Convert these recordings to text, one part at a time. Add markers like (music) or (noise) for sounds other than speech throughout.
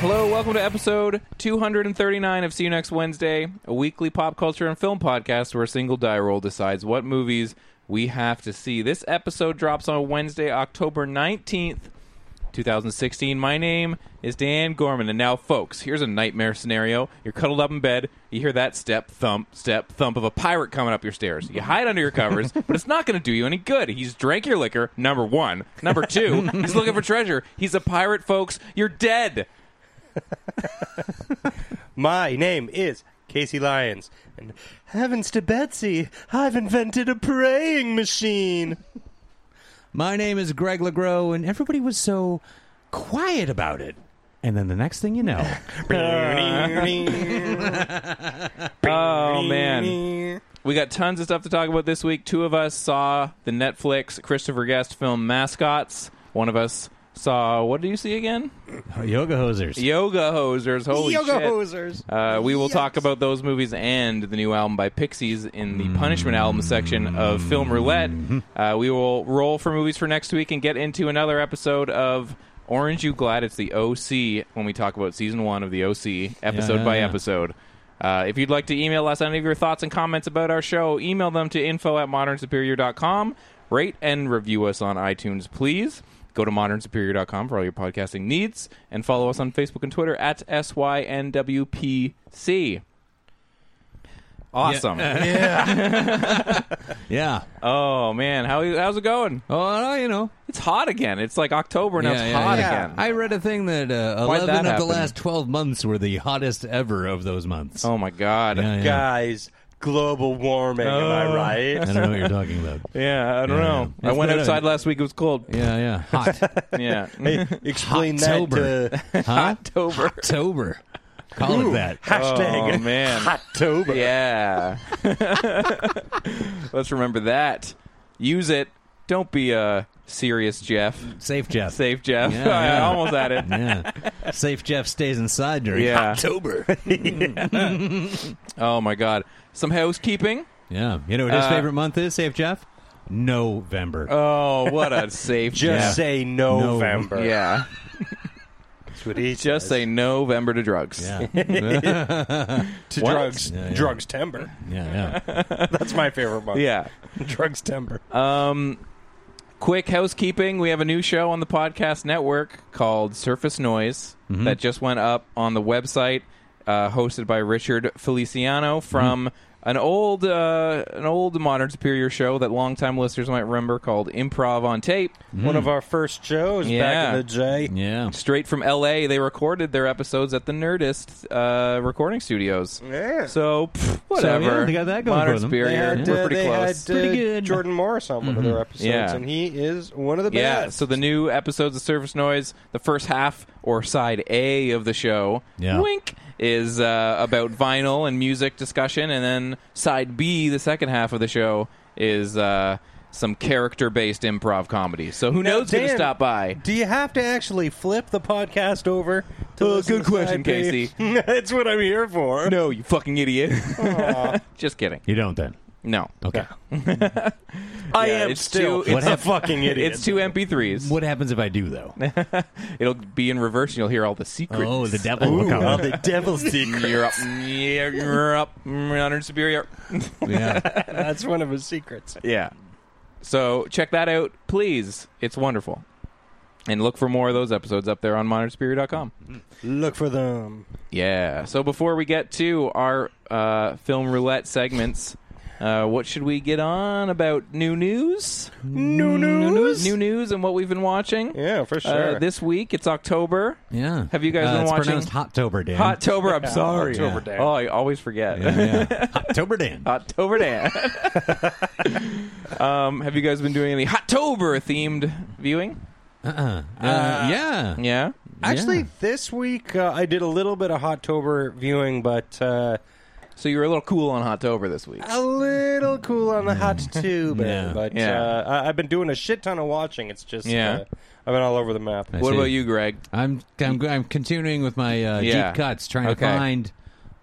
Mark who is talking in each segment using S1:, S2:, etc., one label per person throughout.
S1: Hello, welcome to episode 239 of See You Next Wednesday, a weekly pop culture and film podcast where a single die roll decides what movies we have to see. This episode drops on Wednesday, October 19th, 2016. My name is Dan Gorman, and now, folks, here's a nightmare scenario. You're cuddled up in bed, you hear that step, thump, step, thump of a pirate coming up your stairs. You hide under your covers, but it's not going to do you any good. He's drank your liquor, number one. Number two, he's looking for treasure. He's a pirate, folks. You're dead.
S2: My name is Casey Lyons, and heavens to Betsy, I've invented a praying machine.
S3: My name is Greg LeGros, and everybody was so quiet about it. And then the next thing you know,
S1: Oh man. We got tons of stuff to talk about this week. Two of us saw the Netflix Christopher Guest film Mascots. One of us saw what did you see again?
S3: yoga hosers.
S1: Yoga Hosers. Holy
S2: Yoga
S1: shit.
S2: hosers.
S1: Uh, we will talk about those movies and the new album by Pixies in the Punishment album section of Film Roulette. Uh, we will roll for movies for next week and get into another episode of Orange You Glad It's the OC when we talk about season one of the OC, episode
S3: yeah,
S1: by
S3: yeah.
S1: episode. Uh, if you'd like to email us any of your thoughts and comments about our show, email them to info at modernsuperior.com. Rate and review us on iTunes, please. Go to modernsuperior.com for all your podcasting needs and follow us on Facebook and Twitter at SYNWPC. Awesome.
S3: (laughs) Yeah.
S1: oh, man. How, how's it going?
S3: Oh, no, you know.
S1: It's hot again. It's like October now.
S3: Yeah,
S1: it's
S3: yeah,
S1: hot
S3: yeah.
S1: again.
S3: I read a thing that uh,
S1: Why'd
S3: 11
S1: that
S3: of
S1: happen?
S3: the last 12 months were the hottest ever of those months.
S1: oh, my God.
S3: yeah,
S2: (laughs)
S3: yeah.
S2: Guys, global warming,
S1: Oh.
S2: am I
S3: I
S2: right?
S3: don't know what you're talking about.
S1: Yeah, I don't
S3: Yeah,
S1: know.
S3: yeah.
S1: I
S3: It's
S1: went
S3: been a-
S1: outside last week. It was cold.
S3: (laughs) Yeah, yeah.
S1: (laughs)
S3: Hot.
S1: Yeah.
S2: Explain that
S3: Hottober.
S2: to
S3: huh?
S1: October.
S3: October. Call it that.
S2: hashtag
S1: Oh, man.
S2: October.
S1: Yeah. (laughs) Let's remember that. Use it. Don't be a serious Jeff.
S3: Safe Jeff.
S1: Safe Jeff. (laughs)
S3: Yeah,
S1: I
S3: yeah.
S1: almost had
S3: (laughs)
S1: it.
S3: Yeah. Safe Jeff stays inside during
S1: Yeah.
S3: October.
S1: Oh my god. Some housekeeping.
S3: Yeah. You know what his favorite month is, Safe Jeff? November.
S1: Uh, Oh, what a
S3: (laughs)
S1: safe
S2: Just
S3: Yeah.
S2: say November.
S1: Jeff. Yeah.
S2: That's what he
S1: Just
S2: says.
S1: say November to drugs.
S3: yeah.
S2: to
S1: what?
S2: drugs.
S3: Yeah, yeah.
S2: Drugs timber.
S3: Yeah, yeah.
S2: That's my favorite one.
S1: Yeah.
S2: drugs timber.
S1: Quick housekeeping. We have a new show on the podcast network called Surface Noise
S3: Mm-hmm.
S1: that just went up on the website, uh, hosted by Richard Feliciano from
S3: Mm-hmm.
S1: an old uh, an old Modern Superior show that longtime listeners might remember called Improv on Tape.
S2: One of our first shows
S1: Mm. Yeah.
S2: back in the day.
S3: Yeah.
S1: Straight from L.A., they recorded their episodes at the Nerdist uh, recording studios.
S2: Yeah.
S1: So pff, whatever.
S3: yeah, they got that going
S1: Modern
S3: for them.
S2: They
S1: Superior,
S2: had,
S1: we're
S2: uh,
S1: pretty
S2: they
S1: close.
S2: had, uh,
S3: Pretty
S2: (laughs)
S3: good.
S2: Jordan Morris on one of their episodes,
S1: Yeah.
S2: and he is one of the
S1: Yeah,
S2: best.
S1: so the new episodes of Surface Noise, the first half or side A of the show,
S3: Yeah.
S1: wink, is uh, about vinyl and music discussion, and then side B, the second half of the show, is uh, some character-based improv comedy. So who
S2: Now,
S1: knows who's going to
S2: Dan,
S1: stop by?
S2: Do you have to actually flip the podcast over? To
S1: Uh,
S2: listen
S1: good
S2: to
S1: question,
S2: side B?
S1: Casey.
S2: (laughs) That's what I'm here for.
S1: (laughs) No, you fucking idiot. Just kidding.
S3: You don't then.
S1: No.
S3: Okay.
S2: I
S1: Yeah,
S2: am
S1: it's
S2: still
S1: too-
S2: it's a
S3: hap-
S2: fucking
S1: (laughs)
S2: idiot.
S1: It's two MP3s.
S3: (laughs) What happens if I
S1: (laughs)
S3: do though?
S1: It'll be in reverse, and you'll hear all the secrets.
S3: Oh, the devil will
S2: Ooh,
S3: come.
S2: all the devil's (laughs) secret.
S1: (laughs) You're up. Yeah, you're up. Under superior.
S3: Yeah.
S2: That's one of his secrets.
S1: Yeah. So check that out, please. It's wonderful. And look for more of those episodes up there on modernspirit.com.
S2: Look for them.
S1: Yeah. So before we get to our uh, film roulette segments, uh, what should we get on about new news?
S2: New news.
S1: New news and what we've been watching?
S2: Yeah, for
S1: Uh,
S2: sure.
S1: this week, it's October.
S3: Yeah.
S1: (laughs) Have you guys
S3: Uh,
S1: been
S3: it's
S1: watching-
S3: pronounced Hottober, Dan?
S1: Hottober, I'm sorry.
S3: Hottober,
S1: Dan. Oh, I always forget.
S3: Yeah, yeah. Hottober, Dan.
S1: (laughs) Hottober
S2: (laughs)
S1: Dan. um, have you guys been doing any Hottober themed viewing?
S3: Uh-uh. Uh, yeah.
S1: Yeah.
S2: Actually,
S3: Yeah.
S2: this week uh, I did a little bit of Hottober viewing, but uh,
S1: So you were a little cool on Hottober this week.
S2: a little cool on the hot tube.
S3: Mm. Yeah.
S2: But
S1: Yeah.
S2: Uh, I- I've been doing a shit ton of watching. It's just
S1: Yeah.
S2: uh, I've been all over the map.
S3: I
S1: What
S3: see.
S1: about you, Greg?
S3: I'm I'm, I'm continuing with my uh,
S1: Yeah.
S3: deep cuts, trying
S1: Okay.
S3: to find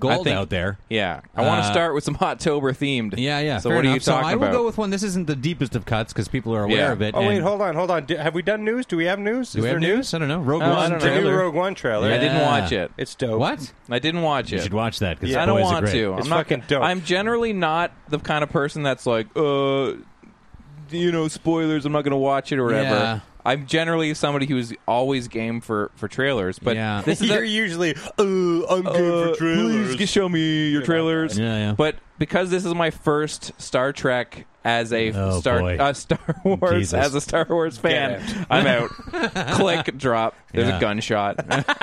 S1: I
S3: gold
S1: think-
S3: out there.
S1: Yeah, I want to
S3: Uh,
S1: start with some Hottober themed.
S3: Yeah, yeah.
S1: So
S3: fair
S1: what are
S3: enough.
S1: you talking
S3: so I will
S1: about?
S3: go with one. This isn't the deepest of cuts because people are aware
S1: Yeah.
S3: of it.
S2: Oh
S3: and-
S2: wait, hold on, hold on. Do, have we done news? Do we have news?
S3: Do we have news? I don't know. Rogue
S1: No, Uh, I
S3: One
S1: don't know.
S2: The new
S1: Trailer.
S2: Rogue One trailer. (laughs)
S1: I didn't
S3: Yeah.
S1: watch it.
S2: It's dope.
S3: What?
S1: I didn't watch it.
S3: You should watch that because
S2: Yeah.
S1: I don't want to.
S2: It's
S1: I'm not,
S2: fucking dope.
S1: I'm generally not the kind of person that's like, uh, you know, spoilers. I'm not going to watch it or whatever.
S3: Yeah.
S1: I'm generally somebody who's always game for for trailers, but
S3: Yeah.
S1: this is
S3: (laughs)
S2: You're
S1: a,
S2: usually, oh, I'm good
S1: uh,
S2: for trailers.
S1: please g- show me your trailers.
S3: Yeah, yeah.
S1: But because this is my first Star Trek as a
S3: Oh,
S1: Star
S3: boy.
S1: uh, Star (laughs) Wars
S3: Jesus.
S1: as a Star Wars fan, (laughs) I'm
S3: (laughs)
S1: out. Click drop. There's
S3: Yeah.
S1: a
S3: (laughs)
S1: gunshot. (laughs)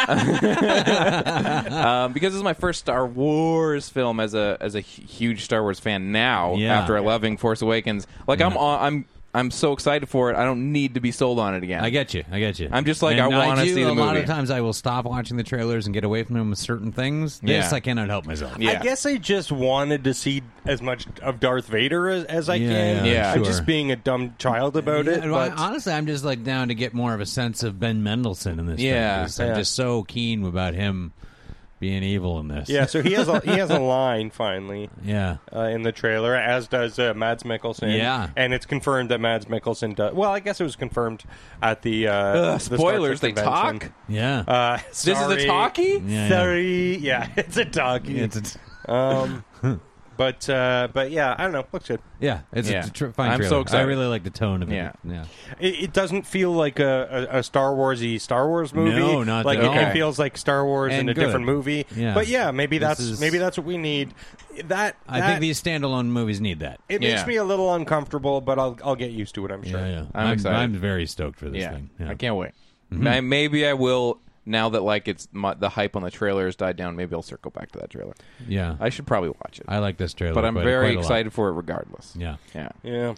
S1: um, because this is my first Star Wars film as a as a hu- huge Star Wars fan now.
S3: Yeah.
S1: After loving Force Awakens, like I'm on, I'm I'm so excited for it. I don't need to be sold on it again.
S3: I get you. I get you.
S1: I'm just like,
S3: And
S1: I wanna
S3: do-
S1: see the
S3: A lot
S1: movie.
S3: of times I will stop watching the trailers and get away from them with certain things. This
S1: Yeah.
S3: I cannot help myself.
S1: Yeah.
S2: I guess I just wanted to see as much of Darth Vader as, as I
S3: Yeah,
S2: can.
S1: yeah,
S2: I'm
S3: sure.
S2: just being a dumb child about
S3: Yeah,
S2: it.
S3: well, I-
S2: but-
S3: honestly, I'm just like down to get more of a sense of Ben Mendelsohn in this. thing,
S1: Yeah.
S3: 'cause I'm
S2: Yeah.
S3: just so keen about him being evil in this.
S2: yeah, so he has a, he has a (laughs) line finally
S3: yeah.
S2: uh, in the trailer, as does uh, Mads Mikkelsen.
S3: Yeah.
S2: and it's confirmed that Mads Mikkelsen does. Well, I guess it was confirmed at the, uh,
S1: Ugh,
S2: the Star
S1: spoilers. They
S2: Trek convention.
S1: talk.
S3: Yeah.
S2: Uh,
S1: This is a
S2: sorry.
S1: talkie.
S3: Yeah, yeah.
S2: Sorry, yeah, (laughs) it's a talkie.
S3: Yeah, it's a- (laughs)
S2: um, but uh, but yeah, I don't know. Looks good.
S3: yeah, it's
S1: Yeah.
S3: a tr- fine
S1: I'm so
S3: trailer. I
S1: excited.
S3: really like the tone of it.
S1: Yeah.
S3: yeah.
S2: It, it doesn't feel like a, a, a Star Warsy Star Wars movie.
S3: No, not
S2: like
S3: at
S2: it,
S3: all.
S2: it feels like Star Wars
S3: And
S2: in a
S3: good.
S2: different movie.
S3: Yeah.
S2: But yeah, maybe
S3: This
S2: that's
S3: is-
S2: maybe that's what we need. That,
S3: I
S2: that-
S3: think these standalone movies need that.
S2: it
S1: Yeah.
S2: makes me a little uncomfortable, but I'll I'll get used to it. I'm sure.
S3: Yeah, yeah.
S1: I'm excited.
S3: I'm very stoked for this
S1: yeah.
S3: thing. Yeah. Mm-hmm.
S1: I can't wait. I, maybe I will now that like it's my, the hype on the trailer has died down. Maybe I'll circle back to that trailer.
S3: Yeah.
S1: I should probably watch it,
S3: I like this trailer,
S1: but I'm
S3: quite-
S1: very
S3: quite a lot.
S1: excited for it regardless.
S3: Yeah.
S1: yeah.
S2: Yeah.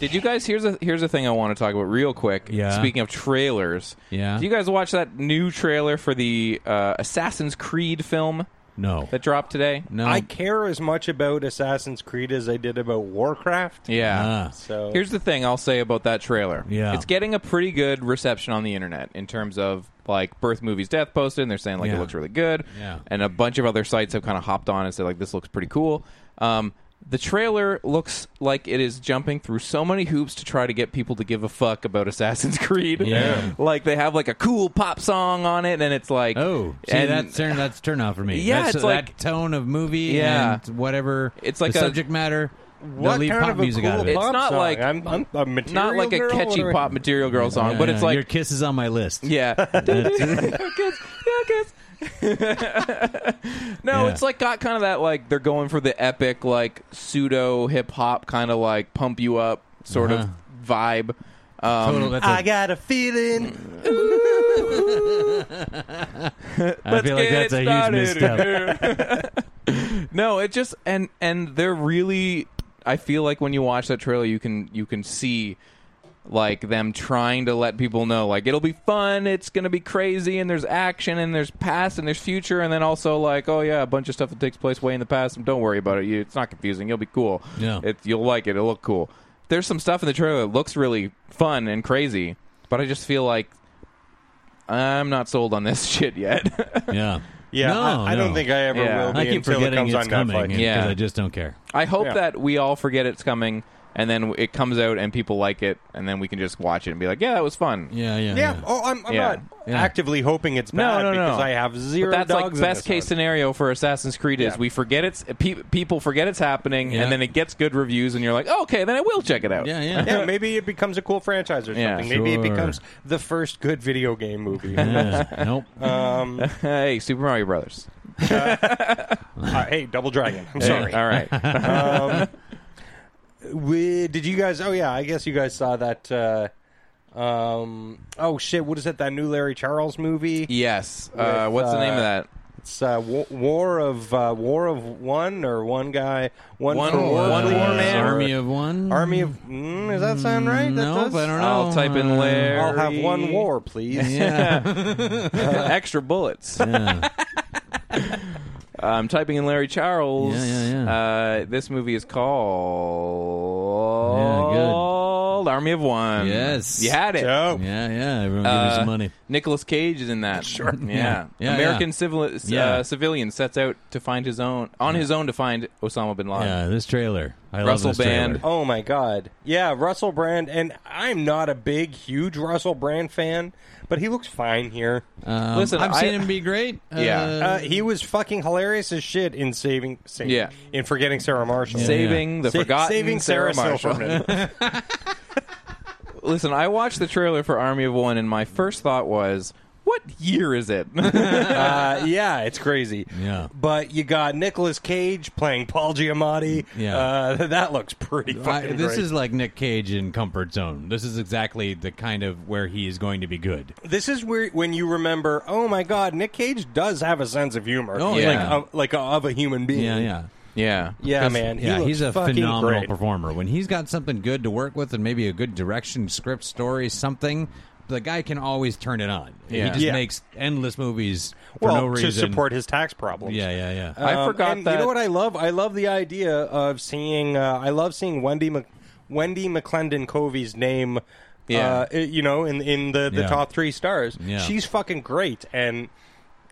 S1: Did you guys? Here's a here's a thing I want to talk about real quick.
S3: Yeah.
S1: Speaking of trailers,
S3: Yeah.
S1: Do you guys watch that new trailer for the uh, Assassin's Creed film
S3: No,
S1: that dropped today?
S3: no.
S2: I care as much about Assassin's Creed as I did about Warcraft.
S1: Yeah.
S3: Ah.
S2: So
S1: Here's the thing I'll say about that trailer.
S3: Yeah.
S1: It's getting a pretty good reception on the internet in terms of like birth movies death posted and they're saying like it
S3: Yeah.
S1: looks really good.
S3: Yeah.
S1: And a bunch of other sites have kind of hopped on and said like this looks pretty cool. Um the trailer looks like it is jumping through so many hoops to try to get people to give a fuck about Assassin's Creed.
S3: Yeah.
S1: (laughs) like they have like a cool pop song on it and it's like
S3: Oh, see,
S1: and
S3: that's turn that's turn off for me.
S1: Yeah,
S3: That's-
S1: it's like-
S3: that tone of movie.
S1: Yeah.
S3: and whatever.
S1: It's like
S3: the
S1: a-
S3: subject matter.
S2: what
S3: they'll leave
S2: kind
S3: pop
S2: of a
S3: music
S2: cool
S3: out of it.
S1: It's
S2: pop
S1: not
S2: song?
S1: like-
S2: I'm, I'm a material
S1: not like a
S2: girl?
S1: catchy
S2: What do I-
S1: pop material girl song, but
S3: Yeah,
S1: it's
S3: yeah,
S1: like
S3: your kiss is on my list. (laughs)
S1: Yeah. (laughs) no,
S3: Yeah.
S1: it's like got kind of that like they're going for the epic like pseudo hip hop kind of like pump you up sort
S3: Uh-huh.
S1: of vibe. Um,
S3: Total, that's a-
S2: I got a feeling
S3: (laughs) I feel like that's a huge misstep.
S1: no, it just and and they're really. I feel like when you watch that trailer, you can you can see like them trying to let people know like it'll be fun, it's gonna be crazy, and there's action, and there's past, and there's future, and then also like oh yeah, a bunch of stuff that takes place way in the past. And don't worry about it. You, it's not confusing. You'll be cool.
S3: Yeah.
S1: it, you'll like it. It'll look cool. There's some stuff in the trailer that looks really fun and crazy, but I just feel like I'm not sold on this (laughs) shit yet.
S3: (laughs) Yeah.
S2: Yeah,
S3: No,
S2: I, I
S3: no.
S2: don't think I ever
S1: Yeah.
S2: will be
S3: I keep
S2: until it
S3: forgetting
S2: comes
S3: it's
S2: on
S3: coming.
S2: Netflix.
S3: and- 'cause
S1: Yeah.
S3: I just don't care.
S1: I hope
S2: Yeah.
S1: that we all forget it's coming, and then it comes out and people like it, and then we can just watch it and be like, yeah, that was fun.
S3: Yeah, yeah.
S2: Yeah. Oh, I'm, I'm
S1: Yeah.
S2: not
S3: Yeah.
S2: actively hoping it's
S1: No,
S2: bad
S1: no, no.
S2: because I have zero
S1: But that's
S2: dogs
S1: like
S2: in
S1: best
S2: this
S1: case
S2: one.
S1: scenario for Assassin's Creed is
S2: Yeah.
S1: we forget it's pe- people forget it's happening,
S3: Yeah.
S1: and then it gets good reviews, and you're like, oh, okay, then I will check it out.
S3: Yeah, yeah.
S2: Yeah, maybe it becomes a cool franchise or something.
S1: Yeah.
S2: Maybe it
S3: Sure.
S2: becomes the first good video game movie.
S3: Yeah. nope.
S2: um,
S1: (laughs) Hey, Super Mario Brothers.
S2: uh, hey, Double Dragon. I'm sorry.
S1: All right.
S2: (laughs) um, we, did you guys? Oh yeah, I guess you guys saw that. Uh, um, oh shit, what is that? That new Larry Charles movie?
S1: yes. Uh,
S2: With,
S1: what's the name of
S2: uh,
S1: that?
S2: It's uh, Wa- War of uh, War of One or One Guy One
S1: One
S2: for
S1: War-
S2: War,
S1: One
S2: Please,
S1: War
S2: or
S1: Man.
S3: Army of One.
S2: Army of. Mm, does that sound right? That
S3: No,
S2: does?
S3: I don't know.
S1: I'll type in
S3: Uh,
S1: Larry.
S2: I'll have one war, please. (laughs)
S3: Yeah.
S1: (laughs) Extra bullets.
S3: yeah. (laughs)
S1: I'm typing in Larry Charles.
S3: Yeah, yeah, yeah.
S1: Uh, this movie is called Army of One.
S3: Yes.
S1: You had it.
S2: Dope.
S3: Yeah, yeah. Everyone give me
S1: Uh,
S3: some money.
S1: Nicholas Cage is in that. Sure. Yeah.
S3: Yeah,
S1: American
S3: yeah.
S1: Civil, uh,
S3: Yeah.
S1: civilian sets out to find his own on his own to find Osama bin Laden.
S3: Yeah, this trailer. I
S1: Russell
S3: love this trailer.
S1: Band.
S2: Oh my god. Yeah, Russell Brand and I'm not a big huge Russell Brand fan, but he looks fine here.
S3: Um,
S1: Listen,
S3: I've
S1: I-
S3: seen him be great.
S1: (laughs) Yeah.
S3: Uh,
S2: Uh, he was fucking hilarious as shit in saving, saving
S1: Yeah.
S2: in forgetting Sarah Marshall.
S1: Saving the
S2: Sa-
S1: forgotten
S2: saving Sarah,
S1: Marshall.
S2: Silverman.
S1: (laughs) Listen, I watched the trailer for Army of One, and my first thought was, "What year is
S3: (laughs)
S1: it?" (laughs)
S2: uh, yeah, it's crazy.
S3: Yeah.
S2: But you got Nicolas Cage playing Paul Giamatti.
S3: Yeah.
S2: Uh, (laughs) that looks pretty fucking
S3: I, this
S2: great.
S3: is like Nick Cage in Comfort Zone. This is exactly the kind of where he is going to be good.
S2: This is where when you remember, oh my god, Nick Cage does have a sense of humor.
S3: Oh,
S2: like
S3: yeah.
S2: of- like uh, of a human being.
S3: Yeah, yeah.
S1: yeah.
S2: Yeah, man. He
S3: yeah,
S2: looks
S3: he's a
S2: fucking
S3: phenomenal
S2: great.
S3: performer. When he's got something good to work with and maybe a good direction, script, story, something, the guy can always turn it on.
S1: Yeah.
S3: He just
S2: Yeah.
S3: makes endless movies for
S2: well,
S3: no reason.
S2: to support his tax problems.
S3: Yeah, yeah, yeah.
S1: I
S2: Um,
S1: forgot
S2: and
S1: that.
S2: You know what I love? I love the idea of seeing. Uh, I love seeing Wendy Mc, Wendy McClendon Covey's name.
S1: Yeah.
S2: Uh, i- you know, in in the, the
S3: Yeah.
S2: top three stars,
S3: Yeah.
S2: she's fucking great, and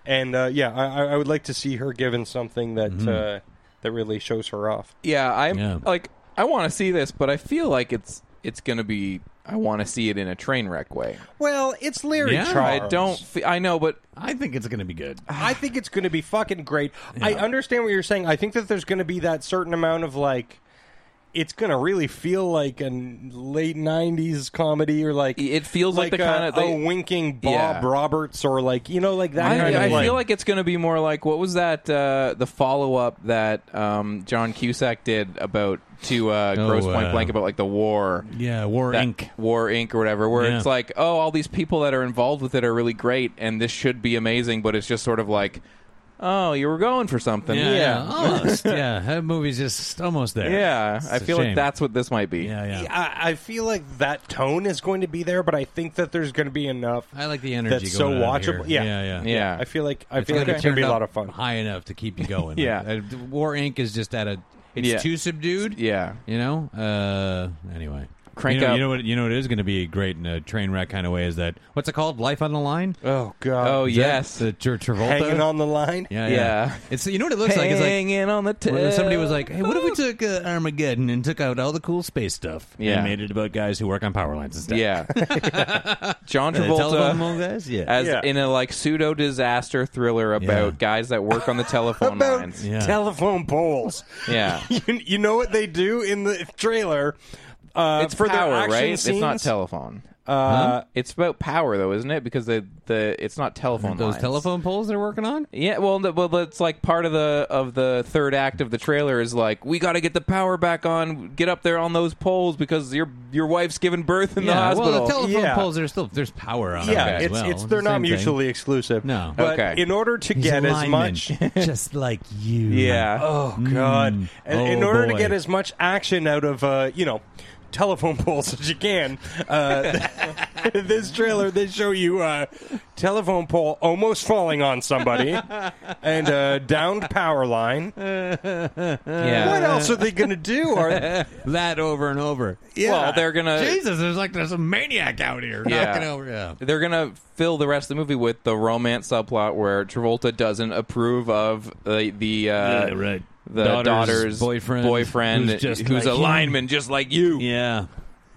S2: and uh, yeah, I, I- I would like to see her given something that
S1: Mm-hmm.
S2: uh, that really shows her off.
S1: Yeah, I
S3: Yeah.
S1: am like I want to see this, but I feel like it's it's going to be I want to see it in a train wreck way.
S2: Well, it's Larry
S3: Yeah.
S2: Charles.
S1: I don't fe- I know, but
S3: I think it's going to be good.
S2: I think it's going to be fucking great. I understand what you're saying. I think that there's going to be that certain amount of like, it's going to really feel like a n- late '90s comedy or like
S1: It feels like the
S2: a-
S1: kinda- they-
S2: a winking Bob
S1: Yeah.
S2: Roberts or like you know like that.
S1: I,
S2: kind of
S1: I
S2: like,
S1: feel like it's going to be more like what was that uh, the follow up that um, John Cusack did about to uh,
S3: Oh,
S1: Gross Point
S3: uh,
S1: Blank about like the war.
S3: Yeah, War
S1: that-
S3: Inc.
S1: War Inc. or whatever, where
S3: Yeah.
S1: it's like, oh, all these people that are involved with it are really great, and this should be amazing, but it's just sort of like, oh, you were going for something.
S3: Yeah, yeah, almost. yeah, that movie's just almost there.
S1: Yeah,
S3: It's
S1: I
S3: a
S1: feel
S3: shame.
S1: like that's what this might be.
S3: Yeah, yeah.
S2: I, I feel like that tone is going to be there, but I think that there's going to be enough.
S3: I like the energy.
S2: that's so
S3: going out of
S2: watchable.
S3: here.
S2: Yeah.
S3: yeah, yeah.
S1: Yeah.
S2: I feel like I
S3: It's
S2: feel like
S3: gonna
S2: it's going to be
S3: turned
S2: a lot
S3: up
S2: of fun.
S3: High enough to keep you going.
S1: Yeah.
S3: Like, uh, War Inc. is just at a. It's
S1: Yeah.
S3: too subdued.
S1: Yeah.
S3: You know. Uh. Anyway.
S1: Crank
S3: you know,
S1: up.
S3: You know what? You know what is going to be great in a train wreck kind of way is that what's it called? Life on the line.
S2: Oh god!
S1: Oh,
S3: Is that
S1: yes.
S3: The Tra- Travolta.
S2: hanging on the line.
S3: Yeah, yeah.
S1: Yeah.
S3: It's you know what it looks like. It's like
S1: Hanging on the
S3: when somebody was
S1: tip.
S3: like, "Hey, what if we took uh, Armageddon and took out all the cool space stuff
S1: Yeah.
S3: and made it about guys who work on power lines and stuff?"
S1: Yeah.
S3: (laughs)
S1: John
S3: Uh, telephone
S1: Travolta
S3: pole guys. Yeah.
S1: as
S2: Yeah.
S1: in a like pseudo disaster thriller about
S3: Yeah.
S1: guys that work on the telephone
S2: About
S1: lines.
S3: Yeah.
S2: telephone poles.
S3: (laughs)
S1: Yeah.
S2: (laughs) you, you know what they do in the trailer? Uh,
S1: It's for
S2: their
S1: power,
S2: action
S1: right? It's not
S2: scenes?
S1: telephone.
S2: Uh,
S1: It's about power though, isn't it? Because the the it's not telephone
S3: Those
S1: lines.
S3: telephone poles they're working on.
S1: Yeah, well, the, well, it's like part of the of the third act of the trailer is like we got to get the power back on, get up there on those poles because your your wife's giving birth in the
S3: yeah,
S1: hospital.
S3: well, the telephone
S2: Yeah.
S3: poles are still there's power on.
S2: yeah,
S3: them as
S2: it's,
S3: well.
S2: it's
S3: the
S2: they're not
S3: same thing.
S2: mutually exclusive.
S3: No.
S2: but
S1: Okay.
S2: in order to
S3: He's
S2: get
S3: a
S2: as
S3: lineman,
S2: much,
S3: (laughs) just like you.
S1: yeah,
S2: oh god, And
S3: Oh,
S2: in order to
S3: boy.
S2: get as much action out of uh, you know telephone poles as you can. Uh, (laughs) this trailer, they show you uh, telephone pole almost falling on somebody
S3: (laughs)
S2: and a downed power line.
S1: Yeah.
S2: What else are they going to
S1: (laughs)
S2: do?
S3: (laughs)
S2: Are,
S3: that over and over.
S1: Well, they're gonna
S3: Jesus, there's like there's a maniac out here
S1: Yeah. Uh,
S3: knocking over. Yeah.
S1: they're gonna fill the rest of the movie with the romance subplot where Travolta doesn't approve of the the uh,
S4: Yeah, right.
S1: the daughter's,
S3: Daughter's boyfriend
S1: boyfriend
S4: who's just
S1: who's
S4: like
S1: a
S4: you.
S1: lineman just like you.
S3: Yeah.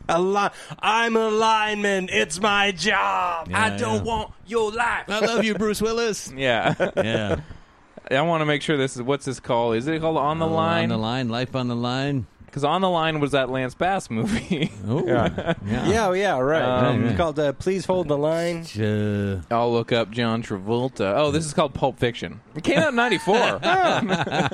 S2: a li- I'm a lineman. It's my job.
S1: I don't want your life.
S3: I love you, Bruce
S1: (laughs)
S3: Willis.
S1: Yeah,
S3: Yeah.
S1: I want to make sure this is what's this called? Is it called On the
S3: On the
S1: Line?
S3: line, life on the line.
S1: Because On the Line was that Lance Bass movie. (laughs)
S3: Oh.
S2: Yeah. Yeah, oh, yeah, right. it's called uh, Please Hold the Line.
S3: Uh,
S1: I'll look up John Travolta. Oh, this is called Pulp Fiction. It came out in (laughs) '94.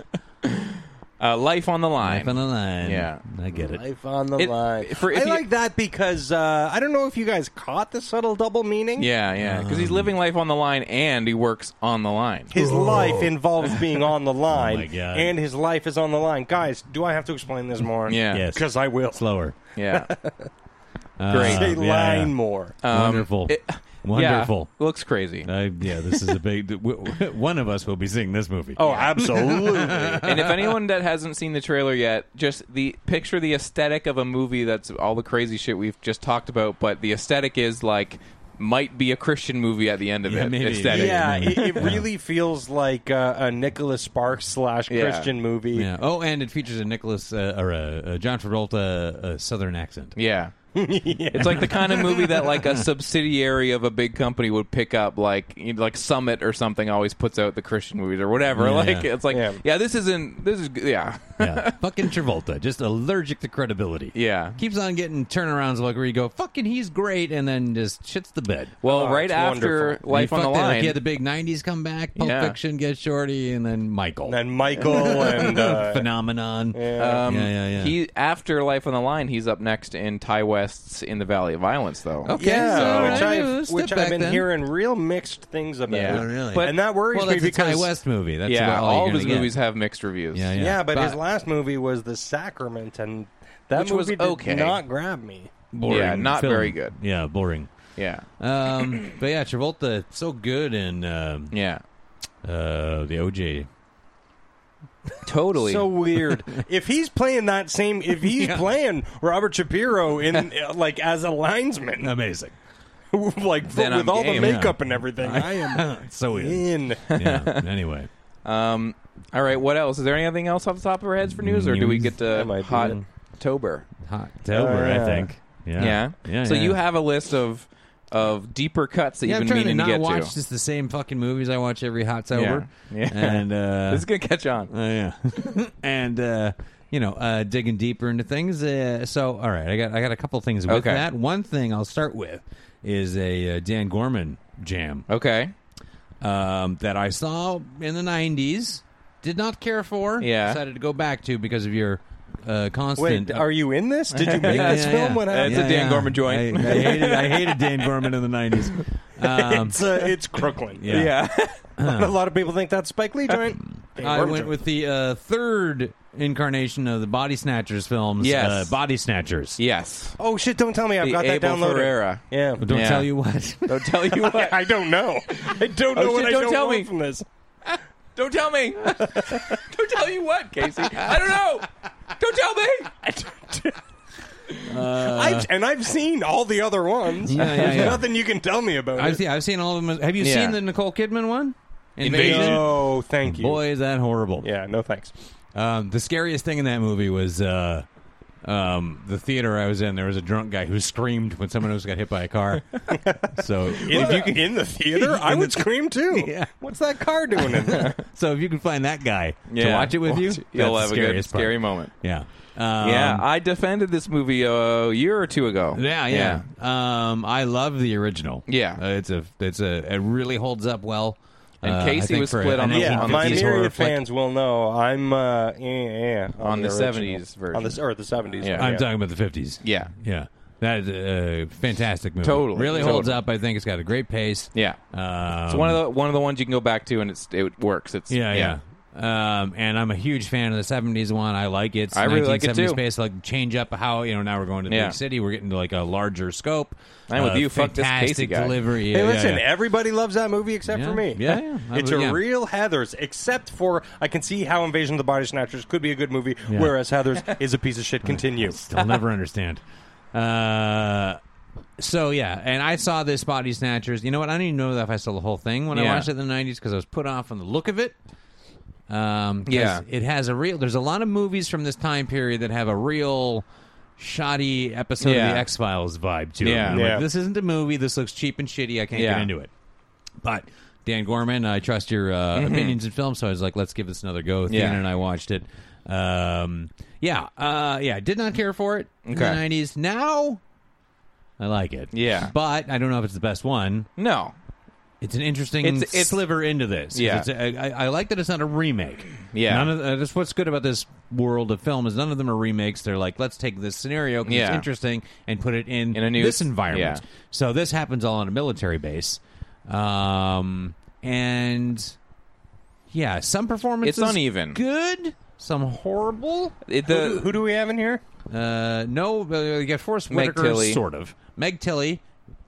S1: uh, Life on the Line.
S3: life on the line.
S1: Yeah.
S3: I get it.
S2: Life on the
S1: It-
S2: line.
S1: for- if
S2: I
S1: you-
S2: like that because uh, I don't know if you guys caught the subtle double meaning.
S1: yeah, yeah. Because
S3: Um,
S1: he's living life on the line and he works on the line.
S2: His life involves being on the line,
S4: my God.
S2: and his life is on the line. Guys, do I have to explain this more?
S1: Yeah.
S4: Yes.
S2: because I will.
S3: Slower.
S1: Yeah.
S3: (laughs) Great.
S2: Say
S4: yeah,
S2: line
S4: yeah.
S2: more.
S3: Wonderful.
S1: Um, It-
S3: Wonderful.
S1: Yeah, looks crazy.
S3: I, yeah, this is a big. (laughs) w- w- One of us will be seeing this movie.
S2: Oh, absolutely.
S1: and if anyone that hasn't seen the trailer yet, just the picture the aesthetic of a movie that's all the crazy shit we've just talked about, but the aesthetic is like might be a Christian movie at the end of
S3: Yeah,
S1: it.
S3: maybe.
S1: Aesthetic.
S2: yeah, it, it really feels like uh, a Nicholas Sparks slash
S1: Yeah.
S2: Christian movie.
S3: Yeah. Oh, and it features a Nicholas uh, or a, a John Travolta uh, Southern accent. (laughs)
S1: Yeah. It's like the kind of movie that like a subsidiary of a big company would pick up like you know, like Summit or something always puts out the Christian movies or whatever.
S3: Yeah,
S1: like
S3: yeah.
S1: it's like
S2: Yeah.
S1: yeah. this isn't this is yeah.
S3: Yeah. fucking Travolta, just allergic to credibility.
S1: Yeah.
S3: Keeps on getting turnarounds like where you go, fucking he's great, and then just shits the bed.
S1: Well,
S2: Oh,
S1: right
S2: it's
S1: after
S2: wonderful.
S1: Life
S3: He
S1: on the
S3: fucked that, like,
S1: Line.
S3: he had the big '90s comeback, Pulp
S1: Yeah.
S3: Fiction, Get Shorty, and then Michael. (laughs)
S2: And Michael and uh,
S1: um,
S3: Phenomenon. yeah, yeah, yeah.
S1: He after Life on the Line, he's up next in Ty West's In the Valley of Violence, though.
S3: Okay.
S2: Yeah,
S3: so-
S2: which
S3: all right,
S2: I've,
S3: step
S2: which I've
S3: back
S2: been
S3: then.
S2: hearing real mixed things about.
S1: Yeah. Oh,
S3: really?
S1: But-
S2: and that worries
S3: Well,
S2: me
S3: that's a
S2: because
S3: Ty West movie. That's
S1: yeah,
S3: about all
S1: all,
S3: you're
S1: of his
S3: gonna get.
S1: movies have mixed reviews.
S3: Yeah,
S2: Yeah,
S3: yeah.
S2: but, his last movie was The Sacrament, and that
S1: Which
S2: movie
S1: was
S2: did
S1: okay.
S2: not grab me.
S3: boring
S1: Yeah, not
S3: film.
S1: very good.
S3: Yeah, boring.
S1: yeah,
S2: (clears throat)
S3: Um, but yeah, Travolta so good in um,
S1: yeah.
S3: uh, the OJ.
S1: Totally.
S2: So weird. if he's playing that same, if he's playing Robert Shapiro in uh, like as a linesman, (laughs)
S3: Amazing.
S2: like
S1: Then
S2: with
S1: I'm
S2: all the
S1: game.
S2: makeup and everything, I am (laughs)
S3: so in.
S2: in. (laughs)
S3: yeah. Anyway,
S1: um, all right. What else? Is there anything else off the top of our heads for news, or do we get to
S2: That might be
S1: hot
S2: it.
S1: Tober?
S3: hot October,
S2: Oh, yeah.
S3: I think. Yeah.
S1: Yeah.
S3: Yeah.
S1: So
S3: yeah.
S1: you have a list of of deeper cuts that
S3: Yeah,
S1: you've been
S3: I'm trying to
S1: meaning to,
S3: not
S1: get
S3: watch
S1: to.
S3: just the same fucking movies I watch every hot October.
S1: Yeah. Yeah.
S3: And
S1: (laughs)
S3: uh,
S1: This is gonna catch on.
S3: Uh, yeah, (laughs) and uh, you know, uh, digging deeper into things. Uh, so, all right, I got I got a couple things with
S1: Okay.
S3: that. One thing I'll start with is a uh, Dan Gorman jam
S1: Okay.
S3: um, that I saw in the '90s. Did not care for.
S1: Yeah.
S3: decided to go back to because of your uh, constant.
S2: Wait, are you in this? Did you make
S3: Yeah,
S2: this
S3: yeah,
S2: film?
S3: yeah.
S2: What
S1: That's
S2: happened?
S1: a Dan Gorman joint.
S3: I, I hated, I hated Dan Gorman in
S1: (laughs)
S3: the '90s. Um,
S2: It's uh, it's Crooklyn.
S3: yeah.
S2: (laughs) a lot of people think that's Spike Lee joint. Dan
S3: I
S2: Gorman
S3: went
S2: joint.
S3: with the uh, third incarnation of the Body Snatchers films.
S1: Yes.
S3: uh, Body
S1: (laughs)
S3: Snatchers.
S1: yes.
S2: Oh shit! Don't tell me I've
S1: The
S2: got that
S1: Abel
S2: downloaded.
S1: Ferreira.
S2: Yeah.
S1: (laughs)
S3: Don't
S1: Yeah.
S3: tell you what.
S1: Don't tell you what.
S2: (laughs) I don't know. I don't know
S1: Oh,
S2: what
S1: shit,
S2: I
S1: don't
S2: don't
S1: tell
S2: want
S1: me.
S2: from this.
S1: Don't tell (laughs) me. Don't tell you what, Casey. I don't know. Don't tell me.
S2: I've, and I've seen all the other ones.
S3: (laughs) Uh, Yeah, yeah,
S2: There's
S3: yeah.
S2: nothing you can tell me about
S3: I've
S2: it.
S3: seen, I've seen all of them. Have you
S1: Yeah.
S3: seen the Nicole Kidman one?
S2: No, thank you.
S3: Boy, is that horrible.
S2: Yeah, no thanks.
S3: Um, the scariest thing in that movie was uh, um, the theater I was in. There was a drunk guy who screamed when someone else got hit by
S1: (laughs)
S3: a car. so
S2: In, the, in the theater,
S3: (laughs)
S2: I would scream too.
S3: Yeah.
S2: What's that car doing in
S3: (laughs)
S2: there?
S3: so if you can find that guy to watch it with you,
S1: you'll
S3: that's
S1: have a
S3: the
S1: good,
S3: scariest part.
S1: scary moment.
S3: Yeah. Um,
S1: yeah, I defended this movie a year or two ago.
S3: Yeah, yeah. Um, I love the original.
S1: Yeah.
S3: Uh, it's a it's a it really holds up well.
S1: And
S3: Uh, I
S1: Casey
S3: think
S1: was
S3: for
S1: split
S3: a-
S1: on
S3: an
S1: the-
S2: yeah,
S1: on
S3: 1950s
S2: my
S1: these
S3: horror
S2: myriad
S3: flick.
S2: fans will know. I'm uh, yeah, yeah,
S1: On the
S2: original.
S1: 70s version.
S2: on the, or the seventies.
S1: Yeah.
S3: I'm talking about the 50s.
S1: Yeah.
S3: Yeah. That is a fantastic movie.
S1: Totally.
S3: Really holds
S1: Totally.
S3: up. I think it's got a great pace.
S1: Yeah.
S3: Um,
S1: It's one of the one of the ones you can go back to and it's it works. It's
S3: Yeah, yeah. Um, and I'm a huge fan of the '70s one. I like it. It's
S1: I really like it,
S3: 1970s
S1: too.
S3: Space like change up how you know now we're going to the
S1: Yeah.
S3: big city. We're getting to like a larger scope.
S1: I'm with
S3: Uh,
S1: you. Fuck this
S3: fantastic
S1: Casey guy.
S3: delivery. Yeah,
S2: Hey,
S3: yeah,
S2: listen,
S3: yeah.
S2: everybody loves that movie except
S3: Yeah,
S2: for me.
S3: yeah, yeah.
S2: (laughs)
S3: I
S2: it's
S3: would-
S2: a
S3: yeah.
S2: real Heathers, except for I can see how Invasion of the Body Snatchers could be a good movie, whereas
S3: (laughs)
S2: Heathers is a piece of shit. Continue.
S3: I'll never understand. Uh, so yeah, and I saw this Body Snatchers. You know what? I don't even know if I saw the whole thing when I
S1: Yeah.
S3: watched it in the '90s because I was put off on the look of it. Um, 'cause
S1: Yeah.
S3: it has a real. There's a lot of movies from this time period that have a real shoddy episode
S1: Yeah.
S3: of the X Files vibe to it.
S1: Yeah.
S3: I'm like,
S2: Yeah.
S3: this isn't a movie. This looks cheap and shitty. I can't
S1: Yeah.
S3: get into it. But Dan Gorman, I trust your uh, opinions in film, so I was like, let's give this another go.
S1: Mm-hmm. Yeah.
S3: Theon and I watched it. Um, yeah, uh, yeah, did not care for it in the
S1: Okay.
S3: nineties. Now, I like it.
S1: Yeah.
S3: but I don't know if it's the best one.
S1: No.
S3: It's an interesting
S1: It's- it's-
S3: sliver into this. 'Cause
S1: Yeah.
S3: it's a- I I like that it's not a remake.
S1: Yeah.
S3: none of uh, that's what's good about this world of film is none of them are remakes. They're like, let's take this scenario 'cause it's
S1: Yeah.
S3: interesting and put it in,
S1: In a new-
S3: this environment.
S1: yeah.
S3: So this happens all on a military base, um, and yeah, some performances
S1: uneven.
S3: good, some horrible.
S1: It,
S2: Who do-
S1: the,
S2: who do we have in here?
S3: Uh, no, uh, you get Forrest
S1: Meg
S3: Whitaker,
S1: Tilly.
S3: sort of. Meg Tilly,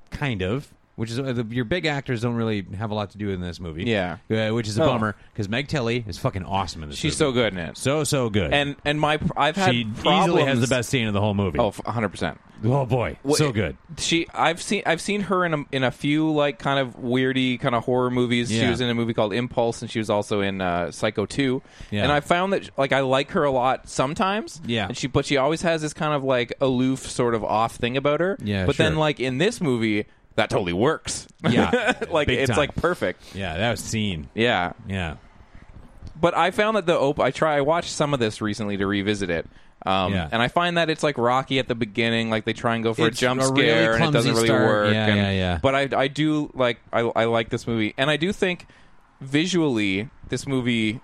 S3: kind of. Which is uh, the, your big actors don't really have a lot to do in this movie.
S1: Yeah.
S3: uh, which is a
S1: No.
S3: bummer because Meg Tilly is fucking awesome in this.
S1: she's so
S3: movie.
S1: good in it.
S3: so so good,
S1: And and my I've had
S3: she
S1: problems.
S3: easily has the best scene of the whole movie.
S1: Oh, 100 percent.
S3: Oh, boy,
S1: Well,
S3: so
S1: it-
S3: good.
S1: She, I've seen, I've seen her in a, in a few like kind of weirdy kind of horror movies. She
S3: Yeah.
S1: was in a movie called Impulse, and she was also in uh, Psycho Two.
S3: Yeah.
S1: And I found that like I like her a lot sometimes.
S3: Yeah.
S1: And she, but she always has this kind of like aloof, sort of off thing about her.
S3: Yeah,
S1: But then
S3: sure.
S1: like in this movie, that totally works.
S3: Yeah,
S1: (laughs) like
S3: big
S1: it's
S3: time.
S1: like perfect.
S3: Yeah, that was scene.
S1: Yeah.
S3: Yeah,
S1: But I found that the op- I try I watched some of this recently to revisit it. Um,
S3: Yeah.
S1: and I find that it's like rocky at the beginning, like they try and go for
S3: It's
S1: a jump
S3: a really
S1: scare and it
S3: clumsy
S1: doesn't really
S3: start.
S1: work.
S3: Yeah,
S1: and-
S3: yeah, yeah.
S1: But I I do like I I like this movie, and I do think visually this movie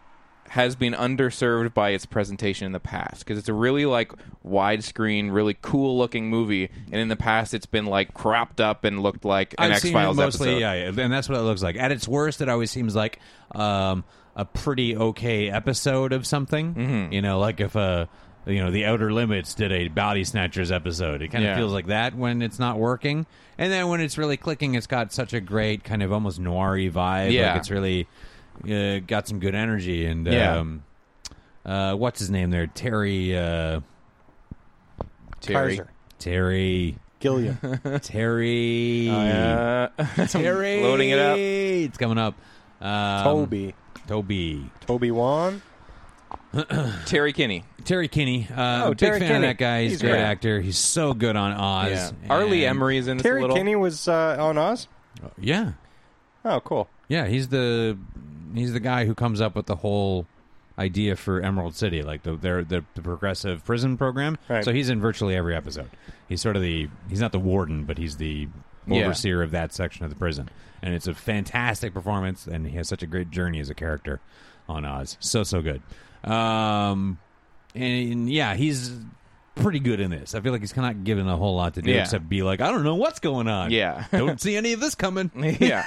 S1: has been underserved by its presentation in the past because it's a really like widescreen, really cool looking movie, and in the past it's been like cropped up and looked like an
S3: I've
S1: X
S3: seen it
S1: Files
S3: mostly.
S1: episode.
S3: Yeah, yeah, and that's what it looks like. At its worst, it always seems like um, a pretty okay episode of something.
S1: Mm-hmm.
S3: You know, like if a you know the Outer Limits did a Body Snatchers episode, it kind of
S1: Yeah.
S3: feels like that when it's not working. And then when it's really clicking, it's got such a great kind of almost noiry vibe.
S1: Yeah.
S3: like it's really uh, got some good energy. And
S1: Yeah.
S3: um, uh, what's his name there? Terry. Uh,
S1: Terry.
S2: Kaiser.
S3: Terry.
S2: Gilliam.
S3: (laughs) Terry.
S1: (laughs) Uh,
S3: Terry.
S1: loading it up.
S3: It's coming up. Um,
S2: Toby.
S3: Toby.
S2: Toby Wan.
S1: Terry Kinney.
S3: Terry Kinney. Uh,
S2: Oh,
S3: big
S2: Terry
S3: fan of
S2: Kinney.
S3: that guy. He's,
S2: He's
S3: a great
S2: great.
S3: actor. He's so good on
S1: Yeah.
S3: Oz.
S1: Arlie
S3: And-
S1: Emery is in this a
S2: Terry
S1: little.
S2: Kinney was uh, on Oz.
S3: Yeah,
S2: Oh, cool.
S3: yeah. He's the he's the guy who comes up with the whole idea for Emerald City, like the their the, the progressive prison program.
S2: Right.
S3: So he's in virtually every episode. He's sort of the he's not the warden, but he's the
S1: Yeah.
S3: overseer of that section of the prison. And it's a fantastic performance, and he has such a great journey as a character on Oz. So so good. Um, and yeah, he's pretty good in this. I feel like he's kind of not given a whole lot to do
S1: Yeah.
S3: except be like, I don't know what's going on.
S1: Yeah.
S3: don't see any of
S1: (laughs)
S3: this coming.
S1: (laughs) Yeah.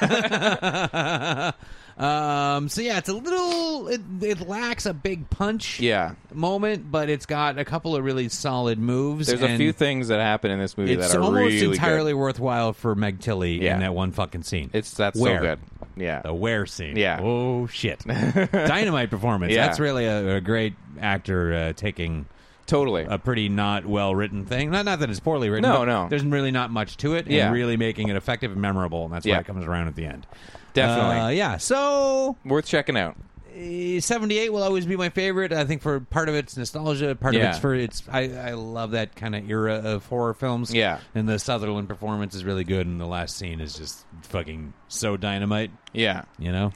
S3: um, so yeah, it's a little it, it lacks a big punch
S1: Yeah.
S3: moment, but it's got a couple of really solid moves.
S1: There's a
S3: and
S1: few things that happen in this movie
S3: It's
S1: that are
S3: almost
S1: really
S3: entirely
S1: good.
S3: worthwhile for Meg Tilly
S1: Yeah.
S3: in that one fucking scene.
S1: It's that's
S3: Where?
S1: so good. Yeah.
S3: The where scene.
S1: Yeah. (laughs)
S3: Oh shit. Dynamite performance.
S1: Yeah.
S3: That's really a, a great actor uh, taking
S1: Totally.
S3: a pretty not well written thing. Not not that it's poorly written.
S1: No,
S3: but
S1: no.
S3: There's really not much to it, and
S1: Yeah.
S3: really making it effective and memorable, and that's why
S1: Yeah.
S3: it comes around at the end.
S1: Definitely.
S3: Uh, yeah. So
S1: Worth checking out.
S3: uh, 78 will always be my favorite. I think for part of its nostalgia, part of
S1: Yeah.
S3: it's for its. I, I love that kind of era of horror films.
S1: Yeah.
S3: And the Sutherland performance is really good, and the last scene is just fucking so dynamite.
S1: Yeah. (laughs)
S3: You know,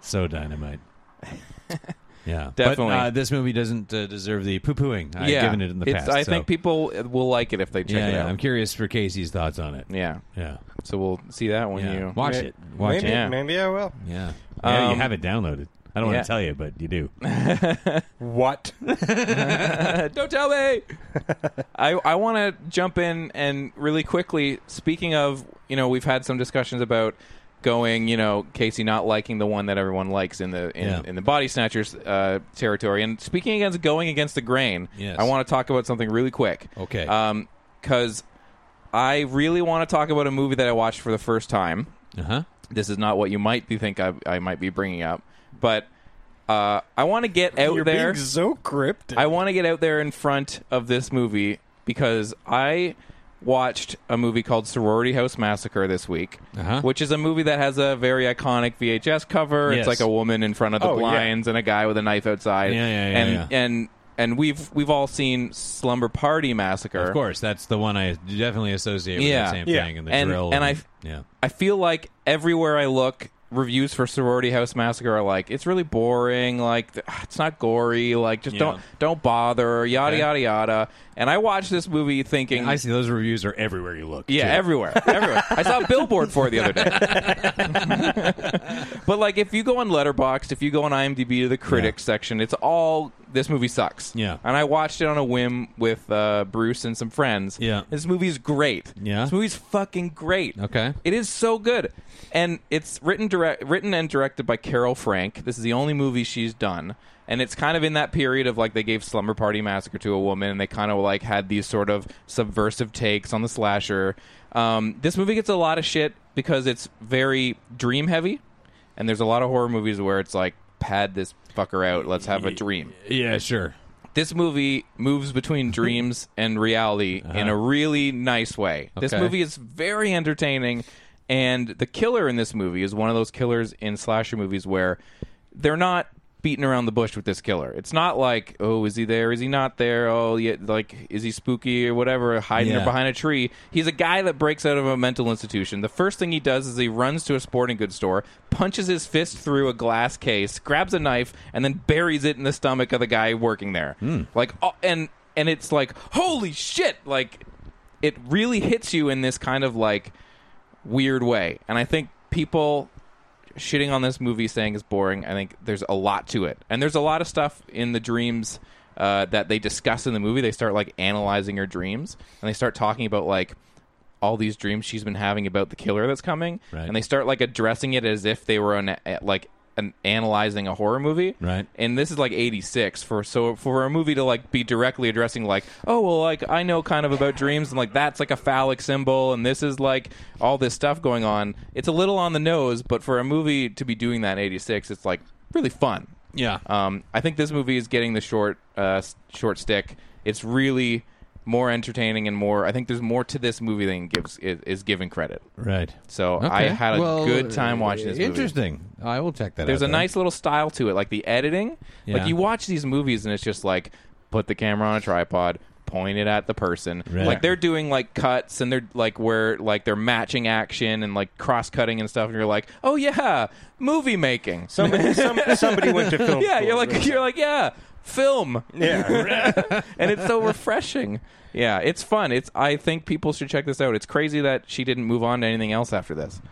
S3: so dynamite. Yeah,
S1: Definitely.
S3: But, uh, this movie doesn't uh, deserve the poo pooing I've
S1: yeah.
S3: given it in the
S1: It's-
S3: past.
S1: I
S3: so-
S1: think people will like it if they check
S3: yeah,
S1: it
S3: yeah.
S1: out.
S3: I'm curious for Casey's thoughts on it.
S1: yeah.
S3: Yeah,
S1: So we'll see that when
S3: yeah.
S1: you
S3: watch
S2: May-
S3: it. Watch
S2: maybe,
S3: it.
S1: Yeah.
S2: maybe I will.
S3: Yeah, yeah.
S1: Um,
S3: you have it downloaded. I don't
S1: yeah.
S3: want to tell you, but
S1: (laughs)
S3: you do.
S2: (laughs) What?
S1: Don't tell
S3: (laughs)
S1: me. I I want to jump in and really quickly. Speaking of, you know, we've had some discussions about going, you know, Casey not liking the one that everyone likes in the in,
S3: Yeah.
S1: in the body snatchers uh, territory. And speaking against going against the grain,
S3: Yes.
S1: I want to talk about something really quick.
S3: Okay.
S1: because I really want to talk about a movie that I watched for the first time.
S3: Uh huh.
S1: This is not what you might be think I, I might be bringing up, but uh, I want to get out
S2: You're
S1: there.
S2: being so cryptic.
S1: I want to get out there in front of this movie because I watched a movie called Sorority House Massacre this week,
S3: Uh-huh.
S1: which is a movie that has a very iconic VHS cover.
S3: Yes.
S1: It's like a woman in front of the
S2: Oh, yeah.
S1: blinds and a guy with a knife outside.
S3: Yeah, yeah, yeah,
S1: and
S3: yeah.
S1: and and we've we've all seen Slumber Party Massacre.
S3: Of course, that's the one I definitely associate with
S1: Yeah.
S3: that same
S2: Yeah.
S3: thing and the
S1: And-
S3: drill.
S1: and I-
S3: yeah.
S1: I feel like everywhere I look, reviews for Sorority House Massacre are like, it's really boring. Like, th- ah, it's not gory. Like, just
S3: Yeah.
S1: don't don't bother. Yada
S3: Okay.
S1: yada yada. And I watched this movie thinking,
S3: I see those reviews are everywhere you look.
S1: yeah,
S3: too.
S1: everywhere, everywhere. I saw
S3: (laughs)
S1: a billboard for it the other day. (laughs) but like, if you go on Letterboxd, if you go on IMDb to the critics section, it's all this movie sucks.
S3: Yeah.
S1: And I watched it on a whim with uh, Bruce and some friends.
S3: Yeah.
S1: This movie's great.
S3: Yeah.
S1: This movie's fucking great.
S3: Okay.
S1: It is so good, and it's written direct, written and directed by Carol Frank. This is the only movie she's done, and it's kind of in that period of like they gave Slumber Party Massacre to a woman, and they kind of like had these sort of subversive takes on the slasher. Um, this movie gets a lot of shit because it's very dream heavy, and there's a lot of horror movies where it's like pad this fucker out, let's have a dream
S3: yeah, sure.
S1: this movie moves
S3: (laughs)
S1: between dreams and reality in a really nice way. This
S3: Uh-huh. Okay.
S1: movie is very entertaining, and the killer in this movie is one of those killers in slasher movies where they're not beating around the bush with this killer. It's not like, oh, is he there? Is he not there? Oh, yeah, like is he spooky or whatever, hiding
S3: Yeah.
S1: or behind a tree? He's a guy that breaks out of a mental institution. The first thing he does is he runs to a sporting goods store, punches his fist through a glass case, grabs a knife, and then buries it in the stomach of the guy working there. Like, oh, and and it's like, holy shit! Like, it really hits you in this kind of like weird way. And I think people shitting on this movie saying it's boring, I think there's a lot to it. And there's a lot of stuff in the dreams uh, that they discuss in the movie. They start like analyzing her dreams and they start talking about like all these dreams she's been having about the killer that's coming.
S3: Right.
S1: And they start like addressing it as if they were an, a- like an analyzing a horror movie.
S3: Right.
S1: And this is like 86 for so for a movie to like be directly addressing like, oh well like I know kind of about dreams and like that's like a phallic symbol and this is like all this stuff going on. It's a little on the nose, but for a movie to be doing that in 86, it's like really fun.
S3: Yeah.
S1: Um, I think this movie is getting the short uh, s- short stick. It's really more entertaining and more. I think there's more to this movie than gives is, is given credit.
S3: right.
S1: So
S3: Okay.
S1: I had a
S3: Well, uh,
S1: good time watching this. Movie.
S3: Interesting. I will check that out.
S1: There's a
S3: then.
S1: nice little style to it, like the editing.
S3: Yeah.
S1: Like you watch these movies and it's just like put the camera on a tripod, point it at the person.
S3: Right.
S1: Like they're doing like cuts and they're like where like they're matching action and like cross cutting and stuff. And you're like, oh yeah, movie making.
S2: (laughs) somebody, some, somebody went to
S1: (laughs)
S2: film.
S1: yeah,
S2: school.
S1: you're like you're like yeah, film, (laughs)
S2: yeah.
S1: and it's so refreshing. Yeah, it's fun. It's I think people should check this out. It's crazy that she didn't move on to anything else after this.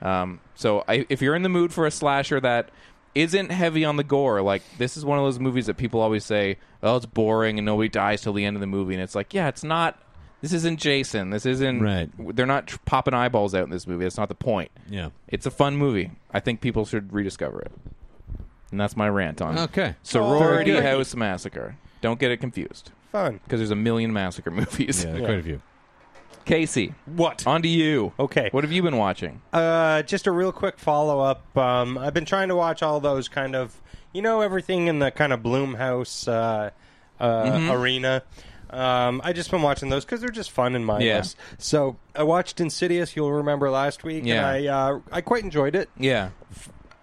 S1: Um, so I, if you're in the mood for a slasher that isn't heavy on the gore, like this is one of those movies that people always say, "Oh, it's boring and nobody dies till the end of the movie," and it's like, yeah, it's not. This isn't Jason. This isn't.
S3: Right.
S1: They're not tr- popping eyeballs out in this movie. That's not the point.
S3: Yeah.
S1: It's a fun movie. I think people should rediscover it. And that's my rant on
S3: Okay.
S1: Sorority
S2: Sorority.
S1: House Massacre. Don't get it confused
S2: Fun.
S1: because there's a million massacre (laughs) movies.
S3: Yeah, quite a few.
S1: Casey,
S2: What?
S1: on to you.
S2: Okay.
S1: What have you been watching?
S2: Uh, just a real quick follow up. Um, I've been trying to watch all those kind of, you know, everything in the kind of Bloomhouse uh, uh,
S1: Mm-hmm.
S2: arena. Um, I just been watching those because they're just fun and mindless. So I watched Insidious. You'll remember last week,
S1: Yeah.
S2: and I uh, I quite enjoyed it.
S1: Yeah.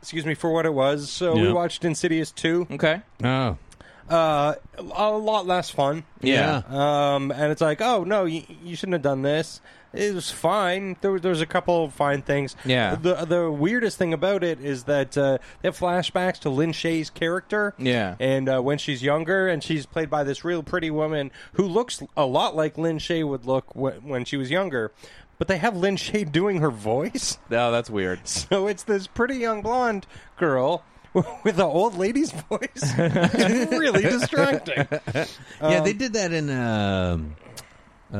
S2: Excuse me for what it was. So
S3: Yeah.
S2: we watched Insidious two.
S1: Okay.
S3: Oh.
S2: Uh, a lot less fun.
S1: Yeah.
S2: Um, and it's like, oh no, you, you shouldn't have done this. It was fine. There was, there was a couple of fine things.
S1: Yeah.
S2: The the weirdest thing about it is that uh, they have flashbacks to Lin Shaye's character.
S1: Yeah.
S2: And uh, when she's younger, and she's played by this real pretty woman who looks a lot like Lin Shaye would look wh- when she was younger, but they have Lin Shaye (laughs) doing her voice.
S1: Oh, that's weird.
S2: (laughs) So it's this pretty young blonde girl. (laughs) With an old lady's voice, it's (laughs) really (laughs) distracting.
S3: yeah, they did that in um, uh,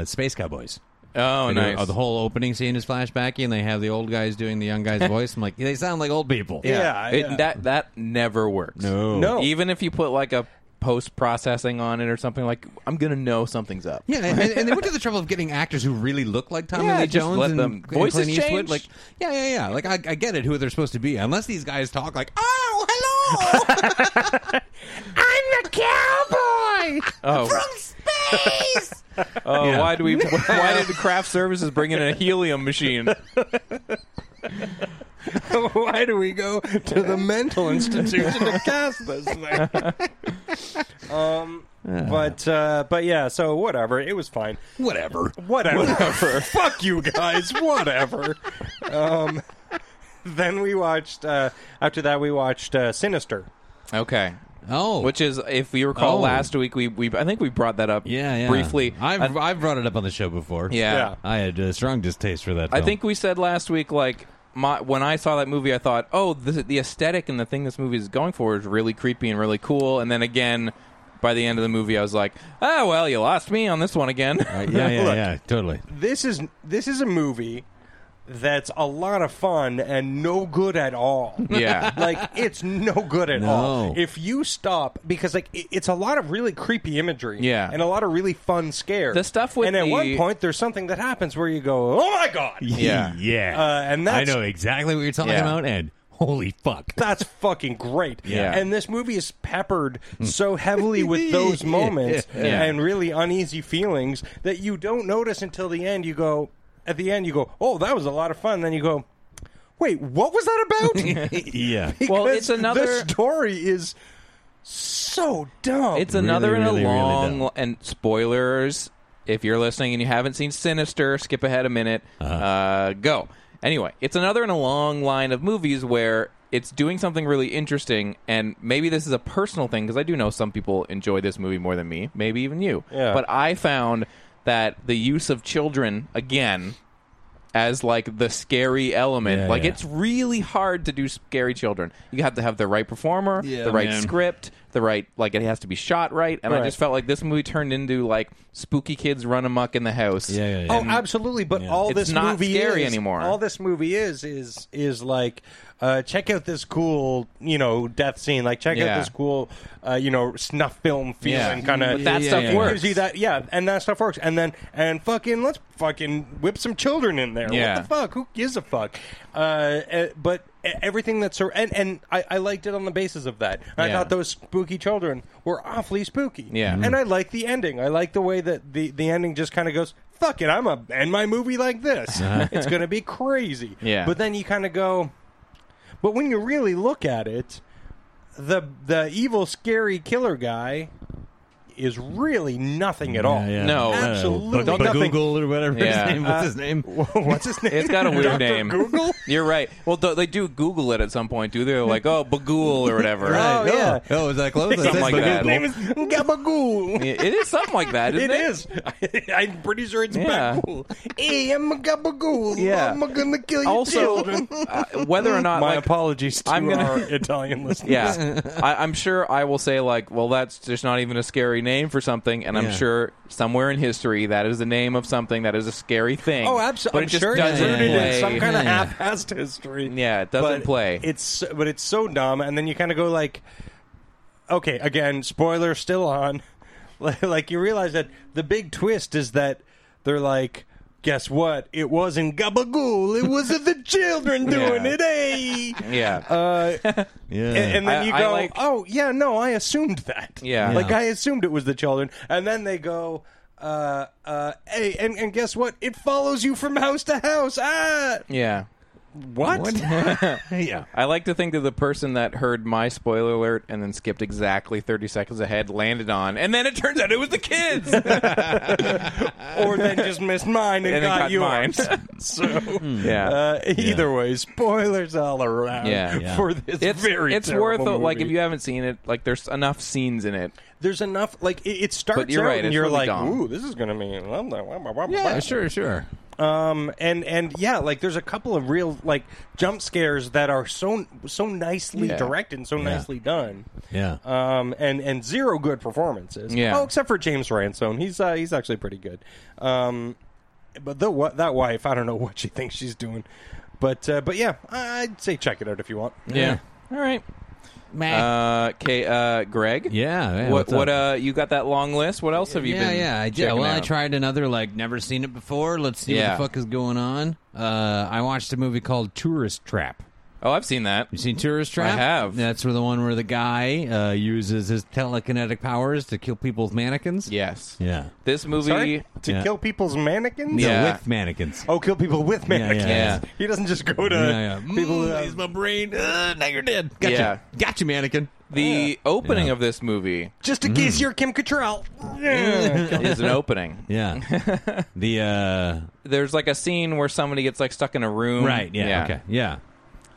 S3: um, Space Cowboys.
S1: Oh,
S3: They do-
S1: nice.
S3: the whole opening scene is flashbacky, and they have the old guys doing the
S1: (laughs)
S3: young guy's voice. I'm like, they sound like old people.
S2: Yeah,
S1: It-
S2: yeah.
S1: That that never works.
S3: No.
S2: No.
S1: Even if you put like a post processing on it or something, like I'm gonna know something's up.
S3: Yeah, and, and they went to the trouble of getting actors who really look like Tommy
S1: Yeah,
S3: Lee
S1: just
S3: Jones
S1: let
S3: and,
S1: them-
S3: and
S1: voices
S3: Clint Eastwood.
S1: change.
S3: Like, yeah, yeah, yeah. Like, I, I get it who they're supposed to be, unless these guys talk like, "Oh, hello,
S1: (laughs)
S3: I'm the cowboy
S1: Oh.
S3: (laughs) from
S1: (laughs)
S3: space."
S1: Oh, why (laughs) do we? Why did the craft services bring in a helium machine? (laughs)
S2: Why do we go to the mental institution to cast this thing? (laughs) um, but uh, but yeah, so whatever. It was fine.
S3: (laughs) Whatever.
S2: Whatever. Whatever. (laughs) Fuck you guys. Whatever. um, (laughs) then we watched. Uh, after that, we watched uh, Sinister.
S1: Okay.
S3: Oh,
S1: Which is, if you recall,
S3: Oh.
S1: last week we, we I think we brought that up
S3: yeah, yeah.
S1: briefly.
S3: I've,
S1: I-
S3: I've brought it up on the show before.
S1: yeah.
S2: Yeah.
S3: I had a strong distaste for that.
S1: I
S3: film.
S1: think we said last week, like my when I saw that movie, I thought, oh, the, the aesthetic and the thing this movie is going for is really creepy and really cool. And then again, by the end of the movie, I was like, oh well, you lost me on this one again.
S3: Uh, yeah, yeah, yeah, totally.
S2: This is this is a movie that's a lot of fun and no good at all.
S1: Yeah.
S2: (laughs) like it's no good at
S3: No.
S2: all. If you stop because like it- it's a lot of really creepy imagery
S1: Yeah.
S2: and a lot of really fun scares.
S1: The stuff with
S2: And at
S1: the-
S2: one point there's something that happens where you go, "Oh my
S1: (laughs)
S2: god."
S3: (laughs)
S1: Yeah.
S3: yeah.
S2: Uh, and that's-
S3: I know exactly what you're talking
S1: Yeah.
S3: about, and holy
S1: (laughs)
S3: fuck.
S2: That's fucking great.
S1: Yeah. Hmm.
S2: And this movie is peppered so heavily with those moments
S1: (laughs) Yeah.
S2: and really uneasy feelings that you don't notice until the end. You go, at the end, you go, oh, that was a lot of fun. Then you go, wait, what was that
S1: (laughs)
S2: about? (laughs)
S3: Yeah.
S1: Well,
S2: Because
S1: it's another-
S2: The story is so dumb.
S1: It's another in
S3: really,
S1: a
S3: really
S1: long
S3: dumb.
S1: and spoilers. If you're listening and you haven't seen Sinister, skip ahead a minute. uh
S3: Uh-huh.
S1: go. Anyway, it's another in a long line of movies where it's doing something really interesting, and maybe this is a personal thing because I do know some people enjoy this movie more than me, maybe even you.
S2: Yeah.
S1: But I found that the use of children again as like the scary element,
S3: Yeah,
S1: like
S3: yeah.
S1: it's really hard to do scary children. You have to have the right performer,
S3: Yeah,
S1: the right
S3: man.
S1: script script, the right like it has to be shot right, and I
S2: Right.
S1: just felt like this movie turned into like spooky kids run amok in the house.
S3: Yeah, yeah, yeah.
S2: Oh, absolutely! But all
S1: It's
S2: this
S1: not
S2: movie
S1: scary
S2: is,
S1: anymore.
S2: All this movie is is is like, uh, check out this cool, you know, death scene. Like, check
S1: Yeah.
S2: out this cool, uh, you know, snuff film feeling
S1: Yeah.
S2: kind of.
S1: But that
S3: Yeah,
S1: stuff
S3: yeah, yeah.
S1: works.
S2: Gives you that, yeah, and that stuff works. And then and fucking let's fucking whip some children in there.
S1: Yeah.
S2: What the fuck? Who gives a fuck? Uh, uh, but e- everything that's sur- and and I, I liked it on the basis of that. And I
S1: Yeah.
S2: thought those spooky children were awfully spooky.
S1: Yeah.
S2: and I like the ending. I like the way that the the ending just kind of goes. Fuck it, I'm a end my movie like this. it's gonna be crazy.
S1: Yeah.
S2: but then you kind of go. But when you really look at it, the the evil, scary killer guy is really nothing at all.
S3: Yeah, yeah.
S1: No.
S2: Absolutely
S3: But, but
S2: nothing.
S3: Google or whatever
S1: Yeah. Uh,
S3: his name. What's his
S1: (laughs)
S3: name?
S2: What's his name?
S1: It's got a weird
S2: Dr.
S1: name.
S2: Google.
S1: (laughs) You're right. Well, th- they do Google it at some point, do they? They're like, oh, Bagool or whatever.
S2: (laughs) Right. Oh, yeah.
S3: (laughs) Oh, is that close?
S1: Something
S3: That's
S1: like
S3: Google.
S1: that.
S2: His name is Gabagool.
S1: It is something like that, isn't
S2: It
S1: it?
S2: is. (laughs) I'm pretty sure it's
S1: Yeah.
S2: Gabagool. Hey, I'm a Gabagool.
S1: Yeah.
S2: I'm gonna kill you.
S1: Also, uh, whether or not
S2: my
S1: like,
S2: apologies to
S1: I'm gonna-
S2: our (laughs) Italian listeners.
S1: Yeah, I, I'm sure I will say like, well, that's just not even a scary name for something, and I'm
S3: Yeah.
S1: sure somewhere in history that is the name of something that is a scary thing.
S2: Oh, absolutely.
S1: But
S2: I'm
S1: it just
S2: sure it's
S1: doesn't
S2: rooted
S1: play.
S2: in some kind
S3: Yeah,
S2: of
S3: yeah.
S2: half-assed history.
S1: Yeah, it doesn't
S2: but
S1: play.
S2: It's but it's so dumb, and then you kind of go like, okay, again, spoiler still on. (laughs) Like, like, you realize that the big twist is that they're like. Guess what? It wasn't Gabagool. It was the children
S1: (laughs)
S2: doing
S1: Yeah.
S2: it. Hey,
S1: yeah.
S2: uh,
S3: Yeah.
S2: and, and then
S1: I-
S2: you
S1: I
S2: go,
S1: like-
S2: oh yeah, no, I assumed that.
S1: Yeah.
S2: like
S3: Yeah.
S2: I assumed it was the children. And then they go, uh, uh, hey, and, and guess what? It follows you from house to house. Ah,
S1: yeah.
S2: what?
S3: yeah.
S1: I like to think that the person that heard my spoiler alert and then skipped exactly 30 seconds ahead landed on, and then it turns out it was the
S2: (laughs)
S1: kids!
S2: Hmm.
S1: and
S2: (laughs) or then just missed mine
S1: then
S2: and, got,
S1: got mine. Hmm.
S2: yours. (laughs)
S1: (laughs)
S2: So
S1: yeah.
S2: uh, either way, spoilers all around (laughs)
S1: Yeah. Yeah.
S2: for this
S1: it's
S2: very
S1: it's
S2: terrible
S1: worth it. Like,
S2: movie.
S1: if you haven't seen it, like, there's enough scenes in it.
S2: There's enough, like, it, it starts
S1: But you're
S2: out
S1: right,
S2: and
S1: it's
S2: you're
S1: really
S2: like,
S1: dumb.
S2: ooh, this is going to mean.
S3: Yeah, sure, sure.
S2: Um, and and yeah, like there's a couple of real like jump scares that are so so nicely
S1: Yeah.
S2: directed and so nicely done.
S3: Yeah.
S1: Uh,
S2: Um, and and zero good performances.
S1: Yeah.
S2: Oh, except for James Ransone, he's uh, he's actually pretty good. Um, but the wa- that wife, I don't know (laughs) what she thinks she's doing, but uh, but yeah, I- I'd say check it out if you want.
S1: Yeah. All right. (laughs)
S3: Man.
S1: Uh, okay, uh, Greg.
S3: yeah. yeah,
S1: what
S3: what's up?
S1: what uh you got that long list? What else have you
S3: yeah,
S1: been?
S3: Yeah, I did.
S1: checking
S3: Well, I
S1: out?
S3: tried another like never seen it before. Let's see
S1: Yeah.
S3: what the fuck is going on. Uh, I watched a movie called Tourist Trap.
S1: Oh, I've seen that.
S3: You seen Tourist Trap?
S1: have.
S3: That's where the one where the guy uh, uses his telekinetic powers to kill people with mannequins.
S1: Yes.
S3: Yeah.
S1: This movie.
S2: Sorry? To
S3: Yeah.
S2: kill people's mannequins?
S3: No,
S1: Yeah.
S3: with mannequins.
S2: Oh, kill people with mannequins.
S1: yeah.
S2: (laughs) He doesn't just go to
S3: Yeah, yeah.
S2: people.
S3: Mm,
S2: uh,
S3: he's my brain. Uh, now you're dead. Gotcha.
S1: Yeah.
S3: Gotcha, mannequin.
S1: The opening of this
S3: (laughs)
S1: movie
S2: just in
S1: Mm.
S2: case you're Kim Cattrall.
S1: is an opening.
S3: Yeah. (laughs) the uh,
S1: There's like a scene where somebody gets like stuck in a room.
S3: right. Yeah, Okay. Mm. Yeah.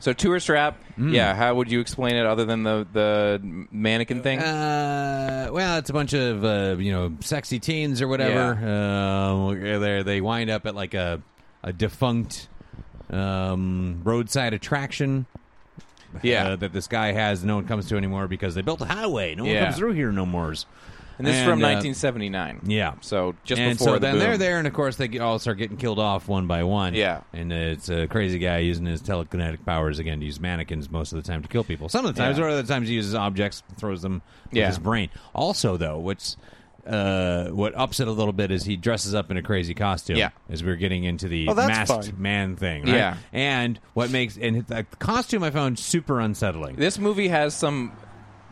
S1: So tourist trap. Yeah. How would you explain it other than the the mannequin thing?
S3: Uh, well, it's a bunch of uh, you know sexy teens or whatever. Um, they they wind up at like a a defunct um, roadside attraction.
S1: yeah.
S3: uh, that this guy has. No one comes to anymore because they built a highway. No one
S1: Yeah.
S3: comes through here no mores.
S1: and this is from
S3: uh,
S1: 1979.
S3: yeah.
S1: So just
S3: and
S1: before
S3: so
S1: the
S3: then they're
S1: boom.
S3: there, and of course they get- all start getting killed off one by one.
S1: Yeah.
S3: and uh, it's a crazy guy using his telekinetic powers again to use mannequins most of the time to kill people. Some of the times,
S1: Yeah.
S3: or other times, he uses objects, throws them with
S1: Yeah.
S3: his brain. Also, though, what's uh, what ups it a little bit is he dresses up in a crazy costume.
S1: Yeah.
S3: as we're getting into the
S2: Oh, that's
S3: masked
S2: fun.
S3: man thing. Right?
S1: Yeah.
S3: and what makes and the costume I found super unsettling.
S1: This movie has some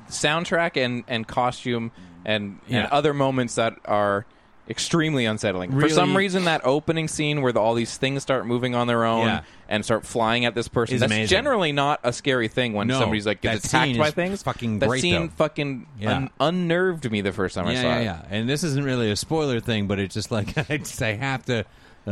S1: soundtrack and and costume and
S3: Yeah.
S1: and other moments that are extremely unsettling. For
S3: Really-
S1: some reason, that opening scene where the, all these things start moving on their own
S3: Yeah.
S1: and start flying at this person
S3: Is
S1: that's
S3: amazing.
S1: generally not a scary thing when
S3: No,
S1: somebody's like gets
S3: that
S1: attacked
S3: scene
S1: by
S3: is
S1: things.
S3: fucking
S1: that
S3: great,
S1: scene
S3: though.
S1: fucking
S3: Yeah.
S1: un- unnerved me the first time I
S3: yeah,
S1: saw
S3: yeah,
S1: it.
S3: yeah. And this isn't really a spoiler thing, but it's just like (laughs) I just I have to. Uh,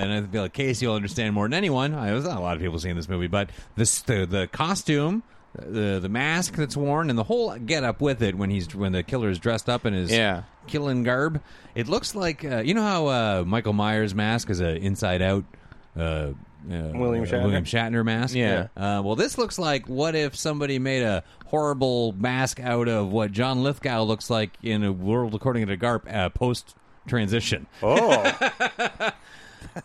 S3: and I feel like Casey will understand more than anyone. I there's not a lot of people seeing this movie, but this the the costume, the the mask that's worn, and the whole get up with it when he's when the killer is dressed up in his
S1: Yeah.
S3: killing garb. It looks like uh, you know how uh, Michael Myers mask is a inside out. Uh, uh,
S2: William
S3: uh,
S2: Shatner.
S3: William Shatner mask.
S1: Yeah.
S3: Uh, well, this looks like what if somebody made a horrible mask out of what John Lithgow looks like in a world according to Garp uh, post transition. (laughs)
S2: Oh,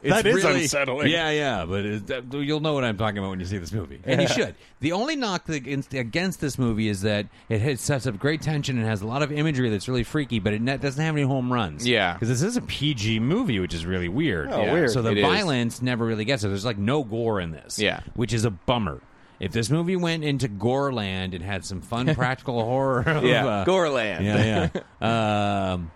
S2: That is unsettling.
S3: Yeah, yeah, but it, that- you'll know what I'm talking about when you see this movie, and you should. The only knock against, against this movie is that it has, sets up great tension and has a lot of imagery that's really freaky, but it net, doesn't have any home runs.
S1: Yeah.
S3: because this is a PG movie, which is really weird.
S2: Oh, Yeah. weird.
S3: So the
S1: It is.
S3: violence never really gets it. There's like no gore in this.
S1: Yeah.
S3: which is a bummer. If this movie went into gore land and had
S1: (laughs)
S3: some fun practical horror, of,
S1: Yeah,
S3: uh,
S1: Gorland.
S3: yeah,
S1: (laughs)
S3: yeah. um,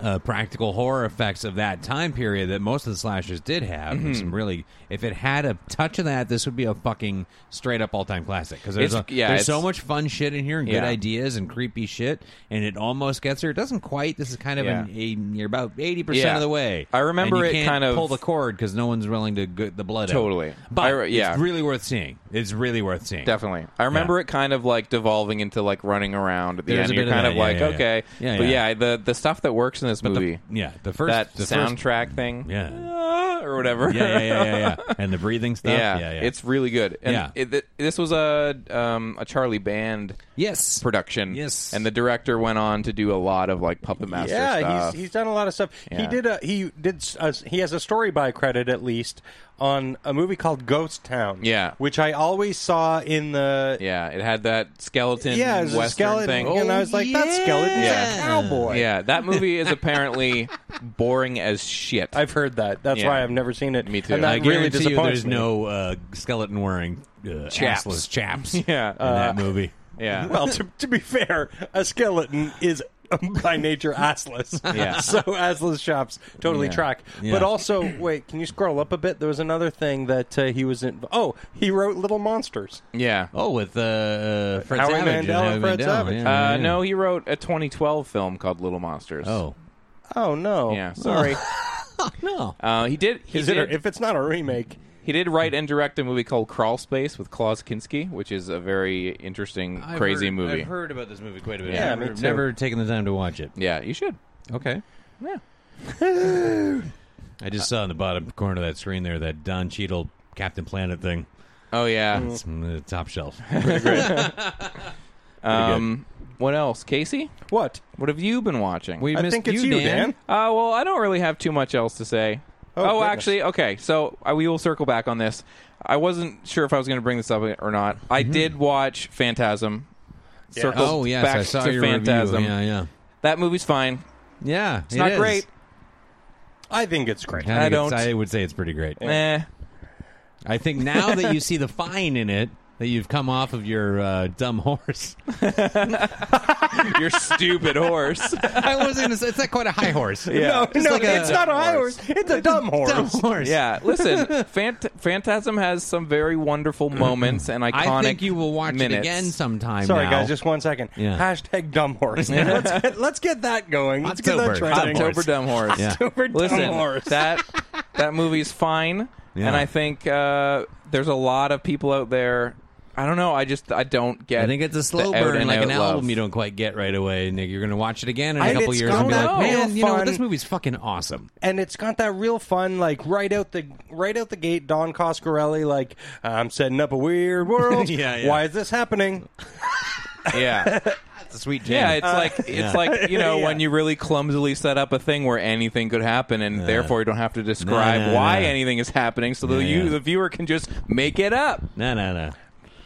S3: uh, practical horror effects of that time period that most of the slashers did have. and
S1: Mm-hmm.
S3: Some really, if it had a touch of that, this would be a fucking straight up all time classic. Because there's,
S1: It's-
S3: a-
S1: yeah,
S3: there's so
S1: it's-
S3: much fun shit in here and good
S1: Yeah.
S3: ideas and creepy shit, and it almost gets there. It doesn't quite. This is kind of an,
S1: Yeah.
S3: a, you're about eighty
S1: Yeah.
S3: percent of the way.
S1: I remember
S3: And you
S1: it
S3: can't
S1: kind of-
S3: pull the cord because no one's willing to get the blood out.
S1: Totally. I
S3: But
S1: re- yeah.
S3: it's really worth seeing. It's really worth seeing.
S1: Definitely. I remember it kind of like devolving into like running around at the
S3: There's
S1: end.
S3: a
S1: You're
S3: bit of
S1: kind
S3: that,
S1: of
S3: yeah,
S1: like,
S3: yeah, yeah.
S1: okay.
S3: Yeah,
S1: But
S3: yeah.
S1: yeah, the the stuff that works in this movie.
S3: Yeah, the first
S1: that
S3: the first-
S1: soundtrack thing.
S3: Yeah.
S1: "Ah," or whatever.
S3: yeah, yeah, yeah, yeah, yeah. And the breathing
S1: (laughs)
S3: stuff.
S1: Yeah,
S3: Yeah, yeah.
S1: it's really good. And
S3: Yeah.
S1: it, th- this was a um, a Charlie Band
S3: yes,
S1: production.
S3: Yes.
S1: and the director went on to do a lot of like Puppet Master
S2: yeah,
S1: stuff.
S2: he's he's done a lot of stuff. He
S1: Yeah.
S2: did a he did s- a, he has a story by credit at least on a movie called Ghost Town.
S1: Yeah.
S2: which I always saw in the
S1: yeah, it had that skeleton.
S2: yeah, it was
S1: Western
S2: a skeleton,
S1: thing.
S2: and I was like, that skeleton
S1: yeah.
S2: a cowboy.
S1: yeah, that movie is apparently (laughs) boring as shit.
S2: I've heard that. That's
S1: Yeah.
S2: why I've never seen it.
S1: Me too.
S2: And
S1: I
S2: that
S3: I
S2: really
S3: guarantee you,
S2: disappoints
S3: there's
S2: me.
S3: no uh, skeleton wearing uh,
S1: Chaps.
S3: assless chaps.
S1: (laughs) Yeah,
S3: in
S1: uh,
S3: that movie. (laughs)
S1: yeah.
S2: Well, (laughs) to, to be fair, a skeleton is um, by nature assless.
S1: Yeah.
S2: (laughs) So assless shops totally track. But also, wait, can you scroll up a bit? There was another thing that uh, he was in. Oh, he wrote Little Monsters.
S1: yeah.
S3: Oh, with uh, Fred
S2: Howie
S3: Savage.
S2: Mandel and
S3: Howie
S2: Fred
S3: Mandel,
S2: Savage.
S3: yeah, yeah,
S1: Uh,
S3: yeah.
S1: no, he wrote a 2012 film called Little Monsters.
S3: Oh
S2: Oh no.
S1: yeah. Sorry.
S3: no.
S1: uh, he did. He
S2: Is it
S1: did
S2: a, if it's not a remake?
S1: He did write and direct a movie called Crawl Space with Klaus Kinski, which is a very interesting,
S3: I've
S1: crazy
S3: heard-
S1: movie.
S3: I've heard about this movie quite a bit.
S2: Yeah,
S3: I've
S2: me
S3: never,
S2: too.
S3: never taken the time to watch it.
S1: Yeah, you should.
S3: Okay.
S1: Yeah.
S3: (laughs) I just saw in the bottom corner of that screen there that Don Cheadle Captain Planet thing.
S1: Oh yeah.
S3: It's mm, the top shelf.
S1: Um, what else, Casey?
S2: What?
S1: What have you been watching?
S3: We
S2: I
S3: missed
S2: think it's
S3: you,
S2: you, Dan.
S1: Uh, well, I don't really have too much else to say. Oh, actually, okay. So I, we will circle back on this. I wasn't sure if I was going to bring this up or not. I did watch Phantasm. Circle
S3: Mm-hmm. (laughs) Oh yes,
S1: back
S3: I saw
S1: to
S3: your
S1: Phantasm.
S3: review. Yeah, yeah,
S1: That movie's fine.
S3: yeah.
S1: It's not great.
S2: I think it's great.
S3: I, think
S1: don't-
S3: it's- I would say it's pretty great.
S1: Eh.
S3: I think now that you see the fine in it, that you've come off of your uh, dumb horse.
S1: Your (laughs) stupid
S3: (laughs)
S1: horse.
S3: I wasn't. Gonna say, it's not quite a high horse.
S2: No,
S3: It's
S2: no,
S3: like a-
S2: it's not a high horse. It's a dumb horse.
S3: Dumb horse.
S1: Yeah,
S3: (laughs)
S1: listen, Phant- Phantasm has some very
S3: (clears throat)
S1: wonderful moments and iconic
S3: I think you will watch it
S1: minutes.
S3: again
S2: (laughs)
S3: sometime.
S2: Sorry,
S3: now.
S2: guys, just one second.
S3: Yeah.
S2: Hashtag dumb horse. Let's, get, let's get that going. Let's
S3: October.
S2: get that trending.
S1: October Dumb
S3: (laughs)
S1: Horse.
S3: Yeah.
S2: October dumb
S1: Listen,
S2: horse.
S1: that that movie's fine,
S3: Yeah.
S1: and I think uh, there's a lot of people out there. I don't know. I just I don't get.
S3: I think it's a slow
S1: the out
S3: burn,
S1: and
S3: like an
S1: out love.
S3: album
S1: (laughs)
S3: you don't quite get right away. Nick, you're going to watch it again in a
S2: And
S3: couple
S2: it's
S3: years
S2: got
S3: and be like,
S2: that real
S3: man, you know,
S2: fun-
S3: this movie's fucking awesome.
S2: and it's got that real fun, like right out the right out the gate, Don Coscarelli, like I'm setting up a weird world.
S3: Yeah, yeah.
S2: Why is this happening?
S1: Yeah,
S3: (laughs) It's a sweet
S1: yeah. It's like it's like you
S3: (laughs)
S1: know when you really clumsily set up a thing where anything could happen, and therefore you don't have to describe
S3: no,
S1: why
S3: no.
S1: anything is happening, so the you
S3: yeah.
S1: the viewer can just make it up.
S3: no, no, no.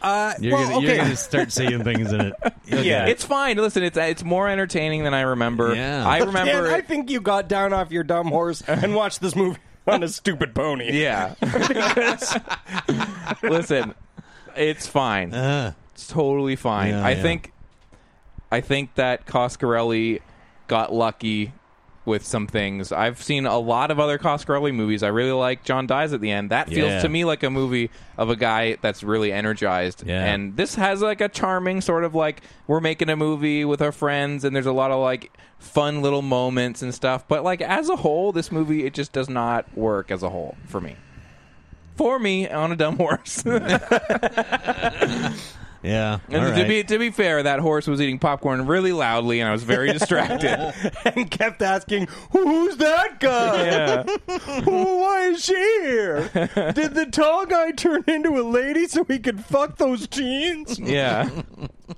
S2: Uh,
S3: You're
S2: well,
S3: going
S2: okay.
S3: to start seeing things in it.
S2: Yeah.
S1: It's fine. Listen, it's it's more entertaining than I remember.
S3: Yeah.
S1: I
S2: Dan,
S1: remember.
S2: (laughs) I think you got down off your dumb horse and watched this movie (laughs) on a stupid pony.
S1: (laughs) Yeah. Listen, it's fine.
S3: Uh,
S1: it's totally fine.
S3: Yeah,
S1: I
S3: yeah.
S1: think I think that Coscarelli got lucky with some things. I've seen a lot of other Coscarelli movies. I really like John Dies at the End. That feels
S3: Yeah.
S1: to me like a movie of a guy that's really energized.
S3: Yeah.
S1: And this has like a charming sort of like we're making a movie with our friends and there's a lot of like fun little moments and stuff. But like as a whole, this movie it just does not work as a whole for me. For me on a dumb horse. (laughs)
S3: Yeah.
S1: And
S3: all
S1: to
S3: right.
S1: be to be fair, that horse was eating popcorn really loudly, and I was
S3: (laughs)
S1: very distracted.
S2: (laughs) and kept asking, "Who's that guy? (laughs) Who? Why is she here? Did the tall guy turn into a lady so he could fuck those jeans?"
S1: yeah,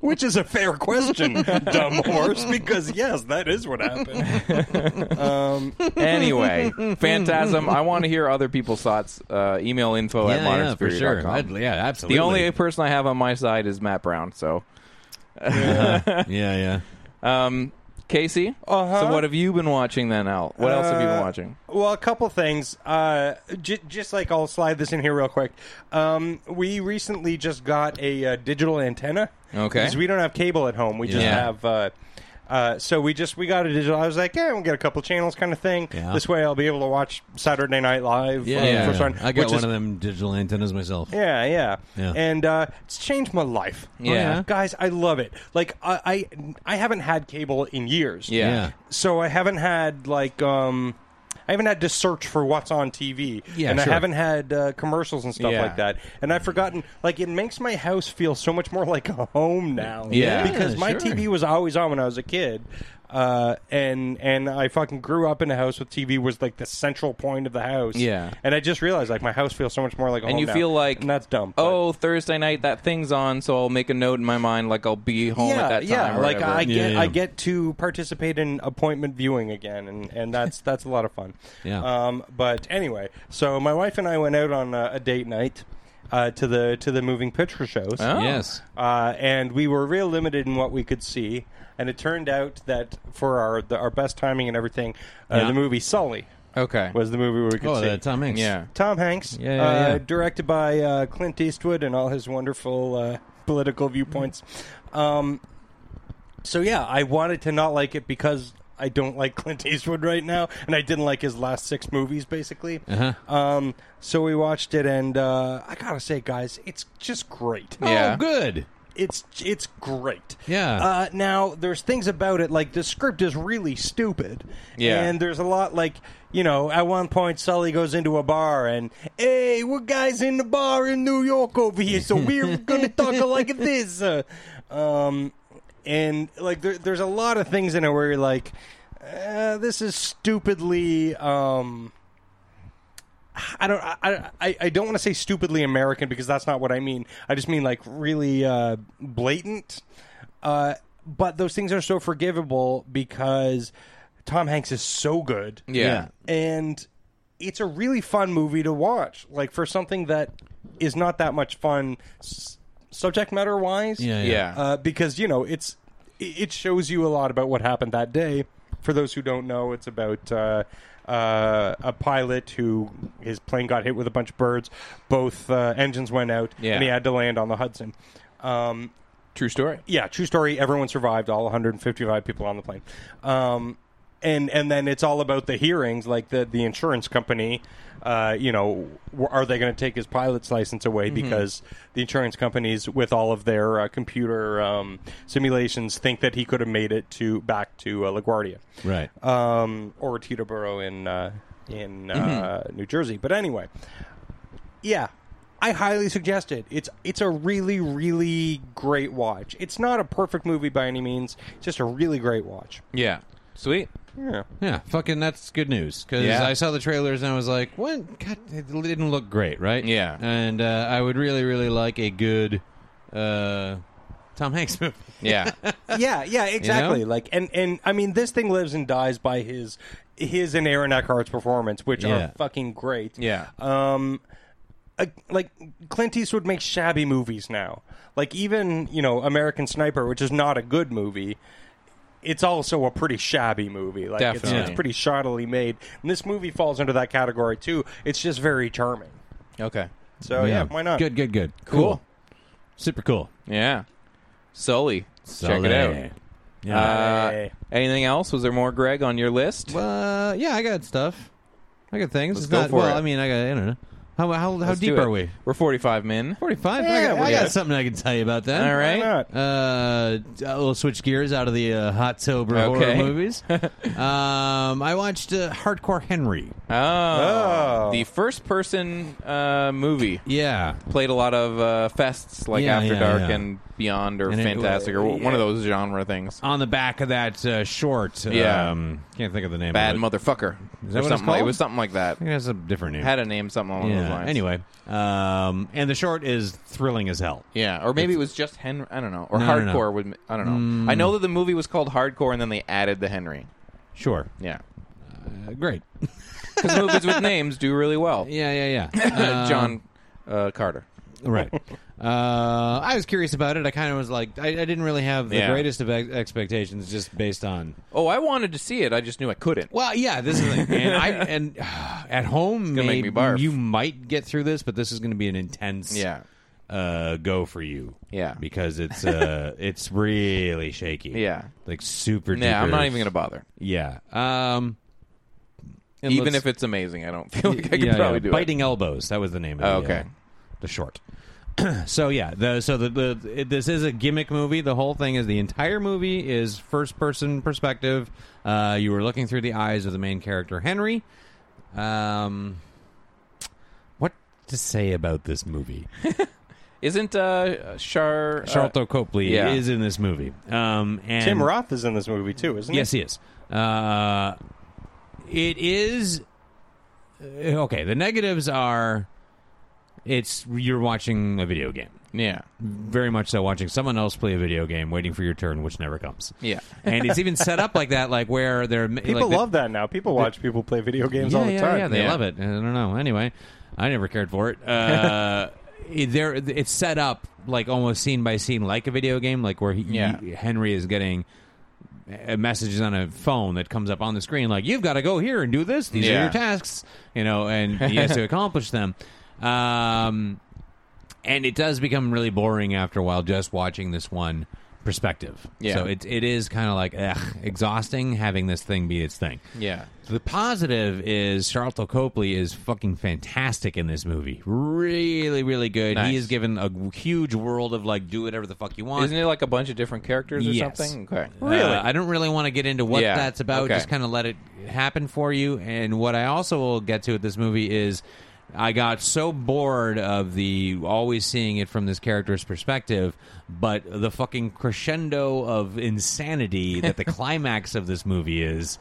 S2: Which is a fair question, dumb horse, because yes, that is what happened. Um,
S3: (laughs)
S1: Anyway, Phantasm. I want to hear other people's thoughts. Uh, email info
S3: yeah,
S1: at modern
S3: yeah, for sure. I'd- yeah,
S1: The
S3: absolutely.
S1: only person I have on my side is Matt Brown. So,
S3: yeah, yeah.
S1: um, Casey.
S2: Uh-huh.
S1: So, what have you been watching then, Al? What else have you been
S2: Uh,
S1: watching?
S2: Well, a couple things. Uh, j- just like I'll slide this in here real quick. Um, we recently just got a uh, digital antenna.
S1: Okay.
S2: Because we don't have cable at home. We just
S1: Yeah.
S2: have. Uh, uh, so we just we got a digital. I was like, yeah, we'll get a couple channels, kind of thing.
S3: Yeah.
S2: This way, I'll be able to watch Saturday Night Live.
S3: Yeah,
S2: uh,
S3: yeah,
S2: for
S3: yeah.
S2: fun,
S3: I got
S2: which
S3: one
S2: is-
S3: of them digital antennas myself.
S2: Yeah, yeah,
S3: Yeah.
S2: and uh, it's changed my life.
S1: Yeah. yeah.
S2: guys, I love it. Like I, I, I haven't had cable in years
S1: Yeah.
S3: Yeah.
S2: so I haven't had like um I haven't had to search for what's on TV,
S3: Yeah,
S2: and
S3: sure.
S2: I haven't had uh, commercials and stuff
S1: Yeah.
S2: like that. And I've forgotten, like, it makes my house feel so much more like a home now.
S1: Yeah.
S2: because my
S3: sure.
S2: TV was always on when I was a kid, uh, and and I fucking grew up in a house with TV was like the central point of the house.
S1: Yeah.
S2: and I just realized like my house feels so much more like a
S1: And
S2: home
S1: you
S2: now.
S1: feel like
S2: and that's dumb. but-
S1: Oh, Thursday night that thing's on, so I'll make a note in my mind, like I'll be home
S2: yeah,
S1: at that time.
S2: yeah.
S1: or
S2: Like
S1: whatever.
S2: I get,
S3: Yeah, yeah.
S2: I get to participate in appointment viewing again, and, and that's that's a lot of fun.
S3: Yeah.
S2: Um, but anyway, so my wife and I went out on a, a date night uh, to the to the moving picture shows.
S1: Oh.
S3: Yes.
S2: Uh, and we were real limited in what we could see, and it turned out that for our the, our best timing and everything, uh,
S3: Yeah.
S2: the movie Sully
S1: okay.
S2: was the movie where we could
S3: Oh,
S2: see.
S3: uh, Tom Hanks.
S1: Yeah.
S2: Tom Hanks,
S3: Yeah, yeah,
S2: uh,
S3: yeah.
S2: directed by uh, Clint Eastwood and all his wonderful uh, political viewpoints. Um, so yeah, I wanted to not like it because I don't like (laughs) Clint Eastwood right now, and I didn't like his last six movies basically.
S3: Uh-huh.
S2: Um, so we watched it, and uh, I gotta say, guys, it's just great
S1: Yeah.
S3: Oh, good.
S2: it's it's great.
S3: Yeah.
S2: Uh, now there's things about it like the script is really stupid.
S1: Yeah.
S2: And there's a lot like you know at one point Sully goes into a bar and hey we're guys in the bar in New York over here so we're gonna talk like this. Uh, um, and like there, there's a lot of things in it where you're like uh, this is stupidly. Um, I don't. I, I, I don't want to say stupidly American because that's not what I mean. I just mean like really uh, blatant. Uh, but those things are so forgivable because Tom Hanks is so good,
S1: yeah.
S2: and it's a really fun movie to watch. Like for something that is not that much fun s- subject matter wise.
S1: yeah.
S2: Uh, because you know it's it it shows you a lot about what happened that day. For those who don't know, it's about uh, uh, a pilot who his plane got hit with a bunch of birds. Both uh, engines went out,
S1: Yeah.
S2: and he had to land on the Hudson. Um,
S1: True story.
S2: yeah, true story. Everyone survived. All 155 people on the plane. Um, and and then it's all about the hearings, like the the insurance company. Uh, you know, w- are they going to take his pilot's license away because the insurance companies, with all of their uh, computer um, simulations, think that he could have made it to back to uh, LaGuardia
S3: Right.
S2: um, or Teterboro in uh, in uh, New Jersey. But anyway, yeah, I highly suggest it. It's it's a really really great watch. It's not a perfect movie by any means. It's just a really great watch.
S1: Yeah. Sweet.
S2: Yeah.
S3: Yeah, fucking that's good news because
S1: Yeah.
S3: I saw the trailers and I was like, "What? God, it didn't look great, right?"
S1: Yeah.
S3: and uh, I would really, really like a good uh, Tom Hanks (laughs) movie.
S1: Yeah.
S2: (laughs) yeah, yeah, exactly. Like, and and I mean, this thing lives and dies by his his and Aaron Eckhart's performance, which
S3: Yeah.
S2: are fucking great.
S1: Yeah.
S2: Um, uh, like Clint Eastwood makes shabby movies now. Like even you know American Sniper, which is not a good movie. It's also a pretty shabby movie. Like it's,
S1: Definitely.
S2: it's pretty shoddily made, and this movie falls under that category too. It's just very charming.
S1: okay. Oh,
S2: So yeah, why not?
S3: Good, good, good.
S1: Cool.
S3: Super cool.
S1: Yeah. Sully. Check it
S3: Soleil.
S1: out.
S3: Yeah.
S1: Uh,
S2: Hey.
S1: anything else? Was there more Greg on your list?
S3: Uh, yeah, I got stuff. I got things.
S1: Let's
S3: it's
S1: go
S3: not,
S1: for
S3: well,
S1: it.
S3: I mean, I got. I don't know. How how, how
S1: Let's
S3: deep
S1: do it.
S3: are we?
S1: We're 45 men.
S3: Forty-five.
S2: Yeah,
S3: I got,
S2: we're
S3: I got
S2: good.
S3: something I can tell you about that.
S1: All right.
S2: Why not?
S3: Uh, we'll switch gears out of the uh, hot sober
S1: Okay. (laughs)
S3: horror movies. um, I watched uh, Hardcore Henry.
S1: Oh,
S2: Oh.
S1: the first person uh, movie
S3: Yeah,
S1: played a lot of uh, fests like
S3: Yeah,
S1: After
S3: yeah,
S1: Dark
S3: yeah.
S1: and Beyond or
S3: And it- Uh,
S1: Fantastic or one of those genre things.
S3: on the back of that uh, short.
S1: Yeah.
S3: um, can't think of the name.
S1: Bad
S3: of it.
S1: motherfucker.
S3: Is that
S1: or
S3: what it's
S1: something like, it
S3: called?
S1: was something like that.
S3: I think it has a different name.
S1: Had a name something along those
S3: yeah.
S1: lines.
S3: Anyway, um, and the short is thrilling as hell.
S1: Yeah, or maybe it was just Henry. I don't know. Or
S3: No, no, Mm. no.
S1: Hardcore. Would, I don't know. I know that the movie was called Hardcore, and then they added the Henry.
S3: Sure.
S1: Yeah,
S3: (laughs)
S1: (laughs)
S3: Uh, great.
S1: because movies with names do really well.
S3: Yeah, yeah,
S1: (laughs)
S3: yeah.
S1: Uh, John uh, Carter.
S3: right. Uh, I was curious about it. I kind of was like, I, I didn't really have the
S1: Yeah.
S3: greatest of ex- expectations, just based on.
S1: Oh, I wanted to see it. I just knew I couldn't.
S3: Well, yeah, this is the thing.
S1: (laughs)
S3: and I and (sighs) at home,
S1: gonna make
S3: maybe
S1: me barf.
S3: you might get through this, but this is going to be an intense,
S1: Yeah.
S3: uh, go for you,
S1: Yeah.
S3: because
S1: (laughs)
S3: it's uh, it's really shaky,
S1: Yeah.
S3: like super.
S1: Yeah, I'm
S3: duper-
S1: not even gonna bother.
S3: Yeah, um, and
S1: Even
S3: let's-
S1: if it's amazing, I don't feel (laughs) like I could
S3: yeah,
S1: probably
S3: yeah.
S1: do it.
S3: biting elbows. That was the name of
S1: Oh,
S3: the,
S1: okay.
S3: uh, the short. (clears throat) so yeah, the, so the, the it, this is a gimmick movie. The whole thing is the entire movie is first person perspective. Uh, you were looking through the eyes of the main character Henry. Um, what to say about this movie?
S1: Isn't uh Char
S3: Charlton Copley
S1: Uh, yeah.
S3: is in this movie. Um, and
S2: Tim Roth is in this movie too, isn't
S3: Yes,
S2: he?
S3: he is. Uh, it is uh, okay. The negatives are it's you're watching a video game,
S1: Yeah.
S3: very much so watching someone else play a video game, waiting for your turn, which never comes.
S1: Yeah.
S3: and it's even set up like that, like where they're
S2: People love that now. People watch people play video games
S3: yeah,
S2: all the
S3: yeah,
S2: time.
S3: Yeah, they
S1: Yeah.
S3: love it. I don't know. Anyway, I never cared for it.
S1: (laughs)
S3: Uh, it- there, it's set up like almost scene by scene, like a video game, like where he,
S1: Yeah.
S3: he- Henry is getting uh, messages on a phone that comes up on the screen, like you've got to go here and do this. These are
S1: Yeah.
S3: your tasks, you know, and he has
S1: (laughs)
S3: to accomplish them. Um, and it does become really boring after a while just watching this one perspective.
S1: Yeah.
S3: So it it is kind of like ugh, exhausting having this thing be its thing.
S1: Yeah.
S3: The positive is Charlton Copley is fucking fantastic in this movie. Really, really good.
S1: Nice.
S3: He is given a huge world of like do whatever the fuck you want.
S1: Isn't it like a bunch of different characters or
S3: Yes.
S1: something? Okay.
S3: Uh, I don't really want to get into what
S1: Yeah,
S3: that's about.
S1: okay.
S3: Just kind of let it happen for you. And what I also will get to with this movie is I got so bored of the always seeing it from this character's perspective, but the fucking crescendo of
S1: (laughs)
S3: insanity that the climax of this movie is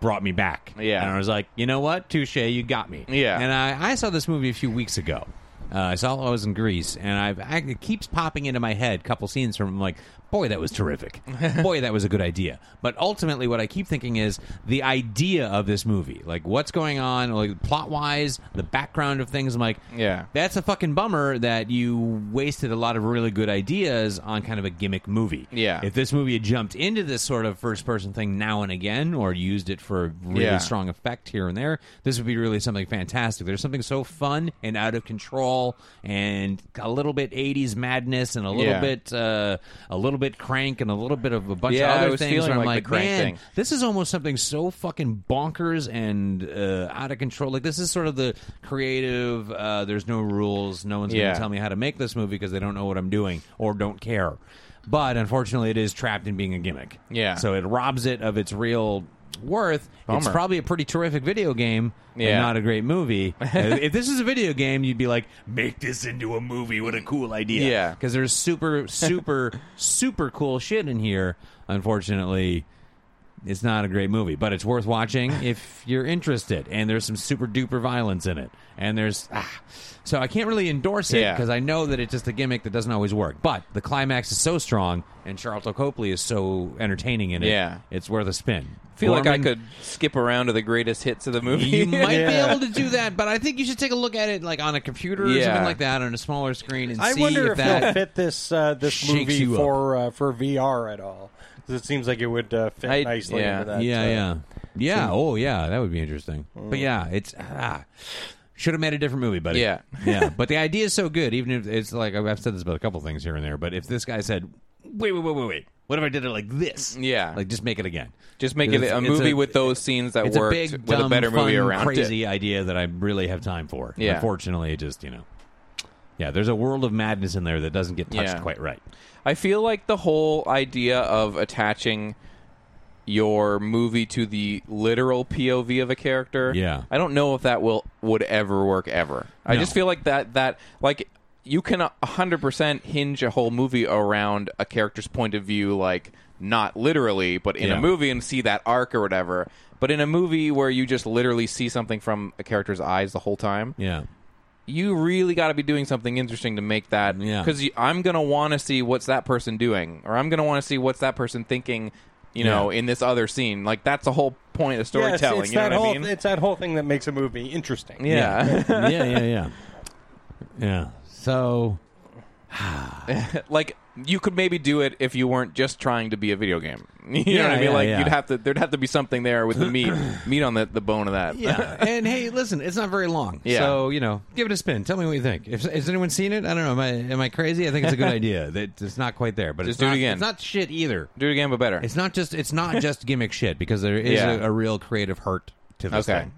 S3: brought me back.
S1: Yeah.
S3: And I was like, you know what? Touche, you got me.
S1: Yeah.
S3: And I, I saw this movie a few weeks ago. Uh, I saw it while I was in Greece, and I've, I, it keeps popping into my head. Couple scenes from like, boy, that
S1: (laughs)
S3: was terrific. boy, that was a good idea. But ultimately, what I keep thinking is the idea of this movie, like what's going on, like plot wise, the background of things. I'm like,
S1: Yeah.
S3: that's a fucking bummer that you wasted a lot of really good ideas on kind of a gimmick movie.
S1: Yeah.
S3: If this movie had jumped into this sort of first person thing now and again or used it for really
S1: Yeah.
S3: strong effect here and there, this would be really something fantastic. There's something so fun and out of control and a little bit 80s madness and a little
S1: Yeah.
S3: bit uh, a little bit crank and a little bit of a bunch
S1: Yeah, I
S3: of other
S1: was
S3: things
S1: feeling
S3: where I'm
S1: like the
S3: like,
S1: crank
S3: man,
S1: thing."
S3: this is almost something so fucking bonkers and uh, out of control. Like this is sort of the creative. Uh, there's no rules. No one's
S1: Yeah.
S3: going to tell me how to make this movie because they don't know what I'm doing or don't care. But unfortunately, it is trapped in being a gimmick.
S1: Yeah.
S3: So it robs it of its real worth. It's
S1: Bummer.
S3: probably a pretty terrific video game,
S1: Yeah.
S3: and not a
S1: (laughs)
S3: great movie. Uh, if this is a video game, you'd be like, make this into a movie. What a cool idea.
S1: Yeah.
S3: Because there's super,
S1: (laughs)
S3: super, super cool shit in here. Unfortunately, it's not a great movie, but it's
S1: (laughs)
S3: worth watching if you're interested. And there's some super duper violence in it. And there's ah, so I can't really endorse it
S1: Yeah.
S3: because I know that it's just a gimmick that doesn't always work. But the climax is so strong, and Charlton Copley is so entertaining in it.
S1: Yeah.
S3: it's worth a spin.
S1: feel like I (laughs)
S3: Gorman-
S1: could skip around to the greatest hits of the movie.
S3: You might
S2: Yeah.
S3: be able to do that, but I think you should take a look at it like on a computer or
S1: Yeah.
S3: something like that on a smaller screen and
S2: I
S3: see
S2: wonder if,
S3: that
S2: they'll fit this uh, this
S3: shakes
S2: movie
S3: you up.
S2: for uh, for VR at all. 'Cause it seems like it would uh, fit
S1: I-
S2: nicely
S1: yeah.
S2: into that.
S3: yeah,
S2: uh,
S3: yeah, yeah. Oh, yeah. That would be interesting. But yeah, it's ah, should have made a different movie, buddy.
S1: Mm. Yeah.
S3: (laughs) yeah. But the idea is so good. Even if it's like I've said this about a couple things here and there. But if this guy said, "Wait, wait, wait, wait, wait," what if I did it like this?
S1: (laughs) Yeah.
S3: like just make it again.
S1: Just make it
S3: It's-
S1: a
S3: it's
S1: movie with those scenes that
S3: It's a
S1: worked
S3: big,
S1: with
S3: dumb,
S1: a better
S3: fun,
S1: movie around
S3: crazy
S1: it.
S3: idea that I really have time for.
S1: Yeah.
S3: Unfortunately, it just you know, yeah. There's a world of madness in there that doesn't get touched
S1: Yeah.
S3: quite right.
S1: I feel like the whole idea of attaching your movie to the literal POV of a character.
S3: Yeah.
S1: I don't know if that will would ever work ever. I
S3: No.
S1: just feel like that that like you can a 100% hinge a whole movie around a character's point of view like not literally but in
S3: Yeah.
S1: a movie and see that arc or whatever. But in a movie where you just literally see something from a character's eyes the whole time,
S3: Yeah.
S1: you really got to be doing something interesting to make that
S3: Yeah.
S1: because i'm gonna want to see what's that person doing or i'm gonna want to see what's that person thinking you know in this other scene like that's the whole point of
S2: Yes,
S1: storytelling
S2: it's
S1: you know
S2: that
S1: what
S2: whole
S1: i mean
S2: it's that whole thing that makes a movie interesting.
S1: yeah,
S3: yeah, yeah,
S1: (laughs)
S3: yeah. Yeah. So
S1: (laughs)
S3: (laughs)
S1: like you could maybe do it if you weren't just trying to be a video game (laughs) you know
S3: Yeah,
S1: what i mean
S3: yeah,
S1: like
S3: yeah.
S1: you'd have to there'd have to be something there with the
S3: (clears throat)
S1: meat meat on the, the bone of that
S3: yeah, uh, and hey, listen, it's not very long.
S1: Yeah.
S3: So you know, give it a spin. Tell me what you think. If, has anyone seen it? I don't know. Am I am I crazy? I think
S1: (laughs)
S3: it's a good idea. That it's not quite there, but
S1: Just
S3: it's
S1: do it
S3: not,
S1: again.
S3: It's not shit either.
S1: (laughs) do it again but better
S3: It's not just
S1: (laughs)
S3: it's not just gimmick shit because there is
S1: Yeah.
S3: a, a real creative heart to this
S1: okay
S3: thing.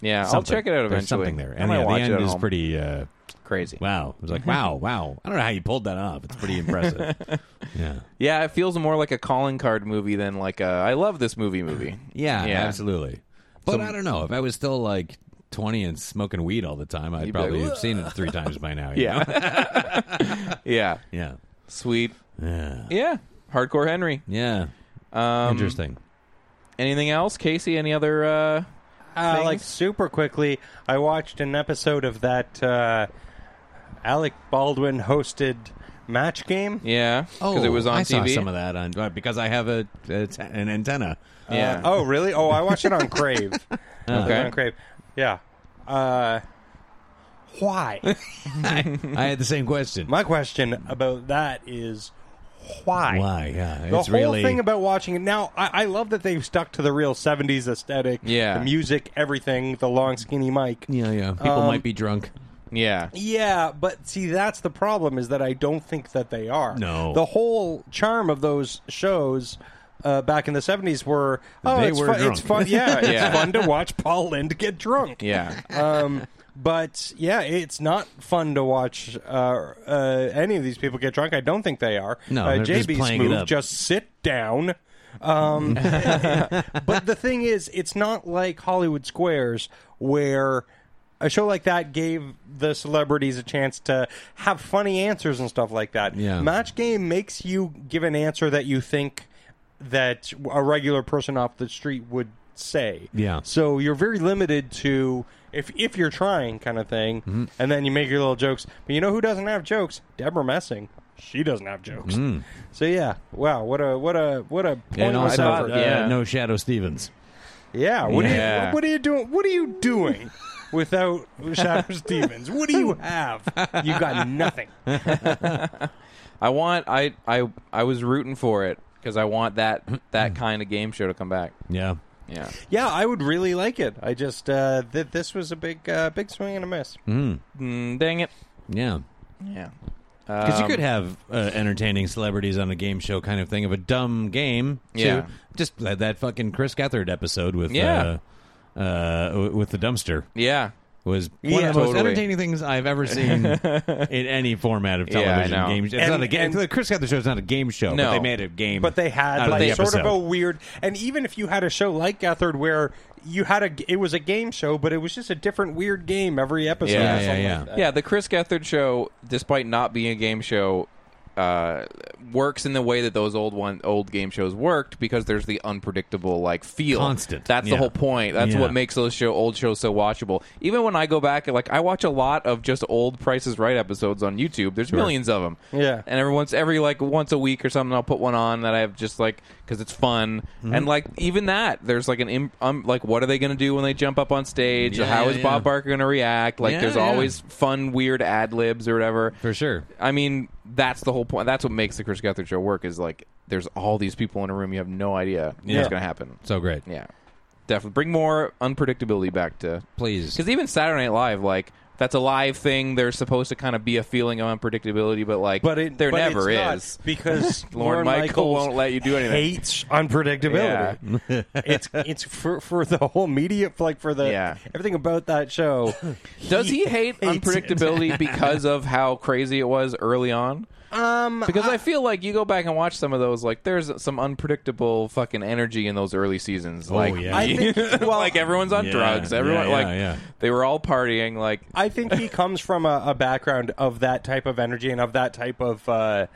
S1: yeah i'll
S3: Something.
S1: check it out eventually
S3: There's something there,
S1: I
S3: and
S1: might
S3: yeah, the
S1: watch it
S3: end
S1: at
S3: is
S1: home.
S3: pretty. Uh,
S1: crazy
S3: wow, it was
S1: (laughs)
S3: like wow, wow. I don't know how you pulled that off. It's pretty impressive. yeah.
S1: yeah it feels more like a calling card movie than like a i love this movie
S3: (laughs)
S1: movie
S3: Yeah,
S1: Yeah.
S3: absolutely. But I don't know. If I was still like 20 and smoking weed all the time,
S1: You'd
S3: I'd
S1: be
S3: probably
S1: like,
S3: have seen it three times by now. you know?
S1: (laughs) Yeah. (laughs) yeah.
S3: Yeah.
S1: Sweet.
S3: Yeah.
S1: Yeah. Hardcore Henry.
S3: Yeah.
S1: Um,
S3: Interesting.
S1: Anything else, Casey? Any other? Uh...
S2: Uh,
S1: things?
S2: like super quickly, I watched an episode of that uh, Alec Baldwin hosted match game.
S1: Yeah. Because it was on
S3: Oh, I saw
S1: TV.
S3: some of that on uh, because I have a, a t- an
S1: (laughs)
S3: antenna.
S1: Yeah.
S2: Uh, oh, really? Oh, I
S1: (laughs)
S2: watched it on Crave.
S1: Okay.
S2: On Crave. Yeah. Uh,
S1: (laughs)
S2: why?
S3: I, I had the same question.
S2: My question about that is why?
S3: Why? Yeah,
S2: The
S3: it's
S2: whole
S3: really-
S2: thing about watching it now, I, I love that they've stuck to the real '70s aesthetic.
S1: Yeah.
S2: the music, everything, the long skinny mic.
S3: yeah, yeah. People
S1: Um,
S3: might be drunk.
S1: Yeah.
S2: Yeah, but see, that's the problem is that I don't think that they are.
S3: No.
S2: the whole charm of those shows. Uh, back in the seventies, were oh,
S3: They
S2: it's,
S3: were
S2: fun, it's
S3: drunk.
S2: fun,
S3: (laughs)
S2: yeah, it's
S1: Yeah.
S2: fun to watch Paul Lind get drunk.
S1: Yeah.
S2: um, but yeah, it's not fun to watch uh, uh, any of these people get drunk. I don't think they are.
S3: No,
S2: uh,
S3: they're just
S2: JB's
S3: playing it
S2: move:
S3: up.
S2: just sit down. Um, (laughs) but the thing is, it's not like Hollywood Squares where. A show like that gave the celebrities a chance to have funny answers and stuff like that.
S3: Yeah.
S2: Match Game makes you give an answer that you think that a regular person off the street would say.
S3: Yeah.
S2: So you're very limited to if if you're trying kind of thing,
S3: Mm-hmm.
S2: and then you make your little jokes. But you know who doesn't have jokes? Deborah Messing. She doesn't have jokes. So yeah, wow, what a what a what a
S3: Mm-hmm. and
S2: pointless
S3: also,
S2: effort.
S3: uh,
S1: yeah.
S3: no Shadow Stevens.
S2: Yeah. What, Are
S1: Yeah.
S2: you, what are you doing? What are you doing without (laughs) Shadow Stevens? What do you have? You got nothing.
S1: I want I I I was rooting for it because I want that
S3: (clears throat)
S1: that kind of game show to come back.
S3: Yeah.
S1: Yeah.
S2: Yeah, I would really like it. I just uh, th- this was a big uh, big swing and a miss.
S1: Mm, dang it.
S3: Yeah.
S1: Yeah.
S3: Because you could
S2: Um,
S3: have uh, entertaining celebrities on a game show kind of thing of a dumb game. too.
S1: Yeah.
S3: Just like that fucking Chris Gethard episode with
S1: Yeah.
S3: uh, uh, w- with the dumpster
S1: Yeah.
S3: was one
S1: Yeah,
S3: of the most
S1: totally.
S3: entertaining things I've
S2: (laughs)
S3: ever seen in any format of
S1: Yeah, I
S3: television.
S1: know.
S3: game. It's
S2: And-
S3: not a game.
S2: and-
S3: the Chris Gethard show is not a game show,
S1: No.
S3: but they made a game.
S2: But they had
S3: out
S2: like
S3: the
S2: sort of a
S3: episode.
S2: weird, and even if you had a show like Gethard where you had a, it was a game show, but it was just a different weird game every episode.
S1: Yeah,
S2: or
S3: yeah,
S2: something
S3: yeah.
S2: like that.
S1: Yeah, the Chris Gethard show, despite not being a game show, uh, works in the way that those old one old game shows worked because there's the unpredictable like feel.
S3: Constant,
S1: That's the
S3: yeah.
S1: whole point. That's
S3: Yeah.
S1: what makes those show old shows so watchable. Even when I go back, like I watch a lot of just old Price is Right episodes on YouTube. There's millions of them.
S2: Yeah.
S1: and every once every like once a week or something, I'll put one on that I have just like because it's fun.
S3: Mm-hmm.
S1: And like even that, there's like an im- um, like what are they going to do when they jump up on stage?
S3: Yeah,
S1: How
S3: yeah,
S1: is
S3: yeah.
S1: Bob Barker going to react? Like
S3: Yeah,
S1: there's
S3: yeah.
S1: always fun, weird ad libs or whatever.
S3: for sure.
S1: I mean, that's the whole point. That's what makes the Chris Gethard show work. Is like there's all these people in a room. You have no idea
S3: Yeah.
S1: what's going to happen.
S3: So great.
S1: Yeah, definitely bring more unpredictability back to
S3: Please.
S1: because even Saturday Night Live, like that's a live thing. There's supposed to kind of be a feeling of unpredictability, but like
S2: But it
S1: there
S2: but
S1: never
S2: it's not,
S1: is. (laughs)
S2: because
S1: Lorne
S2: Lorne
S1: Michael
S2: Michaels
S1: won't let you do anything.
S2: Hates unpredictability. it's it's for for the whole media, like for the
S1: Yeah.
S2: everything about
S1: (laughs)
S2: that show.
S1: Does
S3: (laughs)
S1: he hate
S2: hates it.
S1: unpredictability because of how crazy it was early on? Um, because I, feel like you go back and watch some of those, like there's some unpredictable fucking energy in those early seasons. Like,
S3: Oh, yeah.
S2: I think
S1: (laughs)
S2: well,
S1: like everyone's on
S3: Yeah,
S1: drugs. Everyone
S3: yeah, yeah,
S1: like
S3: yeah.
S1: they were all partying. Like
S2: I think he comes from a, a background of that type of energy and of that type of uh,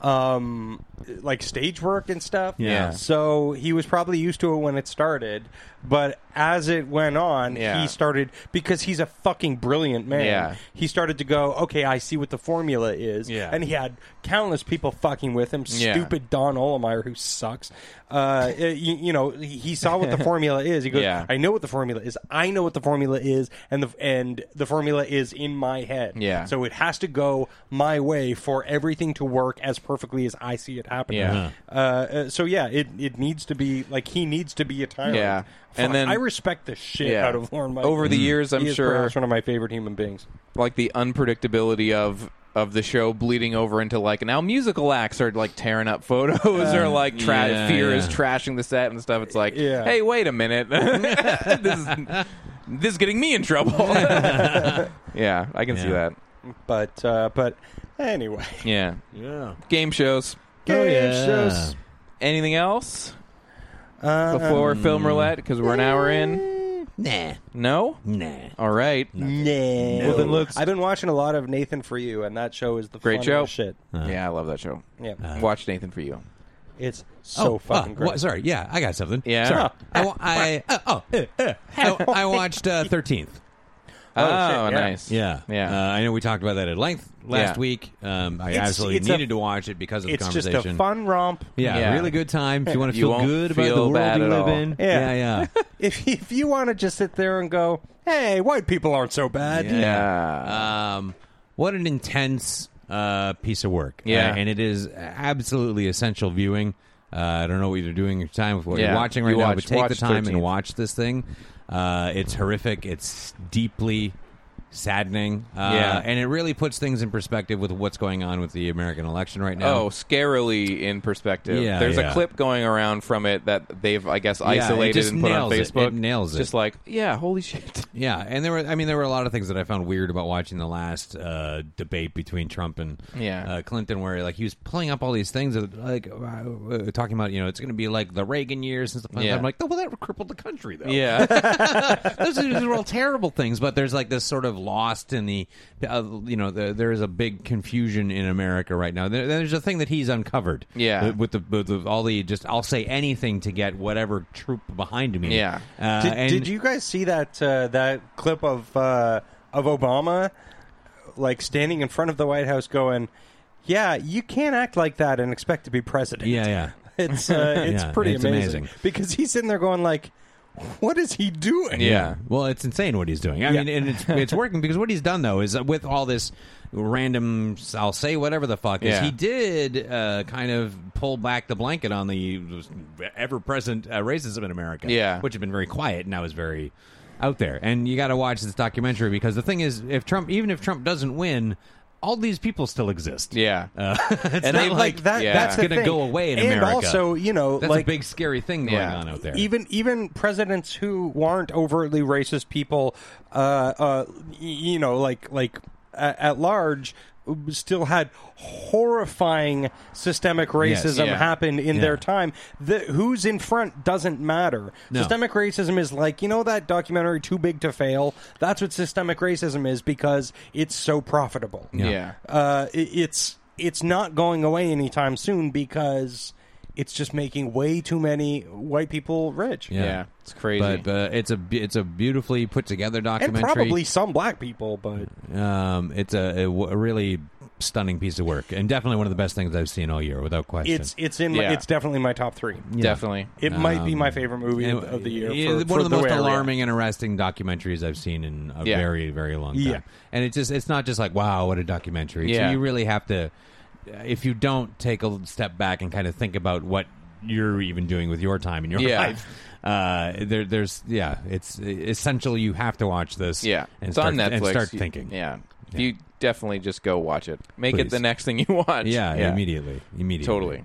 S2: um, like stage work and stuff.
S3: Yeah.
S2: So he was probably used to it when it started, but as it went on,
S1: Yeah.
S2: he started because he's a fucking brilliant man.
S1: Yeah.
S2: He started to go, okay, I see what the formula is.
S1: Yeah.
S2: And he had countless people fucking with him.
S1: Yeah.
S2: Stupid Don Olemeyer, who sucks. Uh, you, you know, he he saw
S1: (laughs)
S2: what the formula is. He goes,
S1: Yeah.
S2: I know what the formula is. I know what the formula is, and the and the formula is in my head.
S1: Yeah.
S2: So it has to go my way for everything to work as perfectly as I see it happening.
S3: Uh-huh.
S1: Yeah.
S2: Uh, uh, so yeah, it it needs to be like he needs to be a tyrant.
S1: Yeah. And
S2: Fuck,
S1: then-
S2: I respect the shit
S1: Yeah.
S2: out of Lauren. Michaels.
S1: Over the years, I'm
S2: he is
S1: sure-
S2: perhaps one of my favorite human beings.
S1: like the unpredictability of of the show bleeding over into like now musical acts are like tearing up photos or like tra-
S3: yeah,
S1: fear
S3: yeah.
S1: is trashing the set and stuff. It's like,
S2: Yeah.
S1: hey, wait a minute, (laughs) this is this is getting me in trouble. yeah, I can see
S3: Yeah.
S1: that.
S2: But uh, but anyway,
S1: Yeah,
S3: Yeah.
S1: game shows.
S3: Oh,
S2: Game
S3: yeah.
S2: shows.
S1: Anything else
S2: Uh,
S1: before film roulette? Because we're an hour in.
S3: Nah.
S1: No.
S3: Nah.
S1: All right.
S2: No.
S1: Well, then let's-
S2: I've been watching a lot of Nathan for You, and that show is the
S1: Great
S2: funnest
S1: show.
S2: Shit,
S1: Yeah, I love that show.
S2: yeah,
S1: Watch Nathan for you.
S2: it's so
S3: uh,
S2: fucking great.
S3: wha- sorry, yeah, I got something.
S1: Yeah? (laughs)
S3: Sorry. I, wa- I, uh, oh, uh, uh, I, I watched uh, 13th.
S1: Oh,
S2: shit, yeah.
S1: nice.
S3: Yeah.
S1: Yeah.
S3: Uh, I know we talked about that at length last
S1: Yeah.
S3: week. Um, I
S2: It's-
S3: absolutely
S2: it's a-
S3: needed to watch it because of the
S2: it's just
S3: conversation.
S2: a fun romp.
S3: yeah,
S1: Yeah.
S3: really good time. If you want to
S1: You
S3: feel
S1: won't
S3: good about
S1: feel
S3: the world
S1: bad
S3: you
S1: at
S3: live
S1: all.
S3: in.
S2: Yeah.
S3: yeah.
S2: (laughs) If if you want to just sit there and go, (laughs) hey, white people aren't so bad.
S3: Yeah.
S1: Yeah.
S3: Um, what an intense uh, piece of work.
S1: Yeah.
S3: Uh, and it is absolutely essential viewing. Uh, I don't know what you're doing with your time, with what
S1: Yeah.
S3: you're watching right
S1: You
S3: now,
S1: watch-
S3: but take
S1: watch
S3: the time
S1: 13th.
S3: and watch this thing. Uh, it's horrific. It's deeply saddening. Uh,
S1: Yeah.
S3: And it really puts things in perspective with what's going on with the American election right now.
S1: Oh, scarily in perspective.
S3: Yeah,
S1: There's a
S3: yeah.
S1: clip going around from it that they've, I guess,
S3: it
S1: isolated
S3: just
S1: and put on
S3: nails it.
S1: Facebook.
S3: It nails it.
S1: Just like, yeah, holy
S3: (laughs)
S1: shit.
S3: Yeah, and there were I mean there were a lot of things that I found weird about watching the last uh, debate between Trump and
S1: Yeah.
S3: uh, Clinton, where like he was pulling up all these things that, like uh, uh, talking about you know it's going to be like the Reagan years and stuff. Like
S1: Yeah.
S3: (laughs) that. I'm like, oh, well, that crippled the country though.
S1: Yeah, (laughs)
S3: those, those are all terrible things, but there's like this sort of of lost in the, uh, you know, the, there is a big confusion in America right now. There, there's a thing that he's uncovered.
S1: Yeah.
S3: uh, With the, with the all the just, I'll say anything to get whatever troop behind me.
S1: Yeah.
S3: Uh,
S2: Did,
S3: and-
S2: did you guys see that uh, that clip of uh, of Obama like standing in front of the White House going, "Yeah, you can't act like that and expect to be president."
S3: Yeah, yeah.
S2: (laughs) It's uh, it's
S3: (laughs) Yeah,
S2: pretty
S3: it's
S2: amazing.
S3: amazing.
S2: because he's sitting there going like, "What is he doing?"
S1: Yeah.
S3: Well, it's insane what he's doing. I mean, and it's it's working because what he's done though is uh, with all this random, I'll say whatever the fuck is
S1: Yeah.
S3: he did uh, kind of pull back the blanket on the ever present uh, racism in America.
S1: Yeah.
S3: which had been very quiet now is very out there. And you got to watch this documentary because the thing is, if Trump, even if Trump doesn't win. All these people still exist.
S1: Yeah.
S3: uh, (laughs) it's
S1: And
S3: not
S1: they-
S3: like that.
S1: yeah.
S3: That's
S1: the
S3: going to
S2: thing.
S3: go away in
S2: and
S3: America.
S2: also, you know,
S3: that's
S2: like
S3: a big scary thing going
S1: Yeah.
S3: on out there.
S2: Even even presidents who aren't overtly racist people, uh, uh, y- you know, like like a at large, still had horrifying systemic racism
S1: yeah.
S2: happen in
S3: Yeah.
S2: their time. The, who's in front doesn't matter.
S3: No.
S2: Systemic racism is like you know that documentary "Too Big to Fail." That's what systemic racism is because it's so profitable
S1: Yeah.
S2: uh, i- it's it's not going away anytime soon because it's just making way too many white people rich
S1: Yeah. It's crazy.
S3: But uh, it's a bu- it's a beautifully put together
S2: and
S3: documentary.
S2: probably some black people. But
S3: um, it's a, a w- a really stunning piece of work, and definitely one of the best things I've seen all year, without question.
S2: it's it's in
S1: Yeah.
S2: my, it's definitely my top three.
S1: Definitely.
S2: It might be my favorite movie
S3: And-
S2: of the year.
S3: yeah,
S2: for-
S3: one
S2: for
S3: of the, most
S2: way I react.
S3: alarming and arresting documentaries I've seen in a
S1: Yeah.
S3: very very long time.
S2: Yeah.
S3: And it's just it's not just like wow what a documentary. So
S1: Yeah.
S3: you really have to if you don't take a step back and kind of think about what you're even doing with your time in your (laughs)
S1: Yeah.
S3: life. Uh, there, there's yeah. It's essential. You have to watch this.
S1: Yeah.
S3: and
S1: it's
S3: start,
S1: on Netflix.
S3: and start
S1: You-
S3: thinking.
S1: Yeah. You definitely just go watch it. Make it
S3: Please.
S1: the next thing you watch.
S3: Yeah, immediately, immediately,
S1: Totally.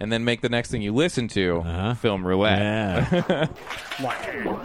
S1: And then make the next thing you listen to film roulette.
S3: Uh-huh.
S1: (laughs)
S3: Yeah.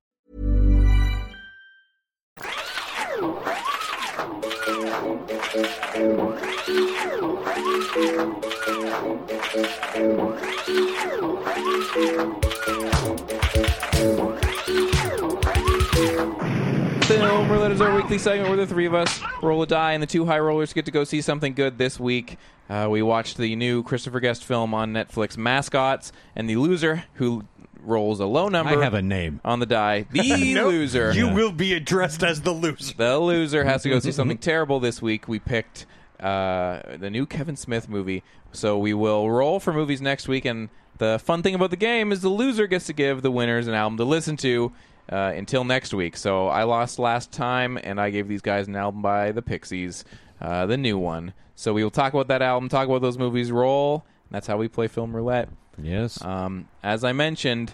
S1: Film Roulette is our weekly segment where the three of us roll a die, and the two high rollers get to go see something good this week. Uh, we watched the new Christopher Guest film on Netflix, Mascots, and the loser who rolls a low number.
S3: I have a name.
S1: on the
S3: (laughs)
S1: die. The
S2: Nope.
S1: loser.
S2: You will be addressed as the loser.
S1: The loser has to go see something terrible this week. We picked uh, the new Kevin Smith movie, so we will roll for movies next week. And the fun thing about the game is the loser gets to give the winners an album to listen to uh, until next week. So I lost last time, and I gave these guys an album by the Pixies, uh, the new one. So we will talk about that album, talk about those movies, roll. And that's how we play film roulette.
S3: Yes.
S1: Um, as I mentioned,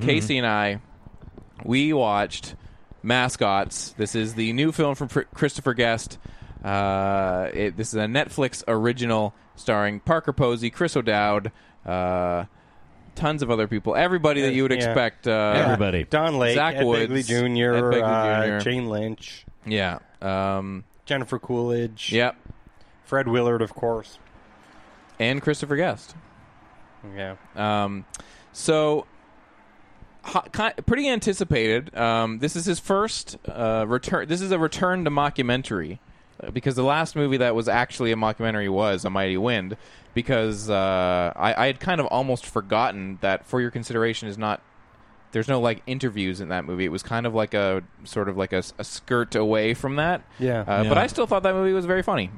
S1: Casey and I, we watched Mascots. This is the new film from Pr- Christopher Guest. Uh, it, this is a Netflix original starring Parker Posey, Chris O'Dowd, uh, tons of other people. Everybody that you would
S2: Yeah.
S1: expect. Uh,
S3: Everybody.
S2: Don Lake,
S1: Zach
S2: Ed
S1: Woods,
S2: Bigley Jr.,
S1: Ed Bigley
S2: uh,
S1: Jr..
S2: Jane Lynch,
S1: Yeah. Um,
S2: Jennifer Coolidge,
S1: yep.
S2: Fred Willard, of course.
S1: And Christopher Guest.
S2: Yeah,
S1: Um, so, ho- ki pretty anticipated. Um, this is his first uh, return. This is a return to mockumentary uh, because the last movie that was actually a mockumentary was A Mighty Wind. Because uh, I, I had kind of almost forgotten that For Your Consideration is not there's no like interviews in that movie. It was kind of like a sort of like a, s- a skirt away from that.
S2: Yeah.
S1: Uh, But I still thought that movie was very funny.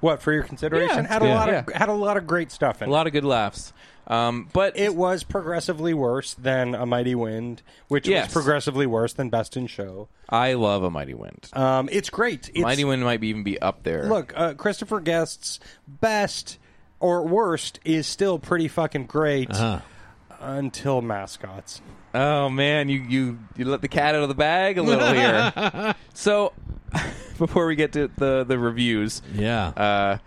S2: What for your consideration?
S1: Yeah,
S2: had a
S1: yeah.
S2: lot of had a lot of great stuff in
S1: A
S2: it.
S1: lot of good laughs. Um, but
S2: It was progressively worse than A Mighty Wind, which
S1: Yes.
S2: was progressively worse than Best in Show.
S1: I love A Mighty Wind.
S2: Um, it's great. It's,
S1: Mighty Wind might be, even be up there.
S2: Look, uh, Christopher Guest's best or worst is still pretty fucking great
S1: Uh-huh.
S2: until mascots.
S1: Oh man, you you you let the cat out of the bag a little here.
S2: (laughs)
S1: So, (laughs) before we get to the the reviews,
S3: Yeah.
S1: uh,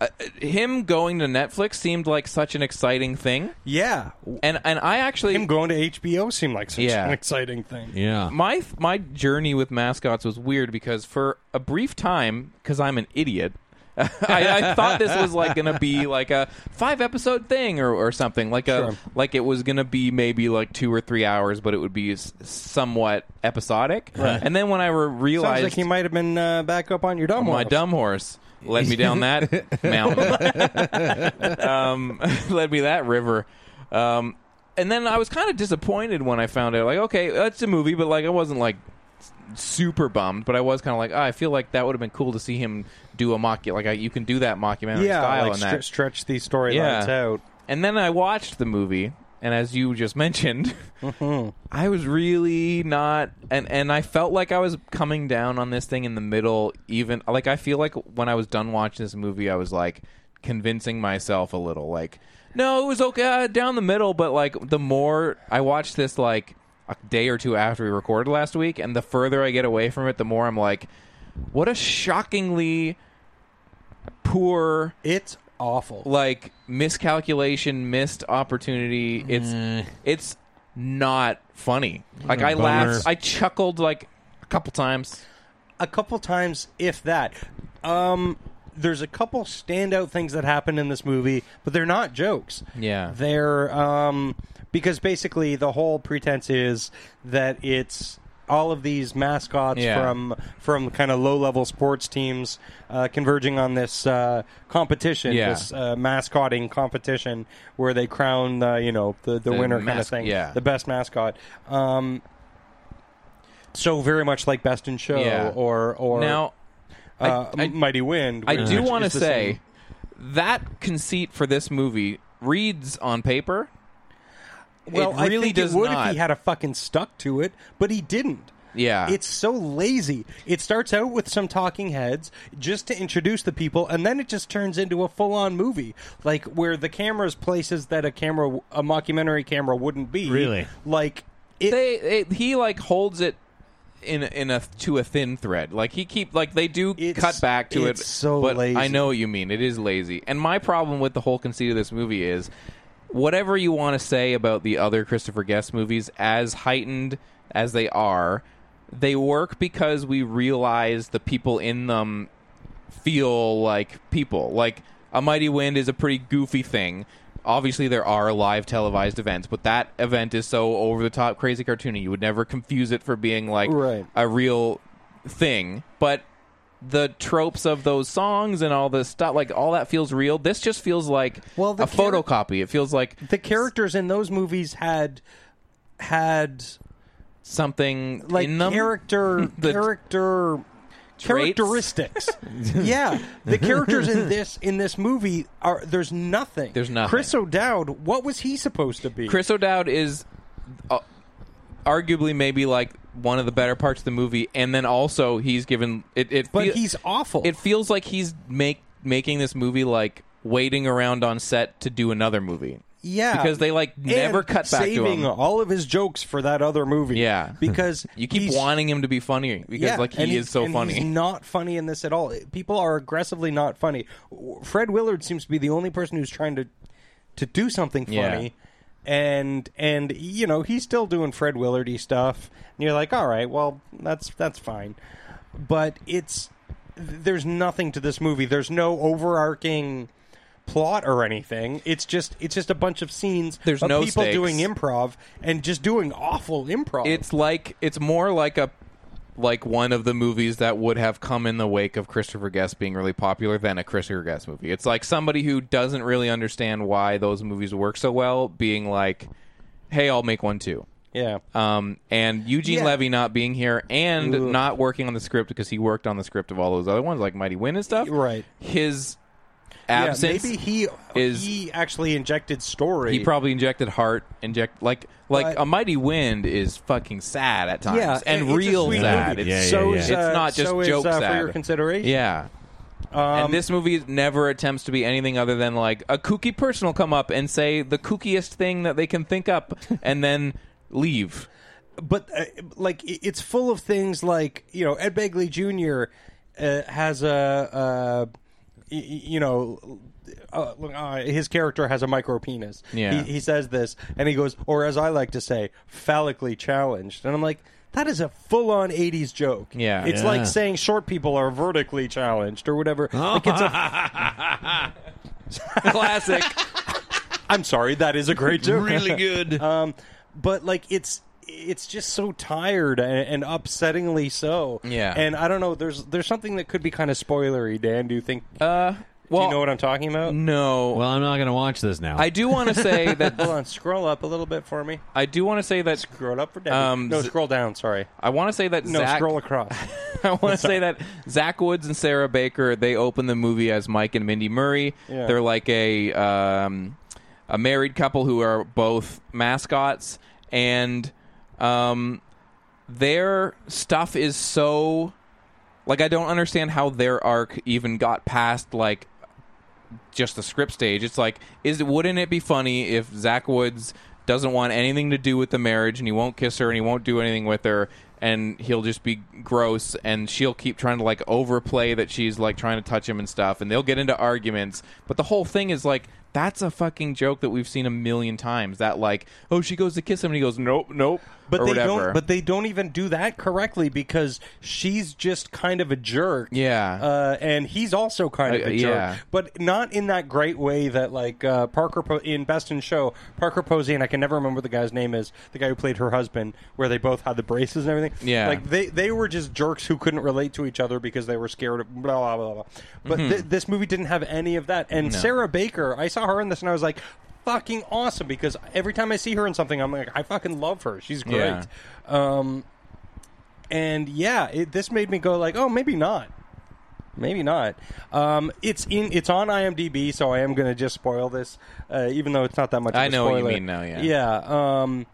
S1: uh, him going to Netflix seemed like such an exciting thing,
S2: Yeah,
S1: and and I actually
S2: him going to HBO seemed like such
S1: Yeah.
S2: an exciting thing.
S3: yeah.
S1: my my journey with mascots was weird because for a brief time, because I'm an idiot, (laughs) I, I thought this was like gonna be like a five episode thing or, or something like a
S2: Sure.
S1: like it was gonna be maybe like two or three hours, but it would be s- somewhat episodic. And then when I re-
S2: Sounds
S1: realized
S2: like he might have been uh, back up on your dumb
S1: my
S2: horse.
S1: dumb horse led me down
S2: (laughs)
S1: that mountain, um, (laughs) led me that river. Um, and then I was kind of disappointed when I found out, like, okay, that's a movie, but like, I wasn't like s- super bummed, but I was kind of like, ah, I feel like that would have been cool to see him do a mock, like, I, you can do that mockumentary
S2: yeah,
S1: style
S2: like
S1: in
S2: stre-
S1: that.
S2: stretch these storylines out.
S1: And then I watched the movie, and as you just (laughs) mentioned, I was really not, and and I felt like I was coming down on this thing in the middle. Even like I feel like when I was done watching this movie, I was like convincing myself a little, like, no, it was okay uh, down the middle. But like the more I watched this, like a day or two after we recorded last week, and the further I get away from it, the more I'm like, what a shockingly poor
S2: It's awful.
S1: like miscalculation, missed opportunity. It's it's not funny. Like I
S3: Bummer.
S1: laughed, I chuckled like a couple times.
S2: a couple times, if that. Um, there's a couple standout things that happen in this movie, but they're not jokes.
S1: Yeah.
S2: they're um, because basically the whole pretense is that it's all of these mascots
S1: Yeah.
S2: from from kind of low level sports teams uh, converging on this uh, competition,
S1: Yeah.
S2: this uh, mascotting competition where they crown uh, you know the, the,
S1: The
S2: winner kind of
S1: mas-
S2: thing,
S1: yeah.
S2: the best mascot. Um, so very much like Best in Show
S1: Yeah.
S2: or or
S1: now
S2: uh,
S1: I- I-
S2: Mighty Wind.
S1: I
S2: which-
S1: do
S2: which
S1: want to
S2: is the
S1: say
S2: same.
S1: that conceit for this movie reads on paper.
S2: well,
S1: it really
S2: I think
S1: does
S2: it would
S1: not.
S2: if he had a fucking stuck to it, but he didn't.
S1: Yeah.
S2: it's so lazy. It starts out with some talking heads just to introduce the people, and then it just turns into a full-on movie, like where the camera's places that a camera, a mockumentary camera, wouldn't be.
S3: Really?
S2: like it.
S1: they it, he like holds it in in a to a thin thread. Like he keep like they do
S2: It's-
S1: cut back to
S2: it's
S1: it.
S2: so
S1: but I
S2: lazy.
S1: know what you mean. It is lazy. And my problem with the whole conceit of this movie is whatever you want to say about the other Christopher Guest movies, as heightened as they are, they work because we realize the people in them feel like people. Like a mighty wind is a pretty goofy thing. Obviously, there are live televised events, but that event is so over the top, crazy cartoony. You would never confuse it for being like
S2: Right.
S1: a real thing. But the tropes of those songs and all this stuff, like all that feels real. This just feels like
S2: Well, the
S1: a
S2: char-
S1: photocopy. It feels like
S2: the characters in those movies had had
S1: something
S2: like
S1: in them.
S2: character
S1: (laughs) The-
S2: character
S1: Traits?
S2: characteristics. (laughs) yeah, the characters in this in this movie are there's nothing.
S1: There's nothing.
S2: Chris O'Dowd, what was he supposed to be?
S1: Chris O'Dowd is uh, arguably maybe like one of the better parts of the movie, and then also he's given it. it
S2: but
S1: feel-
S2: he's awful.
S1: It feels like he's make making this movie like waiting around on set to do another movie.
S2: yeah,
S1: because they, like,
S2: And
S1: never cut back to
S2: saving
S1: him.
S2: all of his jokes for that other movie.
S1: Yeah.
S2: because
S1: (laughs) You keep
S2: he's-
S1: wanting him to be funny because
S2: yeah,
S1: like he
S2: and
S1: is so
S2: and
S1: funny.
S2: He's not funny in this at all. People are aggressively not funny. Fred Willard seems to be the only person who's trying to to do something
S1: Yeah.
S2: funny. And and you know he's still doing Fred Willardy stuff, and you're like, all right, well that's that's fine, but it's there's nothing to this movie. There's no overarching plot or anything. It's just it's just a bunch of scenes.
S1: There's
S2: of
S1: no
S2: people
S1: stakes.
S2: doing improv and just doing awful improv.
S1: it's like it's more like a like one of the movies that would have come in the wake of Christopher Guest being really popular than a Christopher Guest movie. It's like somebody who doesn't really understand why those movies work so well being like, "Hey, I'll make one too."
S2: Yeah.
S1: Um, and Eugene
S2: Yeah.
S1: Levy not being here and not working on the script because he worked on the script of all those other ones like Mighty Win and stuff.
S2: Right.
S1: His
S2: Yeah,
S1: absence.
S2: maybe he
S1: is-
S2: he actually injected story.
S1: He probably injected heart, inject like like
S2: But-
S1: a mighty wind is fucking sad at times
S2: yeah,
S1: and
S2: it- it's a
S1: real
S2: sweet
S1: sad.
S2: movie.
S1: It's,
S3: Yeah,
S2: so
S3: yeah,
S2: Is,
S3: yeah.
S2: uh,
S1: it's not just
S2: so is,
S1: joke
S2: uh,
S1: sad.
S2: for your Um, consideration.
S1: Yeah. and this movie never attempts to be anything other than like a kooky person will come up and say the kookiest thing that they can think
S2: (laughs)
S1: up and then leave.
S2: but uh, like i- it's full of things like you know Ed Begley Jr. Uh, has a uh, y- y- you know. Uh, uh, his character has a micro penis.
S1: Yeah.
S2: He, he says this, and he goes, or as I like to say, phallically challenged. And I'm like, that is a full on 80s joke.
S1: Yeah.
S2: It's
S3: Yeah.
S2: like saying short people are vertically challenged or whatever. Like it's a,
S1: Classic.
S2: I'm sorry, that is a great joke.
S3: really
S2: (laughs)
S3: good.
S2: um, but like it's it's just so tired and, and upsettingly so.
S1: Yeah.
S2: And I don't know. There's there's something that could be kind of spoilery. Dan, do you think?
S1: uh well
S2: do you know what I'm talking about?
S1: No.
S3: well, I'm not going to watch this now.
S1: I do want to
S2: (laughs)
S1: say
S2: Hold
S1: that
S2: on, scroll up a little bit for me.
S1: I do want to say that
S2: Scroll up for down.
S1: Um,
S2: no,
S1: z-
S2: scroll down. Sorry.
S1: I want to say that
S2: No,
S1: Zach (laughs)
S2: scroll across.
S1: I want to say that Zach Woods and Sarah Baker they open the movie as Mike and Mindy Murray.
S2: Yeah.
S1: They're like a um, a married couple who are both mascots, and um, their stuff is so like I don't understand how their arc even got past like just the script stage. It's like, is wouldn't it be funny if Zach Woods doesn't want anything to do with the marriage and he won't kiss her and he won't do anything with her and he'll just be gross and she'll keep trying to like overplay that she's like trying to touch him and stuff and they'll get into arguments. But the whole thing is like that's a fucking joke that we've seen a million times. That like, oh, she goes to kiss him and he goes, nope, nope,
S2: But
S1: or
S2: they
S1: whatever.
S2: don't. But they don't even do that correctly because she's just kind of a jerk.
S1: Yeah.
S2: uh, and he's also kind of
S1: Uh,
S2: a jerk.
S1: yeah.
S2: but not in that great way that like uh, Parker po- in Best in Show. Parker Posey and I can never remember the guy's name is the guy who played her husband, where they both had the braces and everything.
S1: Yeah.
S2: like they they were just jerks who couldn't relate to each other because they were scared of blah blah blah. blah. But
S1: Mm-hmm.
S2: thi- this movie didn't have any of that. And Sarah Baker, I saw her in this and I was like. Fucking awesome because every time I see her in something, I'm like, I fucking love her. She's great.
S1: Yeah.
S2: Um, and yeah, it, this made me go like, oh, maybe not, maybe not. Um, it's in, it's on IMDb, so I am going to just spoil this, uh, even though it's not that much. Of
S1: I
S2: a
S1: know what you
S2: spoiler.
S1: mean now, yeah.
S2: yeah. Um,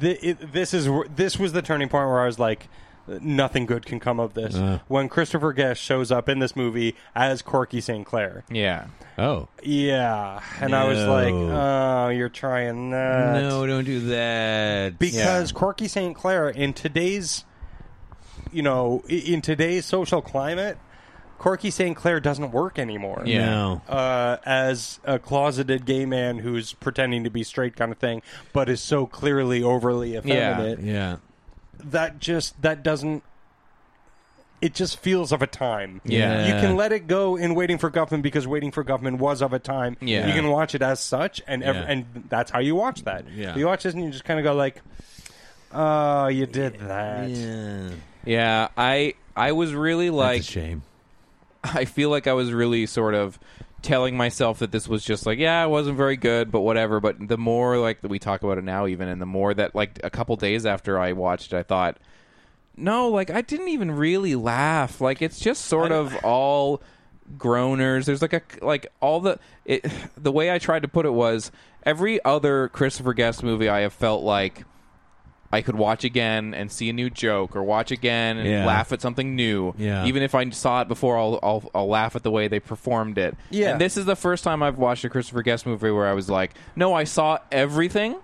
S2: th- it, this is wh- this was the turning point where I was like. Nothing good can come of this.
S1: Uh.
S2: When Christopher Guest shows up in this movie as Corky St. Clair,
S1: yeah,
S3: oh
S2: yeah, and I was like, "Oh, you're trying
S1: Uh,
S2: that."
S3: no, don't do that.
S2: because Corky St. Clair in today's, you know, i- in today's social climate, Corky St. Clair doesn't work anymore.
S1: Yeah.
S3: no.
S2: Uh, as a closeted gay man who's pretending to be straight, kind of thing, but is so clearly overly effeminate,
S3: Yeah.
S2: that just that doesn't. It just feels of a time.
S1: Yeah.
S2: you can let it go in Waiting for Guffman because Waiting for Guffman was of a time.
S1: Yeah.
S2: you can watch it as such, and ev-
S3: Yeah.
S2: and that's how you watch that.
S3: Yeah.
S2: you watch this and you just kind of go like, "Oh, you did that."
S3: Yeah.
S1: yeah. I I was really like,
S3: That's a shame.
S1: I feel like I was really sort of telling myself that this was just like, yeah, it wasn't very good, but whatever. But the more like that we talk about it now, even, and the more that like a couple days after I watched it, I thought, no, like I didn't even really laugh. Like it's just sort of all groaners. There's like a like all the it. (sighs) The way I tried to put it was every other Christopher Guest movie I have felt like. I could watch again and see a new joke, or watch again and
S3: Yeah.
S1: laugh at something new.
S3: Yeah.
S1: Even if I saw it before, I'll, I'll I'll laugh at the way they performed it.
S2: Yeah.
S1: And this is the first time I've watched a Christopher Guest movie where I was like, no, I saw everything,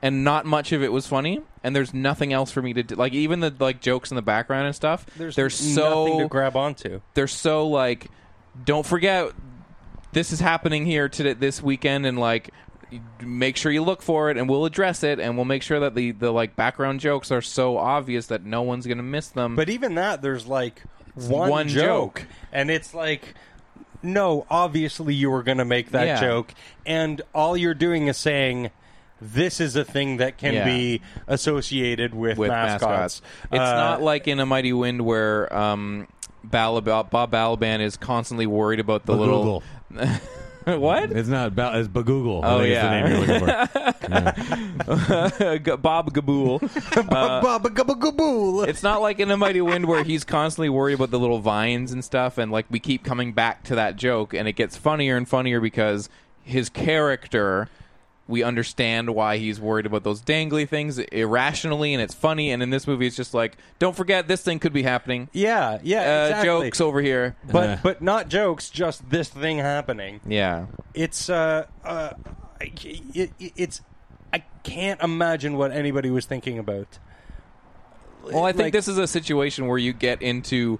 S1: and not much of it was funny, and there's nothing else for me to do. like. Even the like jokes in the background and stuff. they're
S2: nothing to
S1: so
S2: grab onto.
S1: they're so like, don't forget this is happening here today this weekend, and like. Make sure you look for it, and we'll address it, and we'll make sure that the the like background jokes are so obvious that no one's gonna miss them.
S2: But even that, there's like one,
S1: one
S2: joke,
S1: joke.
S2: and it's like, no, obviously you were going to make that
S1: Yeah.
S2: joke, and all you're doing is saying. This is a thing that can
S1: Yeah.
S2: be associated with,
S1: with mascots. It's
S2: Uh,
S1: not like in a Mighty Wind where um, Balab- Bob Balaban is constantly worried about the
S3: Bagoogle.
S1: little (laughs) what?
S3: It's not about it's Bagoogle. I
S1: Oh,
S3: think
S1: yeah.
S3: it's the name you're looking
S1: (laughs)
S3: for.
S1: Bob Gabool.
S3: Uh,
S1: It's not like in A Mighty Wind where he's constantly worried about the little vines and stuff, and like we keep coming back to that joke, and it gets funnier and funnier because his character, we understand why he's worried about those dangly things irrationally, and it's funny. And in this movie, it's just like, don't forget, this thing could be happening.
S2: Yeah, yeah,
S1: Uh,
S2: exactly.
S1: Jokes over here.
S2: but
S3: Yeah.
S2: but not jokes. Just this thing happening.
S1: Yeah.
S2: It's uh, uh I- it, it- it's I can't imagine what anybody was thinking about.
S1: Well, I think
S2: Like-
S1: this is a situation where you get into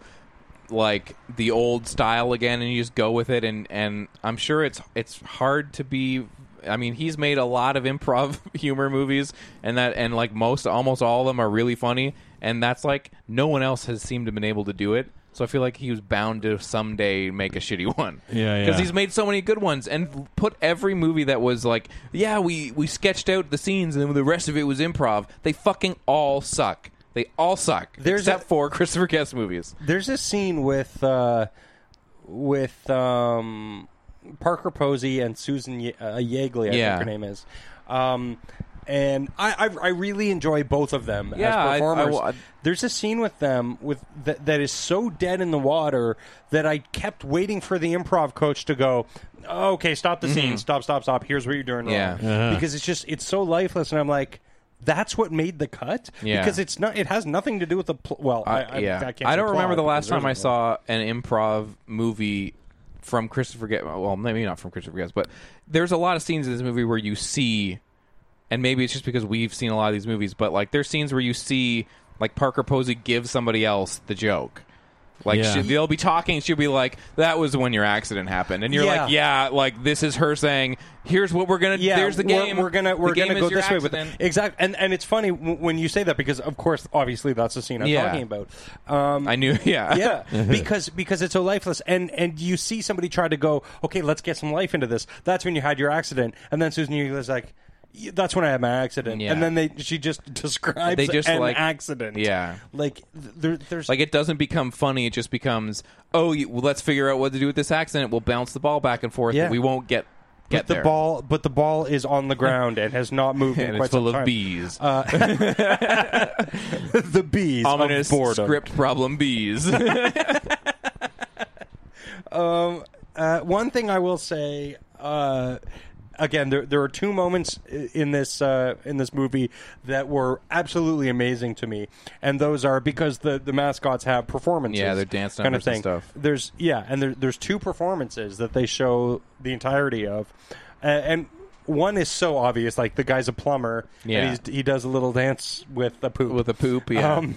S1: like the old style again, and you just go with it. And and I'm sure it's it's hard to be. I mean, he's made a lot of improv (laughs) humor movies, and that and like most, almost all of them are really funny. And that's like no one else has seemed to been able to do it. So I feel like he was bound to someday make a shitty (laughs) one.
S3: Yeah,
S1: Because
S3: yeah.
S1: he's made so many good ones and put every movie that was like, yeah, we, we sketched out the scenes and then the rest of it was improv. They fucking all suck. They all suck.
S2: There's
S1: except
S2: a-
S1: for (laughs) Christopher Guest movies.
S2: There's a scene with uh, with um, Parker Posey and Susan Ye- uh, Yeagley, I
S1: Yeah.
S2: think her name is. Um, and I, I I really enjoy both of them
S1: Yeah, I- I
S2: as performers.
S1: wa-
S2: There's a scene with them with that that is so dead in the water that I kept waiting for the improv coach to go, "Okay, stop the scene. Stop, stop, stop. Here's what you're doing wrong."
S1: Mm-hmm. Yeah.
S2: Because it's just it's so lifeless and I'm like that's what made the cut
S1: Yeah.
S2: because it's not it has nothing to do with the pl- well I, I,
S1: yeah.
S2: I, can't say
S1: don't
S2: plot,
S1: remember the
S2: because
S1: last
S2: there
S1: time I
S2: isn't one.
S1: saw an improv movie from Christopher Guest. Well, maybe not from Christopher Guest, but there's a lot of scenes in this movie where you see, and maybe it's just because we've seen a lot of these movies, but like there's scenes where you see like Parker Posey give somebody else the joke. Like
S3: Yeah.
S1: she, they'll be talking, she'll be like, "That was when your accident happened," and you're
S2: Yeah.
S1: like, "Yeah, like this is her saying, here's what we're gonna,
S2: yeah,
S1: there's the
S2: we're-
S1: game,
S2: We're, gonna
S1: The
S2: we're
S1: game
S2: gonna
S1: is
S2: go
S1: your
S2: this way
S1: accident."
S2: with it. exact and and it's funny w- when you say that because of course obviously that's the scene I'm
S1: Yeah.
S2: talking about. Um,
S1: I knew, (laughs) yeah,
S2: yeah, because because it's so lifeless, and and you see somebody try to go, okay, let's get some life into this. That's when you had your accident, and then Susan Yeagley's like, "Y- that's when I had my accident,
S1: Yeah.
S2: and then they she just (laughs) describes
S1: They just,
S2: an
S1: like-
S2: accident,
S1: yeah.
S2: like th- there, there's
S1: Like it doesn't become funny; it just becomes, oh, you, well, let's figure out what to do with this accident. We'll bounce the ball back and forth.
S2: Yeah.
S1: We won't get get
S2: but the
S1: there.
S2: ball, but the ball is on
S1: (laughs)
S2: the ground and has not moved in
S1: and
S2: quite
S1: it's full
S2: some
S1: of
S2: time.
S1: bees.
S2: (laughs) the bees, of
S1: Ominous
S2: boredom.
S1: script problem
S2: (laughs)
S1: bees. (laughs)
S2: Uh, one thing I will say, uh, again, there there are two moments i- in this uh, in this movie that were absolutely amazing to me, and those are because the, the mascots have performances.
S1: Yeah, their dance
S2: kind of
S1: numbers and
S2: thing.
S1: stuff.
S2: There's yeah, and there, there's two performances that they show the entirety of, uh, and. One is so obvious, like the guy's a plumber,
S1: Yeah.
S2: and he's, he does a little dance with a poop.
S1: With a poop, yeah.
S2: Um,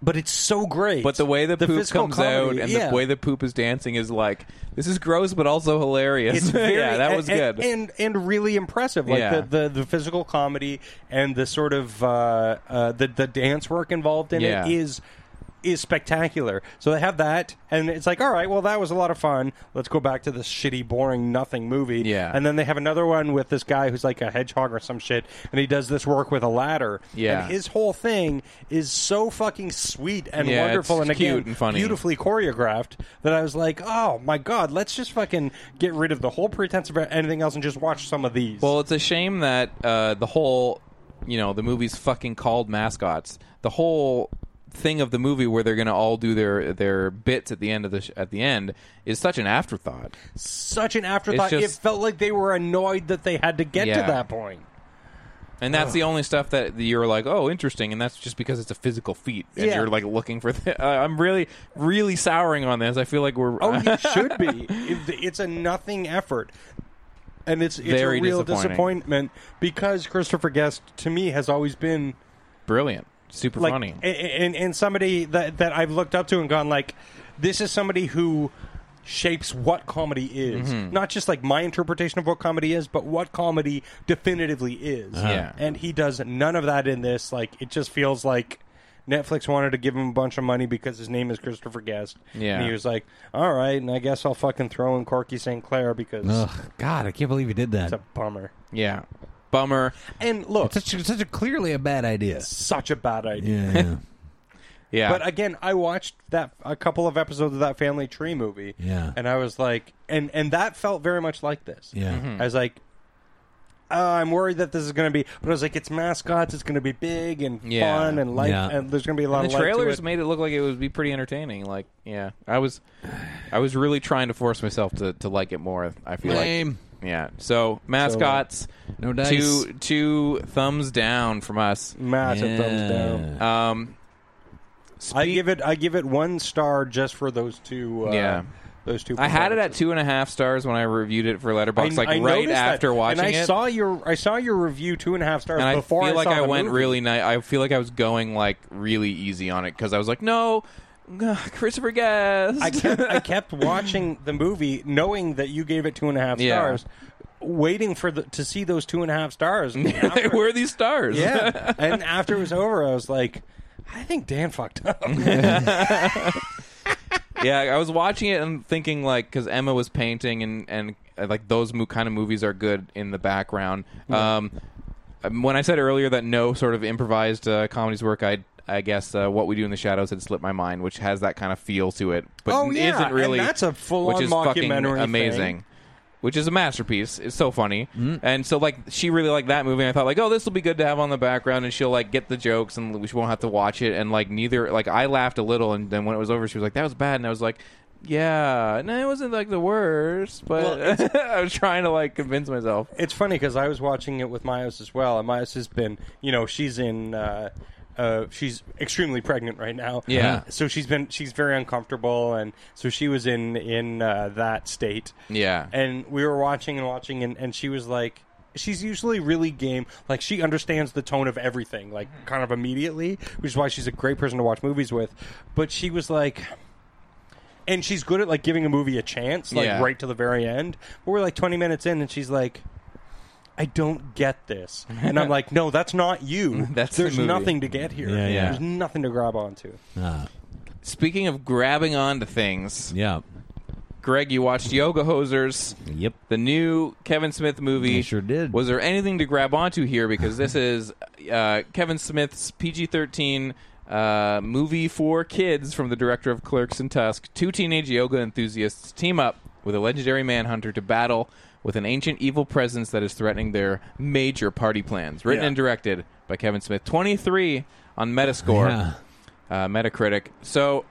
S2: but it's so great.
S1: but the way the, poop
S2: physical
S1: comes out
S2: comedy,
S1: and
S2: yeah.
S1: the way the poop is dancing is like this is gross, but also hilarious.
S2: It's
S1: (laughs)
S2: very- e-,
S1: yeah, that
S2: and-
S1: was
S2: and-
S1: good.
S2: and and, really impressive. Like
S1: Yeah.
S2: the, the the physical comedy and the sort of uh, uh, the the dance work involved in
S1: Yeah.
S2: it is is spectacular. So they have that, and it's like, all right, well, that was a lot of fun. Let's go back to this shitty, boring, nothing movie.
S1: Yeah.
S2: and then they have another one with this guy who's like a hedgehog or some shit, and he does this work with a ladder.
S1: Yeah.
S2: and his whole thing is so fucking sweet and
S1: Yeah,
S2: wonderful,
S1: it's
S2: and again,
S1: cute and funny.
S2: beautiful beautifully choreographed that I was like, oh my god, let's just fucking get rid of the whole pretense of anything else and just watch some of these.
S1: Well, it's a shame that uh, the whole, you know, the movie's fucking called mascots. The whole thing of the movie where they're going to all do their their bits at the end of the sh- at the end is such an afterthought.
S2: such an afterthought.
S1: it's just-
S2: it felt like they were annoyed that they had to get
S1: Yeah.
S2: to that point.
S1: And that's the only stuff that you're like, oh, interesting. And that's just because it's a physical feat, and
S2: Yeah.
S1: you're like looking for. The, (laughs) uh, I'm really, really souring on this. I feel like we're. uh, (laughs)
S2: Oh, you should be. It- it's a nothing effort. And it's, it's
S1: Very
S2: a real
S1: disappointing.
S2: disappointment because Christopher Guest, to me, has always been
S1: brilliant, super funny.
S2: a- a- And, and somebody that, that I've looked up to and gone like, this is somebody who shapes what comedy is,
S1: Mm-hmm.
S2: not just like my interpretation of what comedy is, but what comedy definitively is.
S1: Uh-huh. Yeah.
S2: And he does none of that in this. Like it just feels like Netflix wanted to give him a bunch of money because his name is Christopher Guest.
S1: Yeah.
S2: And he was like, all right, and I guess I'll fucking throw in Corky St. Clair because
S3: Ugh, God, I can't believe you did that.
S2: it's a bummer.
S1: yeah, bummer.
S2: And look,
S3: Such a, such a clearly a bad idea.
S1: (laughs)
S2: such a bad idea.
S3: Yeah, yeah.
S1: Yeah.
S2: But again, I watched that a couple of episodes of that Family Tree movie.
S3: Yeah.
S2: And I was like, and and that felt very much like this.
S3: Yeah.
S1: Mm-hmm. Hmm.
S2: I was like, uh, I'm worried that this is going to be, but I was like, it's mascots. It's going to be big and
S1: Yeah.
S2: fun and life,
S3: Yeah.
S2: and there's going to be a lot
S1: And
S2: of
S1: the
S2: life to
S1: trailers
S2: it.
S1: made it look like it would be pretty entertaining. Like, yeah, I was, I was really trying to force myself to, to like it more. I feel
S3: Lame. uh,
S1: like, yeah. So mascots,
S3: No dice.
S1: two two thumbs down from us.
S2: massive
S3: Yeah.
S2: thumbs down.
S1: Um,
S2: I give it, I give it one star just for those two. Uh,
S1: Yeah.
S2: those two.
S1: I had it at
S2: performances.
S1: two and a half stars when I reviewed it for Letterboxd, like right
S2: noticed that.
S1: after watching
S2: and I
S1: it.
S2: saw your I saw your review two and a half stars
S1: and I
S2: before
S1: feel like
S2: saw
S1: I
S2: the
S1: went
S2: movie.
S1: really nice. I feel like I was going like really easy on it because I was like, no, (laughs) ugh, Christopher Guest.
S2: I kept, I kept watching the movie knowing that you gave it two and a half
S1: Yeah.
S2: stars, waiting for the, to see those two and a
S1: (laughs)
S2: half stars. And after-
S1: (laughs) Where are these stars?
S2: yeah, and after it was over, I was like, I think Dan fucked up.
S1: Mm-hmm. yeah, I was watching it and thinking like because Emma was painting and and uh, like those mo- kind of movies are good in the background. Um, um, when I said earlier that no sort of improvised uh, comedies work, I I guess uh, what we do in the shadows had slipped my mind, which has that kind of feel to it, but
S2: Oh, yeah,
S1: isn't
S2: and
S1: really.
S2: that's a full-on
S1: which is fucking
S2: mockumentary thing.
S1: amazing. Which is a masterpiece. It's so funny, and so like she really liked that movie. And I thought like, oh, this will be good to have on the background, and she'll like get the jokes, and we won't have to watch it. And like neither, like I laughed a little, and then when it was over, she was like, that was bad, and I was like, yeah, no, it wasn't like the worst, but (laughs) I was trying to like convince myself.
S2: it's funny because I was watching it with Myos as well, and Myos has been, you know, she's in, uh, uh, she's extremely pregnant right now.
S1: Yeah.
S2: so she's been, she's very uncomfortable, and so she was in in uh, that state.
S1: Yeah.
S2: and we were watching and watching, and, and she was like. She's usually really game. Like she understands the tone of everything, like
S1: Mm-hmm.
S2: kind of immediately, which is why she's a great person to watch movies with. But she was like, and she's good at like giving a movie a chance, like
S1: Yeah.
S2: right to the very end. But we're like twenty minutes in, and she's like, I don't get this. And
S1: (laughs)
S2: I'm like, no, that's not you.
S1: That's the
S2: There's
S1: movie.
S2: nothing to get here.
S3: Yeah, yeah.
S2: There's nothing to grab onto.
S1: Speaking of grabbing onto things,
S3: Yeah.
S1: Greg, you watched Yoga Hosers,
S3: Yep.
S1: the new Kevin Smith movie.
S3: I sure did.
S1: Was there anything to grab onto here? Because
S3: (laughs)
S1: this is uh, Kevin Smith's PG 13 uh, movie for kids from the director of Clerks and Tusk. Two teenage yoga enthusiasts team up with a legendary manhunter to battle with an ancient evil presence that is threatening their major party plans. Written
S2: Yeah.
S1: and directed by Kevin Smith. 23 on Metascore,
S3: Yeah.
S1: uh, Metacritic. So,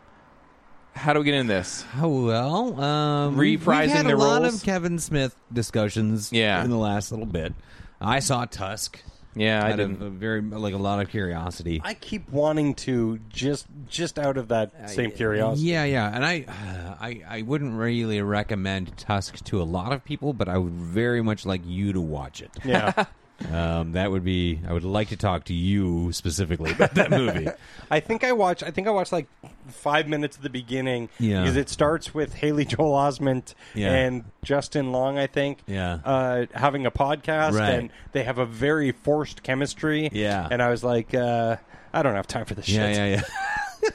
S1: how do we get in this?
S3: Oh, well, um, we've-
S1: Reprising
S3: we've had
S1: the
S3: a lot
S1: roles.
S3: of Kevin Smith discussions.
S1: Yeah.
S3: in the last little bit, I saw Tusk.
S1: Yeah, I
S3: out of
S1: didn't.
S3: a very like a lot of curiosity.
S2: I keep wanting to just just out of that same curiosity.
S3: Yeah, yeah, and I, (sighs) I, I wouldn't really recommend Tusk to a lot of people, but I would very much like you to watch it.
S2: Yeah.
S3: Um, that would be. I would like to talk to you specifically about that movie.
S2: I think I watched. I think I watched like five minutes at the beginning.
S3: Yeah.
S2: because it starts with Haley Joel Osment
S3: Yeah.
S2: and Justin Long. I think.
S3: Yeah.
S2: uh, having a podcast
S3: Right.
S2: and they have a very forced chemistry.
S3: Yeah.
S2: and I was like, uh, I don't have time for this shit.
S3: Yeah, yeah,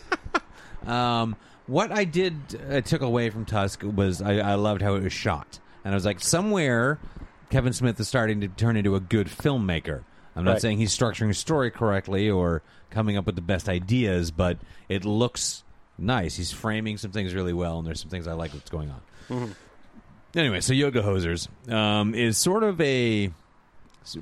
S3: yeah. (laughs) um, what I did uh, took away from Tusk was I, I loved how it was shot, and I was like, somewhere Kevin Smith is starting to turn into a good filmmaker. I'm not
S2: Right.
S3: saying he's structuring a story correctly or coming up with the best ideas, but it looks nice. He's framing some things really well, and there's some things I like what's going on. Anyway, so Yoga Hosers um, is sort of a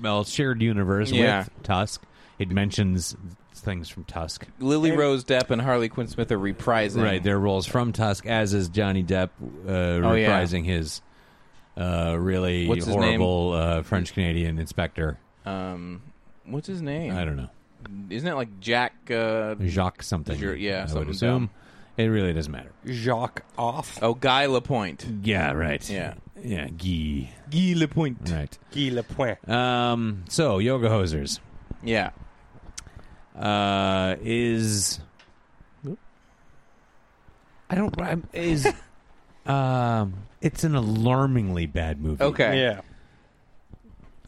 S3: well shared universe
S1: Yeah.
S3: with Tusk. It mentions things from Tusk.
S1: Lily Rose Depp and Harley Quinn Smith are reprising.
S3: Right, their roles from Tusk, as is Johnny Depp uh,
S1: Oh, yeah.
S3: reprising his uh, really
S1: What's his
S3: horrible uh, French Canadian inspector.
S1: Um, what's his name?
S3: I don't know,
S1: Isn't it like Jack? Uh,
S3: Jacques something.
S1: Sure, yeah,
S3: I would
S1: something
S3: assume. It really doesn't matter.
S2: Jacques off.
S1: oh, Guy Lapointe.
S3: Yeah, right.
S1: Yeah.
S3: yeah, Guy.
S1: Guy Lapointe.
S3: Right.
S2: Guy Lapointe.
S3: Um. So, yoga hosers.
S1: Yeah.
S3: uh, is I don't I'm- is (laughs) um it's an alarmingly bad movie.
S1: Okay.
S2: Yeah.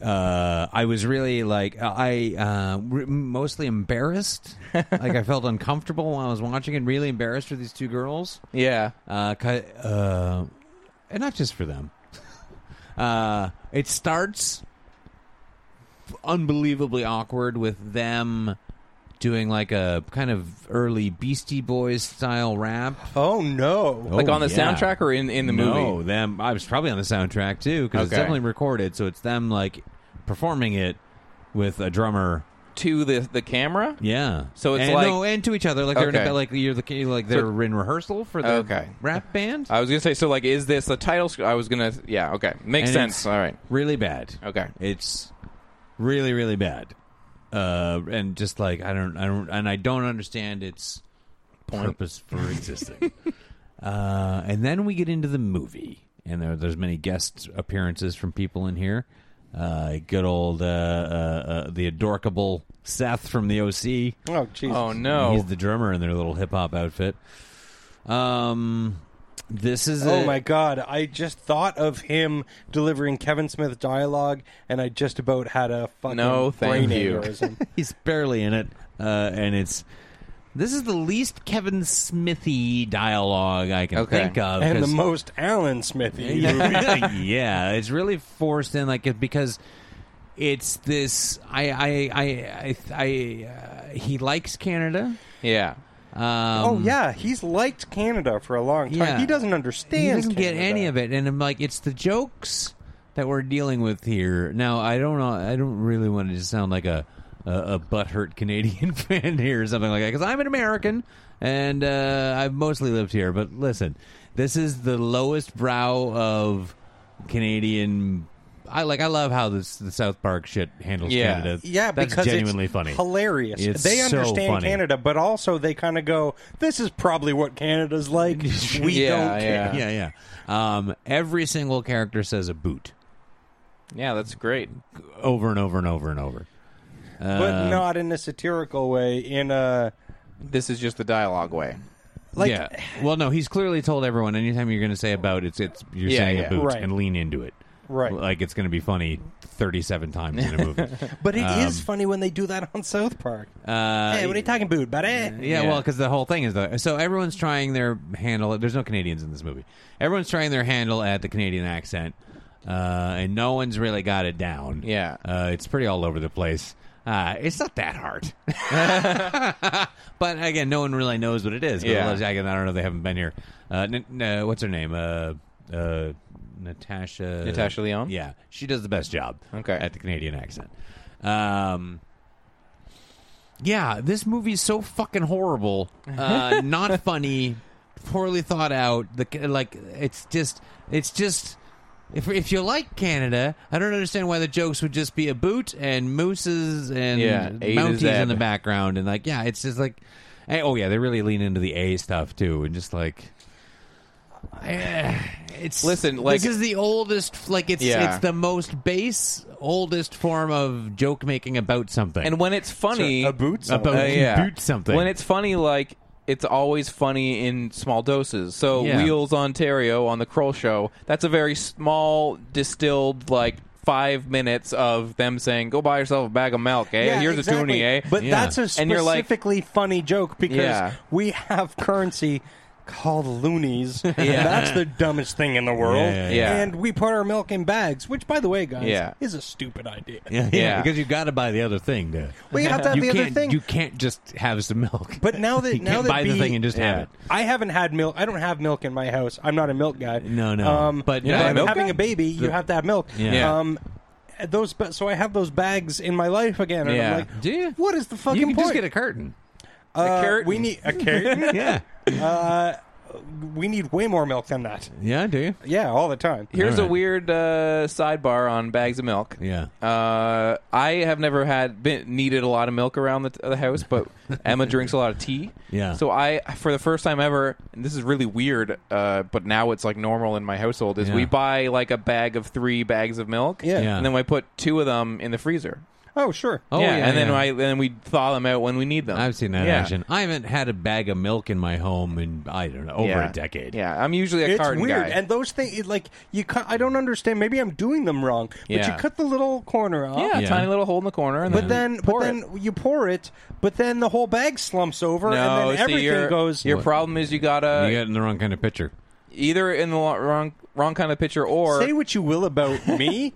S3: Uh, I was really like I uh, re-
S1: (laughs)
S3: mostly embarrassed. like I felt uncomfortable while I was watching it. Really embarrassed for these two girls.
S1: Yeah.
S3: Uh, 'cause- uh, and not just for them. (laughs) Uh, it starts unbelievably awkward with them doing like a kind of early Beastie Boys style rap.
S2: Oh no!
S1: Like
S3: Oh,
S1: on the
S3: yeah.
S1: soundtrack or in, in the
S3: no,
S1: movie?
S3: them. I was probably on the soundtrack too because it's
S1: Okay.
S3: definitely recorded. So it's them like performing it with a drummer.
S1: To the the camera?
S3: Yeah.
S1: So it's
S3: and,
S1: like-
S3: no, and to each other like they're in
S1: Okay.
S3: a, like you're the like they're in rehearsal for the
S1: Okay.
S3: rap band.
S1: I was going to say, so like, is this a title? sc- I was going to, yeah, okay. Makes
S3: And
S1: sense.
S3: it's
S1: All right.
S3: Really bad.
S1: Okay.
S3: It's really really bad. Uh, and just like I don't I don't and I don't understand its purpose for existing. (laughs) uh, and then we get into the movie, and there, there's many guest appearances from people in here. Uh, good old uh, uh, uh, the adorkable Seth from the OC.
S2: Oh Jesus!
S1: Oh,
S3: He's
S1: no.
S3: the drummer in their little hip hop outfit. Um, this is
S2: Oh
S3: a-
S2: my God! I just thought of him delivering Kevin Smith dialogue, and I just about had a fucking
S1: No, thank
S2: brain
S1: you.
S2: aneurysm.
S3: (laughs) He's barely in it, uh, and it's this is the least Kevin Smithy dialogue I can
S1: Okay.
S3: think of.
S2: and the
S3: 'cause-
S2: most Alan Smithy.
S3: (laughs) yeah, it's really forced in, like it- because it's this. I, I, I, I, I uh, he likes Canada.
S1: Yeah.
S3: Um,
S2: oh yeah, he's liked Canada for a long time.
S3: Yeah.
S2: He doesn't understand.
S3: He doesn't get any of it, and I'm like, it's the jokes that we're dealing with here. Now, I don't know. I don't really want to just sound like a a, a butthurt Canadian (laughs) fan here or something like that because I'm an American and uh, I've mostly lived here. But listen, this is the lowest brow of Canadian. I like. I love how this the South Park shit handles
S1: Yeah.
S3: Canada.
S2: Yeah,
S3: That's
S2: because
S3: genuinely
S2: it's
S3: funny.
S2: hilarious.
S3: It's
S2: they
S3: so
S2: understand
S3: funny.
S2: Canada, but also they kind of go, "This is probably what Canada's
S3: (laughs)
S2: like." we
S1: Yeah,
S2: don't care.
S1: yeah.
S3: yeah, yeah. Um, every single character says a boot
S1: Yeah, that's great.
S3: over and over and over and over.
S2: but not in a satirical way. In a
S1: This is just the dialogue way.
S2: like,
S3: yeah. Well, no, he's clearly told everyone anytime you're going to say about it's it's you're
S1: Yeah,
S3: saying
S1: yeah.
S3: a boot
S2: Right.
S3: and lean into it.
S2: Right.
S3: Like it's going to be funny 37 times in a movie.
S2: but it is funny when they do that on South Park.
S3: Um, uh,
S2: hey, what are you talking about, eh? buddy?
S3: yeah,
S1: Yeah.
S3: well, because the whole thing is the so everyone's trying their handle. There's no Canadians in this movie. Everyone's trying their handle at the Canadian accent, uh, and no one's really got it down.
S1: Yeah.
S3: uh, it's pretty all over the place. Uh, it's not
S1: (laughs)
S3: that hard, but again, no one really knows what it is. But
S1: Yeah.
S3: I don't know. They haven't been here. Uh, n- n- uh, what's her name? Uh, uh, Natasha.
S1: Natasha Lyonne?
S3: Uh, Yeah, she does the best job.
S1: Okay.
S3: at the Canadian accent. Um, yeah, this movie's so fucking horrible.
S1: (laughs)
S3: Uh, not funny, poorly thought out. The like, it's just, it's just. If if you like Canada, I don't understand why the jokes would just be a boot and mooses and
S1: Yeah, A to
S3: mounties in
S1: Z.
S3: the background and like, yeah, it's just like, eh, oh yeah, they really lean into the A stuff too, and just like. eh, It's
S1: Listen, like-
S3: this is the oldest, like it's
S1: Yeah.
S3: it's the most base, oldest form of joke making about something.
S1: And when it's funny,
S2: a boot something.
S3: About
S1: Uh, yeah.
S3: boot something.
S1: When it's funny, like it's always funny in small doses. So
S3: Yeah.
S1: Wheels Ontario on the Kroll Show, that's a very small, distilled like five minutes of them saying, "Go buy yourself a bag of milk, eh?
S2: Yeah,
S1: Here's a
S2: exactly.
S1: toonie, eh?"
S2: But
S3: Yeah.
S2: that's a
S1: And you're like-
S2: specifically funny joke because
S1: Yeah.
S2: we have currency called
S3: (laughs)
S2: loonies. That's the dumbest thing in the world.
S3: Yeah, yeah,
S1: yeah.
S2: And we put our milk in bags, which, by the way, guys,
S1: Yeah.
S2: is a stupid idea.
S3: (laughs) yeah,
S1: Yeah.
S3: because you got to buy the other thing. To,
S2: Well, you have to have
S3: you
S2: the
S3: can't,
S2: other thing.
S3: You can't just have some milk.
S2: But now that
S3: you
S2: now
S3: can't
S2: that
S3: buy the
S2: B-
S3: thing and just have
S1: Yeah.
S3: it.
S2: I haven't had milk. I don't have milk in my house. I'm not a milk guy. Um,
S3: No, no. But-
S2: but
S3: You're not a milk
S2: having
S3: guy?
S2: a baby, you have to have milk.
S3: (laughs) Yeah.
S2: Um, those ba- so I have those bags in my life again. And
S1: Yeah.
S2: I'm like,
S3: Do you?
S2: What is the fucking
S3: You can
S2: point?
S3: just get a curtain.
S2: Uh,
S1: carrot
S2: We
S1: and-
S2: need a
S3: (laughs)
S2: carrot.
S3: Yeah.
S2: we need way more milk than that.
S3: Yeah, do you?
S2: Yeah, all the time.
S1: Here's a
S3: Alright.
S1: weird uh, sidebar on bags of milk.
S3: Yeah.
S1: Uh, I have never had been, needed a lot of milk around the, the house,
S3: (laughs)
S1: but Emma drinks a lot of tea.
S3: Yeah.
S1: So I, for the first time ever, and this is really weird, uh, but now it's like normal in my household. Is
S3: Yeah.
S1: we buy like a bag of three bags of milk.
S2: Yeah.
S3: Yeah.
S1: And then we put two of them in the freezer.
S2: Oh, sure.
S3: Oh, yeah,
S1: and then
S3: yeah.
S1: I then we thaw them out when we need them.
S3: I've seen that
S1: Yeah.
S3: action. I haven't had a bag of milk in my home in I don't know over
S1: Yeah.
S3: a decade.
S1: Yeah. I'm usually a
S2: It's
S1: carton
S2: weird,
S1: guy.
S2: and those things, it, like you, cut, I don't understand. Maybe I'm doing them wrong, but
S1: Yeah.
S2: you cut the little corner off.
S1: yeah,
S3: Yeah.
S1: tiny little hole in the corner, and
S2: But then,
S1: pour
S2: but then
S1: it.
S2: you pour it, but then the whole bag slumps over,
S1: no,
S2: and then
S1: see,
S2: everything
S1: your,
S2: goes.
S1: Your problem is you
S3: You
S1: gotta
S3: got in the wrong kind of picture.
S1: either in the lo- wrong wrong kind of pitcher or (laughs)
S2: Say what you will about me,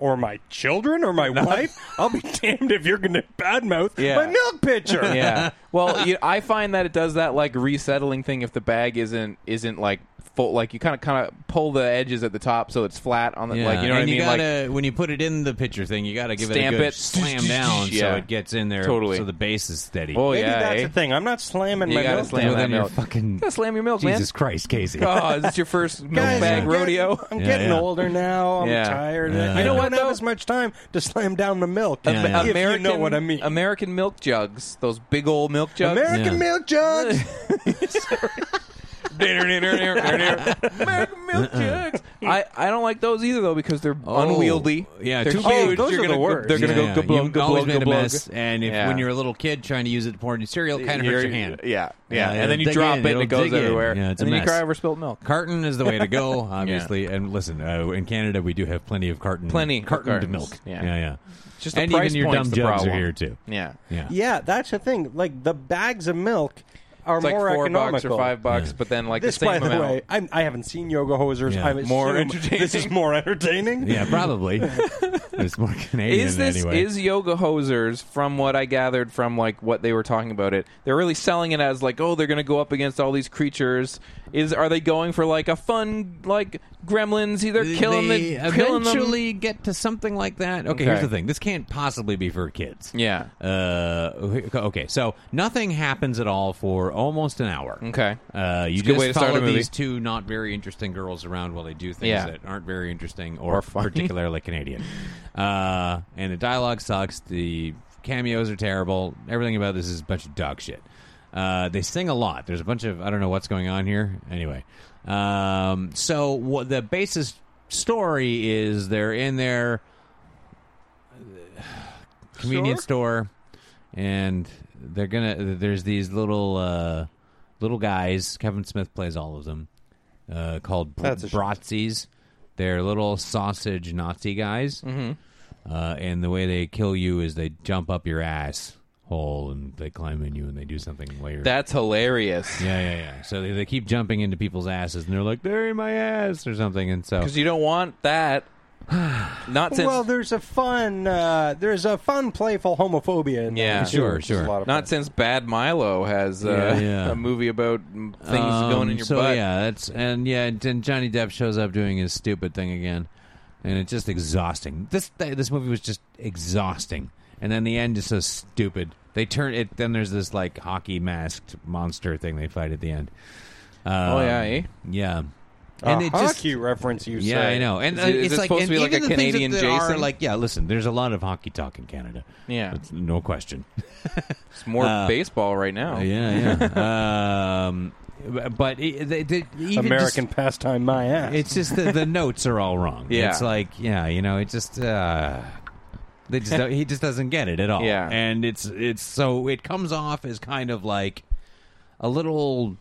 S2: or my children or my wife,
S1: (laughs)
S2: I'll be damned if you're going to badmouth
S1: Yeah.
S2: my milk pitcher. (laughs)
S1: yeah. Well, you, I find that it does that like resettling thing if the bag isn't isn't like full. Like you kind of kind of pull the edges at the top so it's flat on the like you know what
S3: and
S1: I mean.
S3: You
S1: like
S3: gotta, when you put it in the pitcher thing, you got to give
S1: Stamp
S3: it a good
S1: it.
S3: slam down
S1: Yeah.
S3: so it gets in there.
S1: Totally.
S3: So the base is steady.
S1: oh
S2: Maybe
S1: yeah,
S2: that's
S1: eh?
S2: the thing. I'm not slamming
S1: You
S2: my
S1: gotta
S2: milk.
S1: slam
S3: Well,
S1: that
S3: then you're
S1: milk.
S3: fucking-
S1: You gotta slam your milk,
S3: Jesus Christ, Casey.
S1: man. (laughs) Oh, is this your
S2: (laughs)
S1: first milk
S2: Guys,
S1: bag
S2: I'm getting-
S1: rodeo?
S2: I'm
S3: Yeah,
S2: getting
S3: yeah.
S2: older now. I'm
S1: Yeah.
S2: tired.
S3: Yeah.
S2: I
S3: You know
S2: don't
S1: what,
S2: have
S1: though?
S2: as much time to slam down the milk.
S3: Am- yeah.
S2: If you know what I mean.
S1: American milk jugs, those big old milk jugs.
S2: American
S3: Yeah.
S2: milk jugs.
S1: (laughs) American milk jugs. Uh-uh. I, I don't like those either though because they're unwieldy.
S3: yeah,
S1: they're
S3: too
S1: huge.
S3: big.
S2: Oh, those
S1: You're
S2: are the
S1: gonna,
S2: worst.
S1: They're gonna
S3: yeah,
S1: go
S3: yeah.
S1: gablug,
S3: You've
S1: gablug,
S3: always made a
S1: gablug.
S3: mess, and if
S1: Yeah.
S3: when you're a little kid trying to use it to pour into cereal, it kind of hurts your
S1: You're-
S3: hand.
S1: Yeah, yeah,
S3: Yeah,
S1: and then you
S3: dig
S1: drop it
S3: in,
S1: and
S3: it'll
S1: it goes
S3: dig in.
S1: everywhere.
S3: Yeah, it's a
S1: and then
S3: mess.
S1: you cry over spilt milk.
S3: Carton is the way to go, obviously. And listen, uh, in Canada we do have plenty of carton,
S1: Plenty of
S3: cartoned
S1: cartons.
S3: milk.
S1: Yeah.
S3: yeah, yeah.
S1: Just the
S3: and
S1: price
S3: even your dumb
S1: point's the
S3: jugs
S1: problem.
S3: are here too.
S1: Yeah,
S3: Yeah,
S2: yeah, that's the thing. Like the bags of milk are
S1: it's like
S2: more
S1: four
S2: economical.
S1: bucks or five bucks, but then like
S2: this,
S1: the
S2: by
S1: same
S2: the
S1: amount.
S2: way, I'm, I haven't seen Yoga Hosers.
S3: Yeah.
S2: I
S1: More
S2: assume This is
S1: entertaining.
S2: more entertaining.
S3: yeah, probably. it's more Canadian
S1: is this
S3: anyway.
S1: is yoga hosers from what i gathered from like what they were talking about it they're really selling it as like oh they're gonna go up against all these creatures is are they going for like a fun like gremlins they're killing
S3: they
S1: the killing them
S3: eventually get to something like that. Okay,
S1: Okay.
S3: here's the thing. This can't possibly be for kids.
S1: yeah
S3: Uh, okay, so nothing happens at all for almost an hour.
S1: okay
S3: Uh, you
S1: a good
S3: just
S1: way to start
S3: follow
S1: a movie.
S3: these two not very interesting girls around while they do things
S1: Yeah.
S3: that aren't very interesting or,
S1: Or funny.
S3: particularly Canadian. Uh, and the dialogue sucks. The cameos are terrible. Everything about this is a bunch of dog shit. Uh, they sing a lot. There's a bunch of I don't know what's going on here. Anyway, um, so what the basis story is they're in their uh, convenience store and they're gonna there's these little uh little guys kevin smith plays all of them uh called br-
S2: That's a shame.
S3: bratzies they're little sausage nazi guys mm-hmm. uh and the way they kill you is they jump up your ass hole and they climb in you and they do something later
S1: that's hilarious
S3: yeah yeah yeah so they, they keep jumping into people's asses and they're like they're in my ass or something and so
S1: because you don't want (sighs) that not since
S2: Well, there's a fun, uh, there's a fun, playful homophobia. In
S1: Yeah.
S2: there, too,
S3: Sure,
S2: which is
S3: sure.
S2: A lot of
S1: not
S2: fun.
S1: since bad milo has uh,
S3: Yeah,
S1: (laughs)
S3: yeah.
S1: a movie about mm, things going in
S3: Um,
S1: your
S3: so
S1: butt
S3: yeah, that's and yeah, and then Johnny Depp shows up doing his stupid thing again, and it's just exhausting. This th- this movie was just exhausting, and then the end is so stupid. They turn it. Then there's this like hockey masked monster thing they fight at the end.
S1: oh yeah
S3: um,
S1: eh?
S3: Yeah.
S2: A hockey reference. You
S3: Yeah,
S2: say.
S3: I know. And
S1: Is
S3: uh,
S1: it- is
S3: it's
S1: it
S3: like,
S1: supposed
S3: and
S1: to be like
S3: even
S1: a
S3: the things
S1: Canadian
S3: that are,
S1: Jason?
S3: like, yeah, listen, there's a lot of hockey talk in Canada.
S1: Yeah.
S3: That's no question.
S1: it's more
S3: Uh,
S1: baseball right now
S3: Yeah,
S1: (laughs)
S3: yeah. um, but it, they, they, even just-
S2: American pastime. My ass.
S3: It's just the, the notes are all wrong.
S1: (laughs) Yeah.
S3: It's like, yeah, you know, it just uh they just don't- he just doesn't get it at all.
S1: Yeah.
S3: And it's it's so it comes off as kind of like a little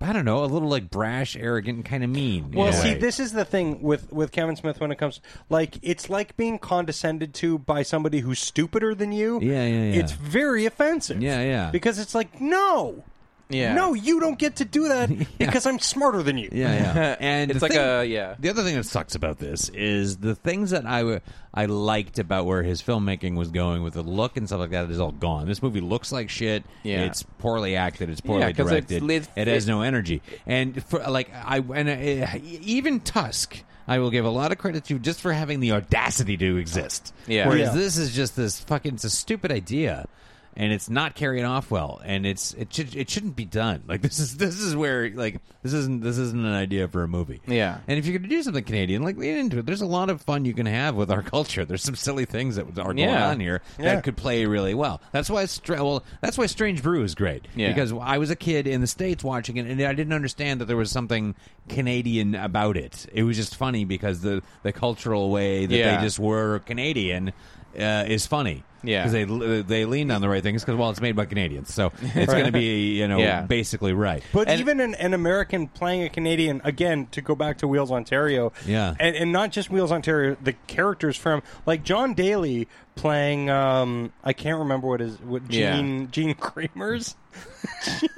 S3: I don't know, a little like brash, arrogant, and kind of mean. in
S2: Well,
S3: a
S2: see,
S3: way.
S2: this is the thing with with Kevin Smith when it comes like it's like being condescended to by somebody who's stupider than you.
S3: Yeah, yeah, yeah.
S2: It's very offensive.
S3: Yeah, yeah.
S2: Because it's like no.
S1: Yeah.
S2: No, you don't get to do
S3: (laughs)
S2: that because I'm smarter than you.
S3: Yeah,
S1: (laughs)
S3: yeah. And
S1: It's
S3: the
S1: like
S3: thing-
S1: a- yeah.
S3: The other thing that sucks about this is the things that I w- I liked about where his filmmaking was going with the look and stuff like that is all gone. This movie looks like shit.
S1: Yeah.
S3: It's poorly acted. It's poorly
S1: 'cause it's
S3: directed.
S1: lit-
S3: it has
S1: it-
S3: no energy. And for like I and uh, even Tusk. I will give a lot of credit to just for having the audacity to exist.
S1: Yeah.
S3: Whereas
S2: Yeah.
S3: this is just this fucking it's a stupid idea and it's not carrying off well and it's it should it shouldn't be done (laughs) like this is this is where like this isn't this isn't an idea for a movie
S1: Yeah.
S3: and if you're gonna do something canadian like lean into it there's a lot of fun you can have with our (laughs) culture there's some silly things that are going
S1: Yeah.
S3: on here
S2: Yeah.
S3: that could play really well that's why Stra- well that's why strange brew is great
S1: Yeah.
S3: because i was a kid in the states watching it and i didn't understand that there was something canadian about it it was just funny because the the cultural way that
S1: Yeah.
S3: they just were Canadian uh, is funny.
S1: Yeah.
S3: because they they leaned on the right things because well, it's made by Canadians, so it's going
S1: (laughs)
S3: to be you know
S1: Yeah.
S3: basically right.
S2: But even an, an American playing a Canadian, again, to go back to Wheels Ontario,
S3: Yeah.
S2: and, and not just Wheels Ontario, the characters from like John Daly playing, um, I can't remember what is what
S1: Yeah.
S2: Gene Gene Creamers,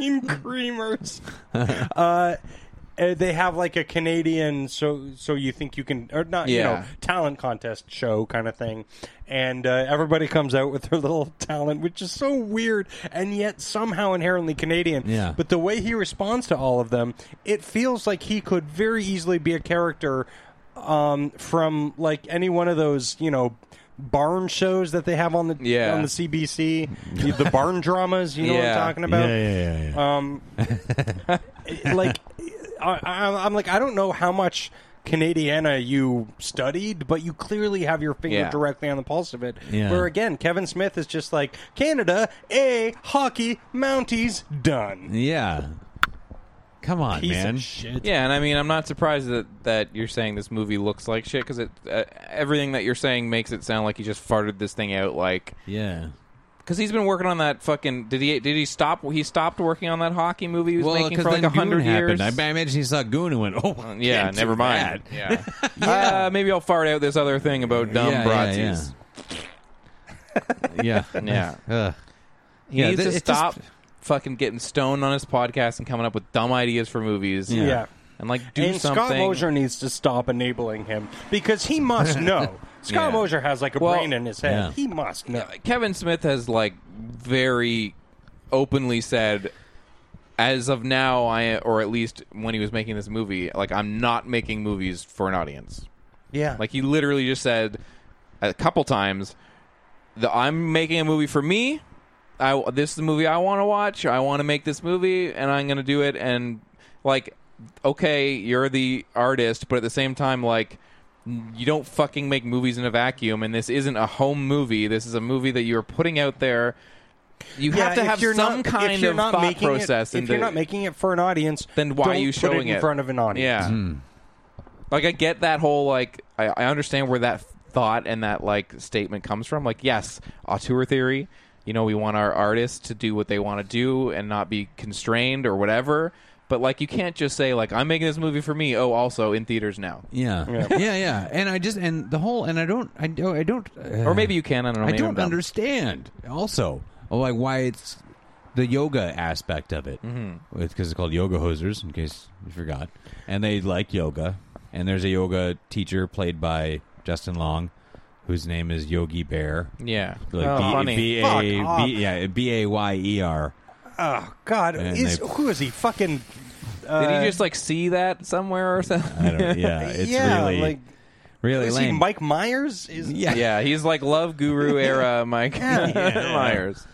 S2: Gene Creamers. uh, uh, they have like a Canadian so so you think you can or not you
S1: Yeah.
S2: know talent contest show kind of thing, and uh, everybody comes out with their little (laughs) talent, which is so weird and yet somehow inherently Canadian.
S3: Yeah.
S2: But the way he responds to all of them, it feels like he could very easily be a character um, from like any one of those you know barn shows that they have on the
S1: Yeah.
S2: on the CBC, the barn dramas. You know what
S1: Yeah.
S2: I'm talking about?
S3: yeah, yeah, yeah, yeah.
S2: Um, like, I, I, I'm like, I don't know how much Canadiana you studied, but you clearly have your finger
S1: Yeah.
S2: directly on the pulse of it.
S3: Yeah.
S2: Where again, Kevin Smith is just like Canada, a hockey, Mounties, done.
S3: yeah. Come on,
S2: Piece
S3: man.
S2: of shit.
S1: Yeah, and I mean, I'm not surprised that, that you're saying this movie looks like shit because it uh, everything that you're saying makes it sound like he just farted this thing out. Like,
S3: Yeah.
S1: because he's been working on that fucking. Did he? Did he stop? He stopped working on that hockey movie he was making
S3: 'cause
S1: for like
S3: then
S1: a hundred
S3: Goon
S1: years.
S3: happened. I, I imagine he saw Goon and went, "Oh, I
S1: yeah,
S3: can't
S1: never
S3: do
S1: mind.
S3: that. (laughs)
S1: Yeah, Uh, maybe I'll fart out this other thing about dumb
S3: yeah,
S1: Bratzies.
S3: yeah,
S2: (laughs)
S3: Yeah,
S1: Yeah.
S3: Ugh.
S1: He
S3: Yeah,
S1: needs
S3: th-
S1: to
S3: it just-
S1: stop fucking getting stoned on his podcast and coming up with dumb ideas for movies.
S3: Yeah.
S2: Yeah.
S1: and like do
S2: and
S1: something.
S2: Scott Mosier needs to stop enabling him because he
S3: (laughs)
S2: must know. Scott
S1: Yeah.
S2: Mosier has like a
S1: Well-
S2: brain in his head.
S3: Yeah.
S2: He must know.
S1: Kevin Smith has like very openly said as of now I or at least when he was making this movie like I'm not making movies for an audience.
S2: Yeah.
S1: Like he literally just said a couple times that I'm making a movie for me. I this is the movie I want to watch. I want to make this movie and I'm going to do it and like okay, you're the artist, but at the same time like you don't fucking make movies in a vacuum and this isn't a home movie. This is a movie that you're putting out there. You
S2: Yeah,
S1: have to
S2: if
S1: have
S2: you're
S1: some
S2: not- if
S1: kind
S2: you're
S1: of
S2: not
S1: thought
S2: making it-
S1: process.
S2: if
S1: into-
S2: you're not making it for an audience,
S1: then why
S2: don't
S1: are you showing
S2: put it in front of an audience?
S1: Yeah, like I get that whole like I, I understand where that thought and that like statement comes from. Like yes, auteur theory. You know, we want our artists to do what they want to do and not be constrained or whatever. But like, you can't just say like I'm making this movie for me. Oh, also in theaters now,
S3: Yeah. yeah, yeah, And I just and the whole and I don't, I don't, I don't. Uh,
S1: or maybe you can. I don't know.
S3: I
S1: maybe I'm
S3: don't
S1: dumb.
S3: understand. Also, oh, like why it's the yoga aspect of it. Mm-hmm. It's because it's called yoga hosers, in case you forgot. And they like yoga. And there's a yoga teacher played by Justin Long, whose name is Yogi Bear.
S1: Yeah,
S3: Like
S1: Oh,
S3: B-
S1: funny.
S3: B- A-
S2: Fuck
S3: B-
S2: off.
S3: yeah, B A Y E R.
S2: Oh God,
S3: And
S2: is
S3: they-
S2: who is he? Fucking. Uh,
S1: Did he just like see that somewhere or
S2: (laughs)
S1: something?
S3: I don't. Yeah,
S1: Uh,
S3: it's
S2: yeah,
S3: really,
S2: like
S3: really
S2: is he
S3: lame.
S2: Mike Myers? Is
S3: yeah,
S1: yeah, he's like love
S2: (laughs)
S1: guru era Mike (laughs) Myers.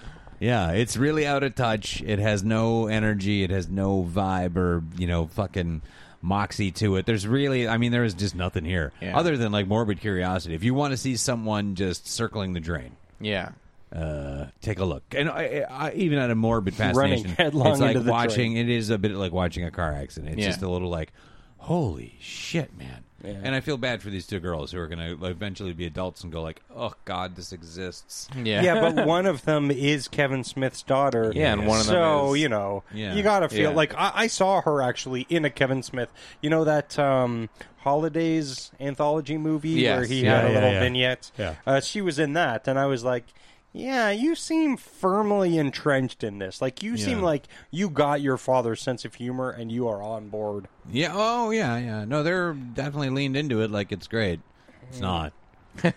S3: Yeah, it's really out of touch. It has no energy. It has no vibe or, you know, fucking moxie to it. There's really, I mean, there is just nothing here
S1: Yeah.
S3: other than like morbid curiosity. If you want to see someone just circling the drain,
S1: Yeah.
S3: uh, take a look. And I, I, I- even at a morbid fascination,
S2: headlong
S3: it's like
S2: into the
S3: watching. It is a bit like watching a car accident. It's
S1: Yeah.
S3: just a little like, holy shit, man. And I feel bad for these two girls who are going to eventually be adults and go like, oh god, this exists.
S1: Yeah.
S2: yeah,
S1: (laughs)
S2: but one of them is Kevin Smith's daughter.
S1: Yeah, and one of them
S2: So
S1: is-
S2: you know,
S3: Yeah.
S2: you gotta feel
S1: Yeah.
S2: like I, I saw her actually in a Kevin Smith. You know that um, holidays anthology movie
S1: Yes.
S2: where he
S1: Yeah,
S2: had a
S3: yeah,
S2: little
S3: yeah.
S2: vignette.
S3: Yeah.
S2: Uh, she was in that, and I was like. Yeah, you seem firmly entrenched in this. Like you seem
S3: Yeah.
S2: like you got your father's sense of humor and you are on board.
S3: Yeah. Oh, yeah. Yeah. No, they're definitely leaned into it. Like it's great. It's not. (laughs) it's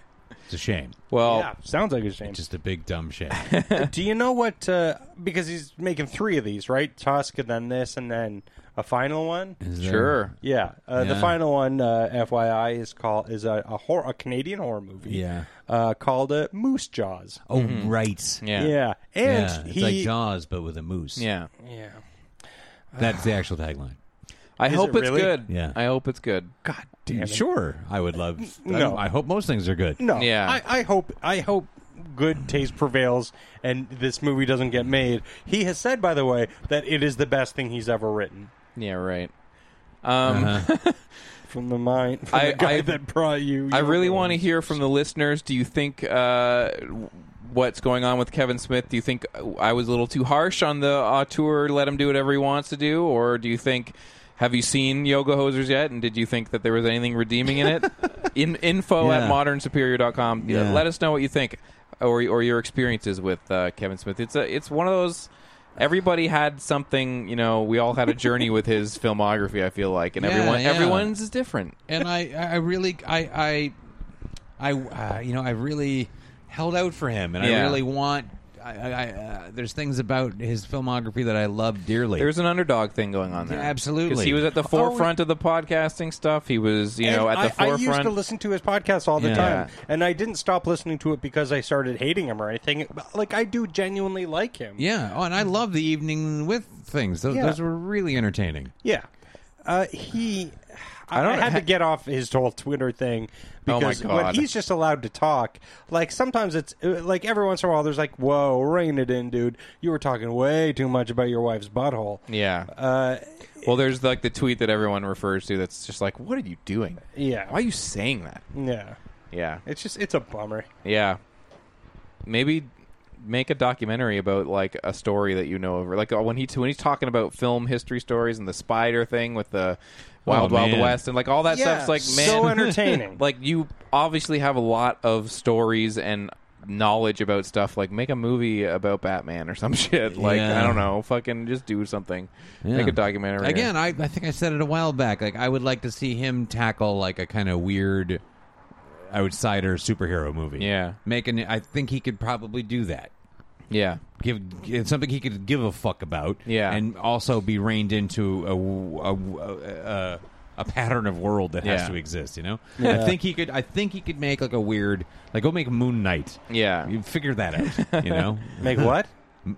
S3: a shame.
S1: Well,
S2: yeah, sounds like a shame.
S3: Just a big dumb shame.
S2: Oh. Do you know what? Uh, because he's making three of these, right? Tusk, and then this, and then a final one.
S3: Is there-
S1: sure.
S2: Yeah, uh, the
S3: Yeah.
S2: final one, uh, FYI, is called is a a, hor- a Canadian horror movie.
S3: Yeah.
S2: uh, called uh, Moose Jaws.
S3: Oh, right.
S1: Yeah.
S2: yeah, and
S3: Yeah, it's
S2: he.
S3: like Jaws, but with a moose.
S1: Yeah.
S2: yeah.
S3: That's the actual tagline.
S1: I
S2: Is
S1: hope
S2: it
S1: it's
S2: really?
S1: good.
S3: Yeah.
S1: I hope it's good.
S2: God damn it.
S3: Sure. I would love.
S2: No.
S3: I, I hope most things are good.
S2: No.
S1: Yeah.
S2: I, I hope. I hope good taste prevails and this movie doesn't get made. He has said, by the way, that it is the best thing he's ever written.
S1: Yeah, right. Um,
S2: From the mind, from
S1: I-
S2: the guy
S1: I-
S2: that brought you.
S1: I really want to hear from the listeners. Do you think uh, what's going on with Kevin Smith? Do you think uh, I was a little too harsh on the auteur, let him do whatever he wants to do? Or do you think. Have you seen Yoga Hosers yet? And did you think that there was anything redeeming in it? In, info
S3: Yeah.
S1: at modernsuperior.com. Yeah.
S3: Yeah.
S1: Let us know what you think or, or your experiences with uh, Kevin Smith. It's a, it's one of those everybody had something. You know, we all had a journey with his filmography. I feel like, and
S3: Yeah,
S1: everyone
S3: yeah.
S1: everyone's is different.
S3: and I, I really, I, I, I, uh, you know, I really held out for him, and I
S1: Yeah.
S3: really want. I, I, I, uh, there's things about his filmography that I love dearly.
S1: There's an underdog thing going on there.
S3: Yeah, absolutely.
S1: Because he was at the
S3: Oh,
S1: forefront of the podcasting stuff. He was, you know,
S2: And
S1: at the
S2: I,
S1: forefront.
S2: I used to listen to his podcast all the
S3: Yeah.
S2: time, and I didn't stop listening to it because I started hating him or anything. Like I do genuinely like him.
S3: yeah, oh,
S1: Mm-hmm.
S3: and I love the evening with things. Those,
S2: Yeah.
S3: those were really entertaining.
S2: Yeah. Uh, he. I,
S1: I don't
S2: I had
S1: ha-
S2: to get off his whole Twitter thing
S1: Oh my
S2: because when
S1: God.
S2: he's just allowed to talk, like sometimes it's uh, like every once in a while there's like, "Whoa, rein it in, dude! You were talking way too much about your wife's butthole."
S1: yeah.
S2: Uh,
S1: well, there's like the tweet that everyone refers to. That's just like, what are you doing?
S2: Yeah.
S1: Why are you saying that?
S2: yeah,
S1: Yeah.
S2: it's just it's
S1: (laughs)
S2: a bummer.
S1: Yeah. Maybe make a documentary about like a story that you know over. Like uh, when he when he's talking about film history stories and the spider thing with the Wild
S5: Oh,
S1: Wild
S5: man.
S1: West and like all that
S2: yeah,
S1: stuff's like man
S2: so entertaining.
S1: (laughs) like you obviously have a lot of stories and knowledge about stuff like make a movie about batman or some (laughs) shit like
S3: Yeah.
S1: i don't know fucking just do something make
S3: Yeah.
S1: a documentary
S3: Again, I, I think I said it a while back. Like I would like to see him tackle like a kind of weird outsider superhero movie.
S1: Yeah.
S3: making. I think he could probably do that.
S1: yeah
S3: Give it's something he could give a fuck about.
S1: Yeah.
S3: and also be reined into a w- a w- a, a, a pattern of world that has
S1: Yeah.
S3: to exist. You know, I think he could. I think he could make like a weird like go make Moon Knight.
S1: yeah
S3: You figure that out.
S1: (laughs)
S3: you know,
S2: Make what?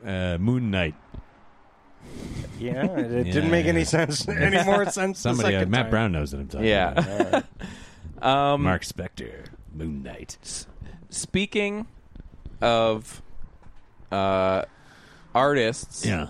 S3: uh, Moon Knight.
S2: Yeah, it
S3: Yeah.
S2: didn't make any sense any more sense. the
S3: Somebody, uh,
S2: second
S3: Matt
S2: time.
S3: Brown knows what I'm talking about.
S1: yeah Um,
S3: Mark Spector, Moon Knight.
S1: speaking of uh artists
S3: Yeah.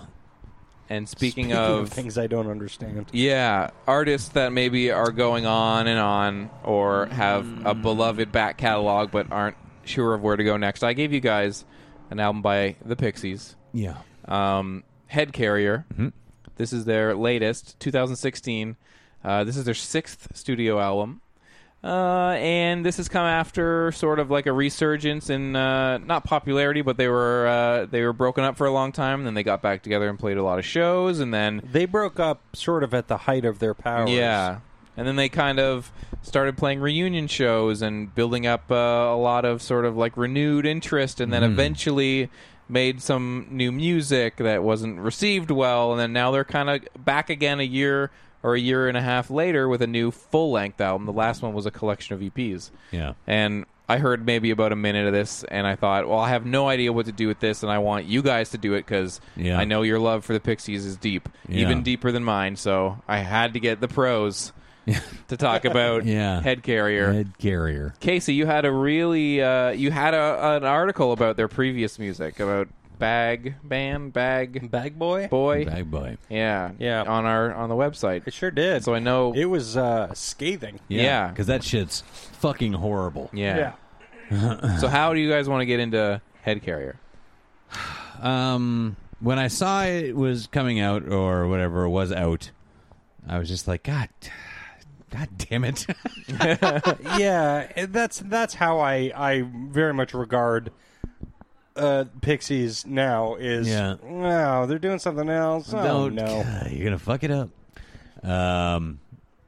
S1: and speaking,
S2: Speaking (laughs) of things I don't understand.
S1: Yeah, artists that maybe are going on and on or have a
S2: Mm.
S1: beloved back catalog but aren't sure of where to go next. I gave you guys an album by the Pixies,
S3: Yeah.
S1: um, Head Carrier. This is their latest, 2016. Uh, this is their sixth studio album. Uh, and this has come after sort of like a resurgence in uh, not popularity, but they were uh, they were broken up for a long time. Then they got back together and played a lot of shows, and then
S2: They broke up sort of at the height of their powers.
S1: yeah. And then they kind of started playing reunion shows and building up uh, a lot of sort of like renewed interest, and then eventually made some new music that wasn't received well. And then now they're kind of back again a year or a year and a half later with a new full length album. The last one was a collection of E EPs.
S3: Yeah.
S1: And I heard maybe about a minute of this, and I thought, well, I have no idea what to do with this, and I want you guys to do it because
S3: Yeah.
S1: I know your love for the Pixies is deep,
S3: Yeah.
S1: even deeper than mine. So I had to get the
S3: (laughs)
S1: pros to talk about
S3: Yeah.
S1: head carrier.
S3: Ed Carrier.
S1: Casey, you had a really uh, you had a, an article about their previous music about bag band bag
S2: Bag boy?
S1: boy
S3: Bag boy.
S1: yeah
S2: Yeah.
S1: on our on the website
S2: It sure did.
S1: So I know-
S2: it was uh, scathing.
S1: Yeah.
S3: Because that shit's fucking horrible.
S1: yeah. so how do you guys want to get into head carrier?
S3: Um, when I saw it was coming out or whatever it was out, I was just like, God, God damn it. (laughs)
S2: Yeah. and that's that's how I I very much regard uh, Pixies now is
S3: Yeah.
S2: wow they're doing something else. Oh
S3: Don't.
S2: no.
S3: You're going to fuck it up. Um,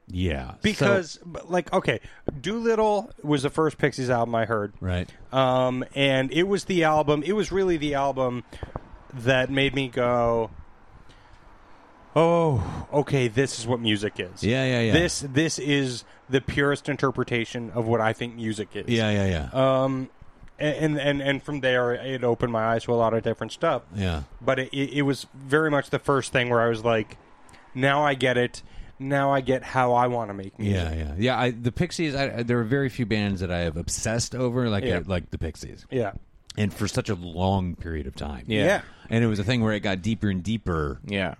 S3: yeah. So-
S2: Because but, like okay, Doolittle was the first Pixies album I heard.
S3: right.
S2: um, and it was the album. It was really the album that made me go, "Oh, okay, this is what music is."
S3: Yeah, yeah, yeah.
S2: This this is the purest interpretation of what I think music is.
S3: Yeah, yeah, yeah.
S1: Uh,
S2: Um, and and and from there, it opened my eyes to a lot of different stuff.
S3: yeah.
S2: But it, it it was very much the first thing where I was like, "Now I get it. Now I get how I want to make music."
S3: Yeah, yeah, yeah. I, the Pixies. I, I- there are very few bands that I have obsessed over like
S2: Yeah.
S3: I- like the Pixies,
S2: Yeah.
S3: and for such a long period of time.
S1: Yeah.
S2: Yeah.
S3: and it was a thing where it got deeper and deeper
S1: Yeah.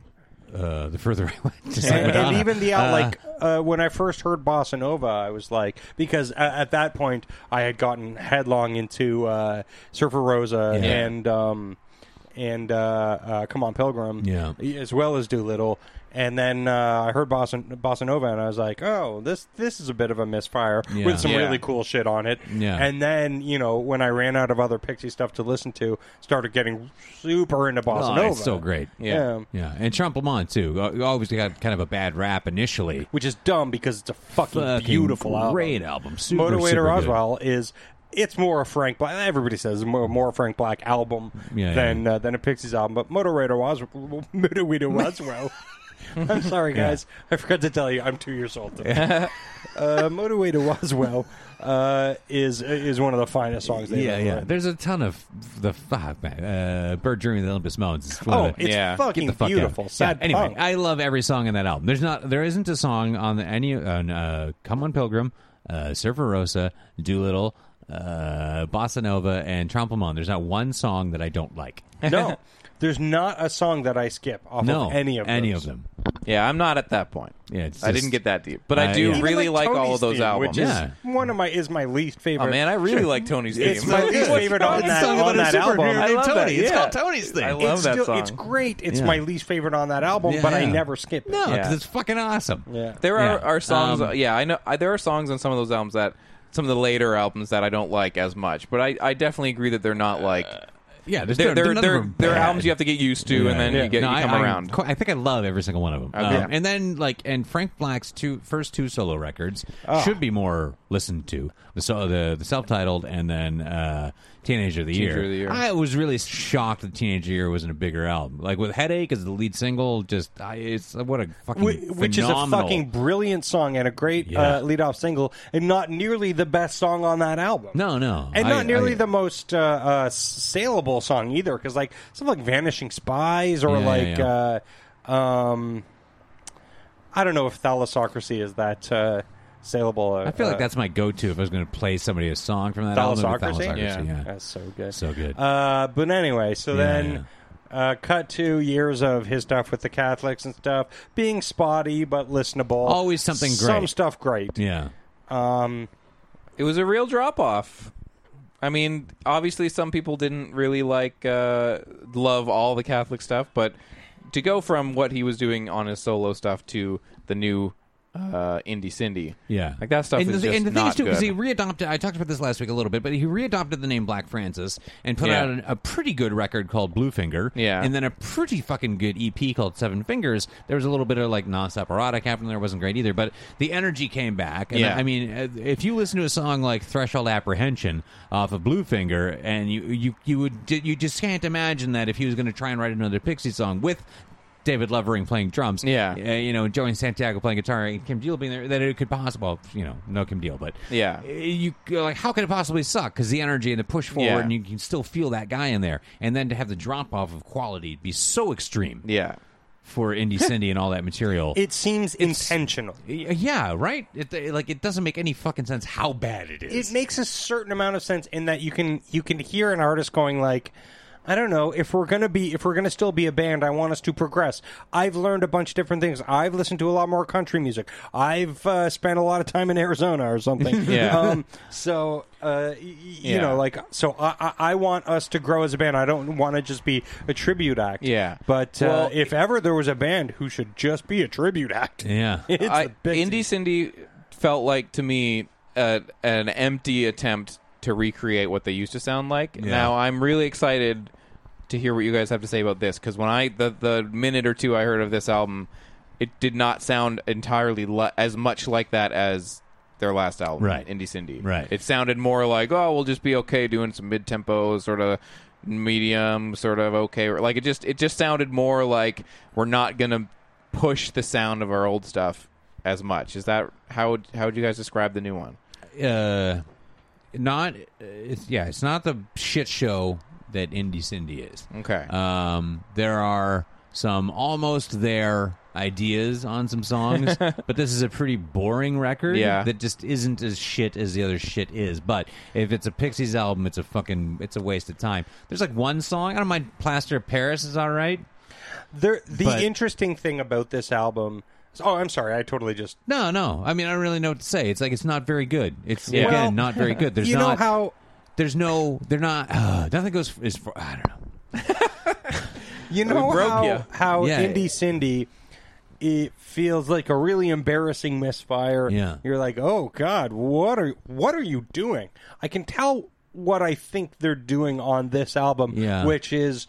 S3: uh, the further (laughs) I went. Just like
S2: and, and
S3: Madonna.
S2: even the out like uh, when I first heard bossa nova, I was like because at, at that point I had gotten headlong into uh, Surfer Rosa
S3: Yeah.
S2: and um, and uh, uh, Come on Pilgrim,
S3: Yeah.
S2: as well as Doolittle, And then uh, I heard Bossa, Bossa Nova, and I was like, "Oh, this this is a bit of a misfire
S3: Yeah.
S2: with some
S1: Yeah.
S2: really cool shit on it."
S3: Yeah.
S2: And then you know, when I ran out of other Pixie stuff to listen to, started getting super into Bossa
S3: Oh,
S2: Nova.
S3: it's so great.
S2: Yeah.
S3: Yeah, and Tromplemont too. Uh, O- Obviously got kind of a bad rap initially.
S2: which is dumb because it's a fucking,
S3: Fucking
S2: beautiful album.
S3: great album. Super,
S2: Motivator
S3: super good.
S2: Roswell is it's more a Frank Black. Everybody says more, more a Frank Black album
S3: Yeah,
S2: than Uh, than a Pixies album, but Motivator Roswell. Motivator
S3: (laughs)
S2: Roswell. I'm sorry, guys. I forgot to tell you, I'm two years
S3: (laughs)
S2: old. Today. uh, Motivator Roswell uh, is is one of the finest songs. They've
S3: Yeah,
S2: ever
S3: yeah.
S2: written.
S3: There's a ton of the fuck, man. Uh, Bird Dreaming of the Olympus Mountains. is full
S2: Oh,
S3: of it.
S2: it's
S1: Yeah.
S2: fucking
S3: Get the fuck out.
S2: beautiful. Sad
S3: Yeah, anyway,
S2: punk.
S3: I love every song in that album. There's not, there isn't a song on the, any on uh, "Come on Pilgrim," uh, "Surfer Rosa," "Doolittle," uh, "Bossa Nova," and "Tromplemon." There's not one song that I don't like. (laughs)
S2: no, there's not a song that I skip off
S3: no,
S2: of any of
S3: any
S2: those.
S3: of them.
S1: Yeah, I'm not at that point.
S3: Yeah, it's
S1: I
S3: just-
S1: didn't get that deep, but I
S3: I-
S1: do
S3: Even
S1: really like, all of
S2: Tony's
S1: those
S2: theme,
S1: albums.
S2: Which is
S3: Yeah.
S2: one of my is my least favorite.
S1: Oh man, I really like Tony's theme.
S2: It's my
S3: (laughs)
S2: least favorite on that,
S3: song
S2: on
S3: about a
S2: that album.
S3: superhero
S1: I
S3: named
S1: love
S3: Tony.
S1: That.
S3: It's
S1: yeah.
S3: called Tony's thing.
S1: I love
S2: it's
S1: that
S2: still,
S1: song.
S2: It's great. It's
S3: Yeah.
S2: my least favorite on that album,
S3: Yeah.
S2: but I never skip it.
S3: No, 'cause
S1: Yeah.
S3: it's fucking awesome.
S2: Yeah.
S1: (laughs) There are,
S3: Yeah.
S1: are songs.
S3: Um,
S1: yeah, I know. I, there are songs on some of those albums that some of the later albums that I don't like as much. But I, I definitely agree that they're not like
S3: Yeah, there's
S1: they're
S3: no-
S1: they're,
S3: Uh, none of
S1: they're,
S3: them
S1: they're
S3: bad.
S1: albums you have to get used to, and then
S3: Yeah.
S1: you get
S3: No,
S1: you
S3: I-
S1: come
S3: I,
S1: around.
S3: qu- I think I love every single one of them.
S1: Okay.
S3: Um, and then like and Frank Black's two first two solo records
S2: Oh.
S3: should be more listened to. The so the, the self titled and then uh, Teenager of the
S1: Teenager
S3: Year.
S1: of the Year.
S3: I was really shocked that Teenager of the Year wasn't a bigger album. Like with Headache as the lead single, just I, it's what a fucking
S2: Wh- Which is a
S3: phenomenal-
S2: fucking brilliant song and a great
S3: Yeah.
S2: uh, lead-off single, and not nearly the best song on that album.
S3: no no
S2: and
S3: I-
S2: not nearly
S3: I-
S2: the most uh, uh, s- saleable song either, because like something like "Vanishing Spies" or
S3: Yeah,
S2: like
S3: yeah,
S2: Uh, um, I don't know if "Thalassocracy" is that uh, saleable. Uh,
S3: I feel
S2: uh,
S3: like that's my go to if I was going to play somebody a song from that album. it'd be
S2: Thalassocracy?
S3: Thalassocracy,
S1: Yeah.
S3: yeah.
S2: that's so good.
S3: so good.
S2: Uh, but anyway, so
S3: Yeah,
S2: then Uh, cut to years of his stuff with the Catholics and stuff being spotty but listenable.
S3: Always something
S2: Some
S3: great.
S2: stuff great.
S3: yeah.
S2: Um,
S1: It was a real drop off. I mean, obviously, some people didn't really like uh, love all the Catholic stuff, but to go from what he was doing on his solo stuff to the new uh, indie Cindy,
S3: Yeah,
S1: like that stuff
S3: And
S1: is
S3: the,
S1: just
S3: and the thing
S1: not
S3: is too
S1: good.
S3: because he readopted. I talked about this last week a little bit, but he readopted the name Black Francis and put
S1: Yeah.
S3: out an, a pretty good record called Bluefinger.
S1: Yeah.
S3: and then a pretty fucking good EP called Seven Fingers. There was a little bit of like nonstop erotic happening there. It wasn't great either, but the energy came back. And
S1: Yeah.
S3: I, I mean, uh, if you listen to a song like Threshold Apprehension off of Bluefinger, and you you you would you just can't imagine that if he was going to try and write another Pixie song with. David Lovering playing drums,
S1: Yeah.
S3: uh, you know, Joey Santiago playing guitar and Kim Deal being there, that it could possibly, well, you know, no Kim Deal, but uh,
S1: Yeah.
S3: you you're like how could it possibly suck? Because the energy and the push forward,
S1: Yeah.
S3: and you can still feel that guy in there, and then to have the drop off of quality be so extreme
S1: yeah, (laughs)
S3: for Indie Cindy and all that material.
S2: it seems intentional.
S3: Y- yeah, right. It, it- like it doesn't make any fucking sense how bad it is.
S2: It makes a certain amount of sense in that you can you can hear an artist going like. I don't know if we're gonna be if we're gonna still be a band. I want us to progress. I've learned a bunch of different things. I've listened to a lot more country music. I've uh, spent a lot of time in Arizona or something.
S1: (laughs) Yeah.
S2: Um, so uh, y- y- you
S1: Yeah.
S2: know, like, so I, I, I want us to grow as a band. I don't want to just be a tribute act.
S1: Yeah.
S2: But uh,
S1: Well,
S2: if ever there was a band who should just be a tribute
S1: (laughs)
S2: act, (laughs)
S3: yeah,
S2: it's
S1: I,
S2: the Pixies.
S1: Indie Cindy felt like to me uh, an empty attempt to recreate what they used to sound like. Now I'm really excited to hear what you guys have to say about this because when I the the minute or two I heard of this album, it did not sound entirely li- as much like that as their last album,
S3: Right.
S1: Indie Cindy.
S3: Right.
S1: It sounded more like oh we'll just be okay doing some mid tempo sort of medium sort of okay or- like it just it just sounded more like we're not gonna push the sound of our old stuff as much. Is that how would, how would you guys describe the new one?
S3: uh, not. uh, It's, yeah, it's not the shit show that Indie Cindy is.
S1: Okay.
S3: Um, there are some almost there ideas on some songs, but this is a pretty boring record
S1: Yeah.
S3: that just isn't as shit as the other shit is. But if it's a Pixies album, it's a fucking it's a waste of time. There's like one song, I don't mind Plaster of Paris is all right.
S2: There, the
S3: But-
S2: interesting thing about this album. Oh, I'm sorry. I totally just.
S3: No, no. I mean, I don't really know what to say. It's like it's not very good. It's
S1: Yeah.
S3: again
S2: Well,
S3: not very good. There's
S2: you know
S3: not
S2: how
S3: there's no they're not (sighs) uh, nothing goes f- is for I don't know.
S2: you know
S1: broke
S2: how
S1: ya.
S2: how
S3: Yeah.
S2: indie Cindy it feels like a really embarrassing misfire.
S3: Yeah.
S2: You're like, "Oh god, what are what are you doing?" I can tell what I think they're doing on this album,
S3: Yeah.
S2: which is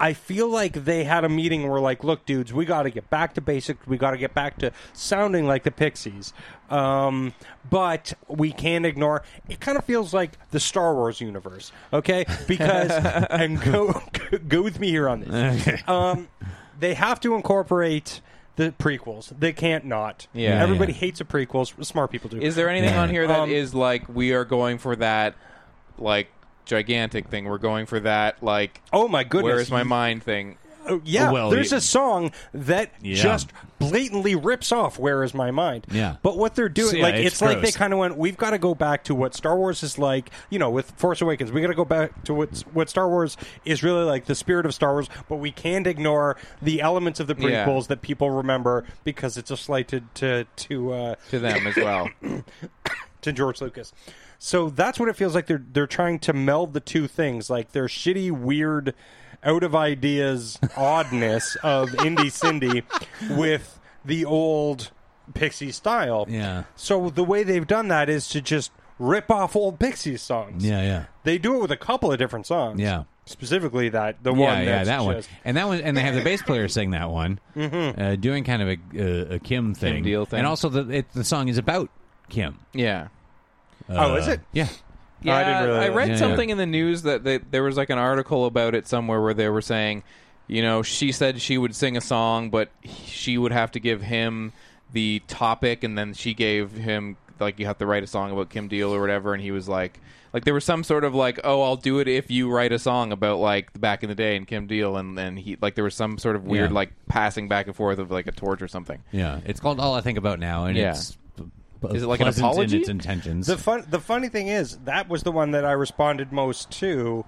S2: I feel like they had a meeting where like, "Look, dudes, we got to get back to basics. We got to get back to sounding like the Pixies." Um, but we can't ignore it kind of feels like the Star Wars universe, okay? Because
S1: (laughs)
S2: and go (laughs) go with me here on this um, they have to incorporate the prequels. They can't not.
S1: Yeah.
S2: Everybody hates the prequels. Smart people do.
S1: Is there anything on here that is
S2: Um,
S1: like we are going for that like gigantic thing? We're going for that like
S2: Oh my goodness!
S1: where is my mind thing?
S2: Oh, yeah,
S3: Well,
S2: there's
S3: you-
S2: a song that
S3: Yeah.
S2: just blatantly rips off "Where Is My Mind."
S3: Yeah.
S2: but what they're doing,
S3: So, yeah,
S2: like
S3: it's
S2: it's, like
S3: gross.
S2: they kind of went, "We've got to go back to what Star Wars is like." You know, with Force Awakens, we got to go back to what what Star Wars is really like, the spirit of Star Wars, but we can't ignore the elements of the
S1: Yeah.
S2: prequels that people remember because it's a slight to to to, uh,
S1: To them as
S2: (coughs)
S1: well.
S2: to George Lucas. So that's what it feels like they're they're trying to meld the two things, like their shitty, weird, out of ideas (laughs) oddness of Indie Cindy with the old Pixie style.
S3: Yeah.
S2: So the way they've done that is to just rip off old Pixie songs.
S3: Yeah, yeah.
S2: They do it with a couple of different songs.
S3: Yeah.
S2: Specifically that the
S3: yeah,
S2: one
S3: yeah,
S2: that's
S3: that one,
S2: just-
S3: and that one, and they have the bass player sing that one, uh, doing kind of a, a, a Kim thing,
S1: Deal thing.
S3: and also the it, the song is about Kim.
S1: Yeah.
S2: Oh, is it?
S3: Yeah,
S1: Yeah,
S2: I didn't realize-
S1: read
S3: Yeah,
S1: something in the news that they, there was like an article about it somewhere where they were saying, you know, she said she would sing a song, but she would have to give him the topic, and then she gave him like you have to write a song about Kim Deal or whatever, and he was like, like there was some sort of like, oh, I'll do it if you write a song about like back in the day and Kim Deal, and then he like there was some sort of weird
S3: Yeah.
S1: like passing back and forth of like a torch or something.
S3: yeah. It's called All I Think About Now, and
S1: Yeah.
S3: it's p- p-
S1: Is it like an
S3: pleasant
S1: apology?
S3: in its intentions?
S2: The fun, the funny thing is that was the one that I responded most to,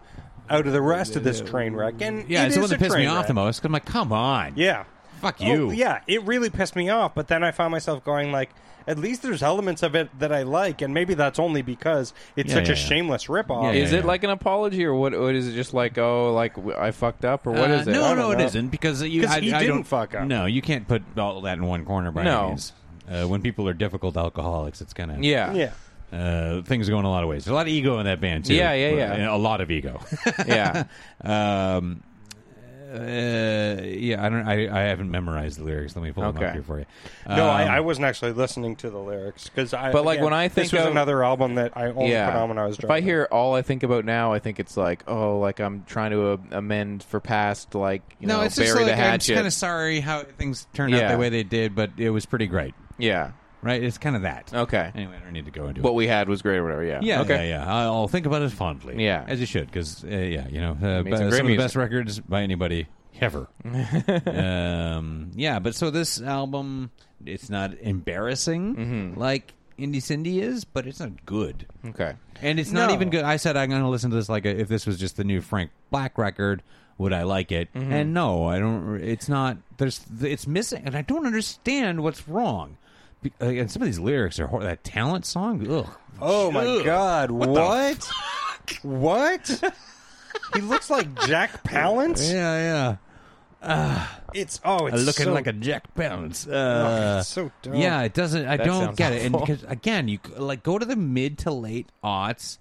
S2: out of the rest of this train wreck. And
S3: yeah,
S2: it
S3: it's the
S2: is
S3: one that
S2: a
S3: pissed me
S2: train
S3: off
S2: wreck.
S3: the most. 'cause I'm like, come on,
S2: Yeah,
S3: fuck
S2: Oh,
S3: you,
S2: yeah, it really pissed me off. But then I found myself going like, at least there's elements of it that I like, and maybe that's only because it's
S3: Yeah,
S2: such
S3: yeah,
S2: a
S3: yeah.
S2: shameless ripoff.
S3: Yeah,
S1: Is it like an apology or what? What is it? Just like oh, like w- I fucked up or what
S3: Uh,
S1: is it?
S3: No,
S2: don't
S3: no, it
S2: know.
S3: isn't because you.
S2: 'Cause
S3: I,
S2: he
S3: I
S2: didn't
S3: don't,
S2: fuck up.
S3: No, you can't put all that in one corner. By any
S1: No.
S3: means. Uh, when people are difficult alcoholics, it's kind of
S1: Yeah,
S2: Yeah.
S3: uh, things go in a lot of ways. There's a lot of ego in that band too.
S1: Yeah, yeah,
S3: But-
S1: yeah.
S3: and A lot of ego. (laughs)
S2: (laughs)
S1: yeah.
S3: um, uh, yeah, I don't. I, I haven't memorized the lyrics. Let me pull them
S1: Okay.
S3: up here for you.
S2: No,
S3: Um,
S2: I, I wasn't actually listening to the lyrics because I.
S1: But, like,
S2: again,
S1: when I think
S2: this was
S1: of-
S2: another album that I only phenomenon I was.
S1: If I
S2: driving.
S1: hear all I think about now, I think it's like, oh, like I'm trying to uh, amend for past, like you
S3: no,
S1: know,
S3: it's
S1: bury
S3: just like,
S1: the
S3: I'm just
S1: hatchet.
S3: kind of sorry how things turned out
S1: Yeah.
S3: the way they did, but it was pretty great,
S1: yeah.
S3: right? It's kind of that.
S1: Okay.
S3: Anyway, I don't need to go into it.
S1: What we had was great, or whatever. Yeah.
S3: Yeah,
S1: Okay.
S3: yeah, yeah. I'll think about it fondly.
S1: Yeah.
S3: as you should, because uh, yeah, you know, uh,
S1: made
S3: but
S1: some great
S3: some, of the
S1: music.
S3: best records by anybody
S1: (laughs)
S3: ever. um, yeah, but so this album, it's not embarrassing
S1: Mm-hmm.
S3: like Indie Cindy is, but it's not good,
S1: Okay.
S3: and it's not
S2: No.
S3: even good. I said I'm going to listen to this like if this was just the new Frank Black record. Would I like it?
S1: Mm-hmm.
S3: And no, I don't. It's not. There's. It's missing, and I don't understand what's wrong. Be- uh, and some of these lyrics are hor- that talent song. Ugh.
S2: Oh my
S3: Ugh.
S2: god! What? What?
S3: (laughs)
S2: he looks like Jack Palance.
S3: Yeah, yeah.
S2: It's oh, it's
S3: looking
S2: so,
S3: like a Jack Palance.
S2: oh,
S3: Uh,
S2: it's so dumb.
S3: yeah, it doesn't. I
S1: That
S3: don't
S1: sounds
S3: get it. And
S1: awful.
S3: because again, you c- like go to the mid to late aughts.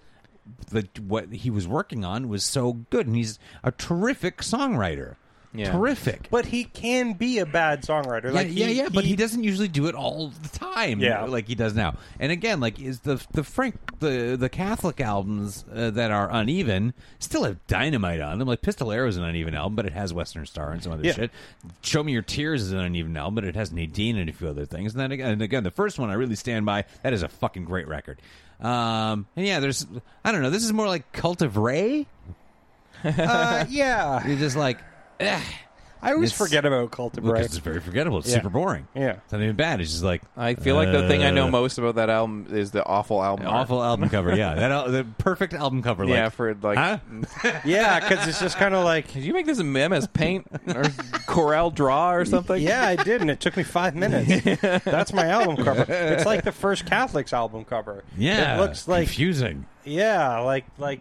S3: The what he was working on was so good, and he's a terrific songwriter.
S1: Yeah.
S3: Terrific.
S2: But he can be a bad songwriter.
S3: yeah,
S2: Like
S3: yeah, yeah, but he doesn't usually do it all the time.
S2: Yeah.
S3: like he does now. And again, like is the the Frank the the Catholic albums uh, that are uneven still have dynamite on them. Like Pistolero is an uneven album, but it has Western Star and some other
S2: Yeah.
S3: shit. Show Me Your Tears is an uneven album, but it has Nadine and a few other things. And then again, and again, the first one I really stand by. That is a fucking great record. Um, and yeah, there's I don't know. This is more like Cult of Ray.
S2: Uh, yeah.
S3: You're just like. eh.
S2: I always
S3: It's-
S2: forget about Cult of
S3: Well, 'cause
S2: Rage.
S3: It's very forgettable. It's
S2: Yeah.
S3: super boring.
S2: Yeah.
S3: It's not even bad. It's just like
S1: I feel like the thing I know
S3: uh,
S1: most about that album is the awful album. art.
S3: Awful album cover, yeah. That al- the perfect album cover, like,
S1: Yeah, for like,
S3: huh?
S2: Yeah, because it's just kind of like,
S1: did you make this in MS
S3: (laughs)
S1: Paint or Corel Draw or something?
S2: yeah, I did, and it took me
S3: (laughs)
S2: five minutes. That's my album cover. It's like the first Catholics album cover.
S3: yeah.
S2: it looks like
S1: (laughs)
S3: confusing.
S2: yeah, like like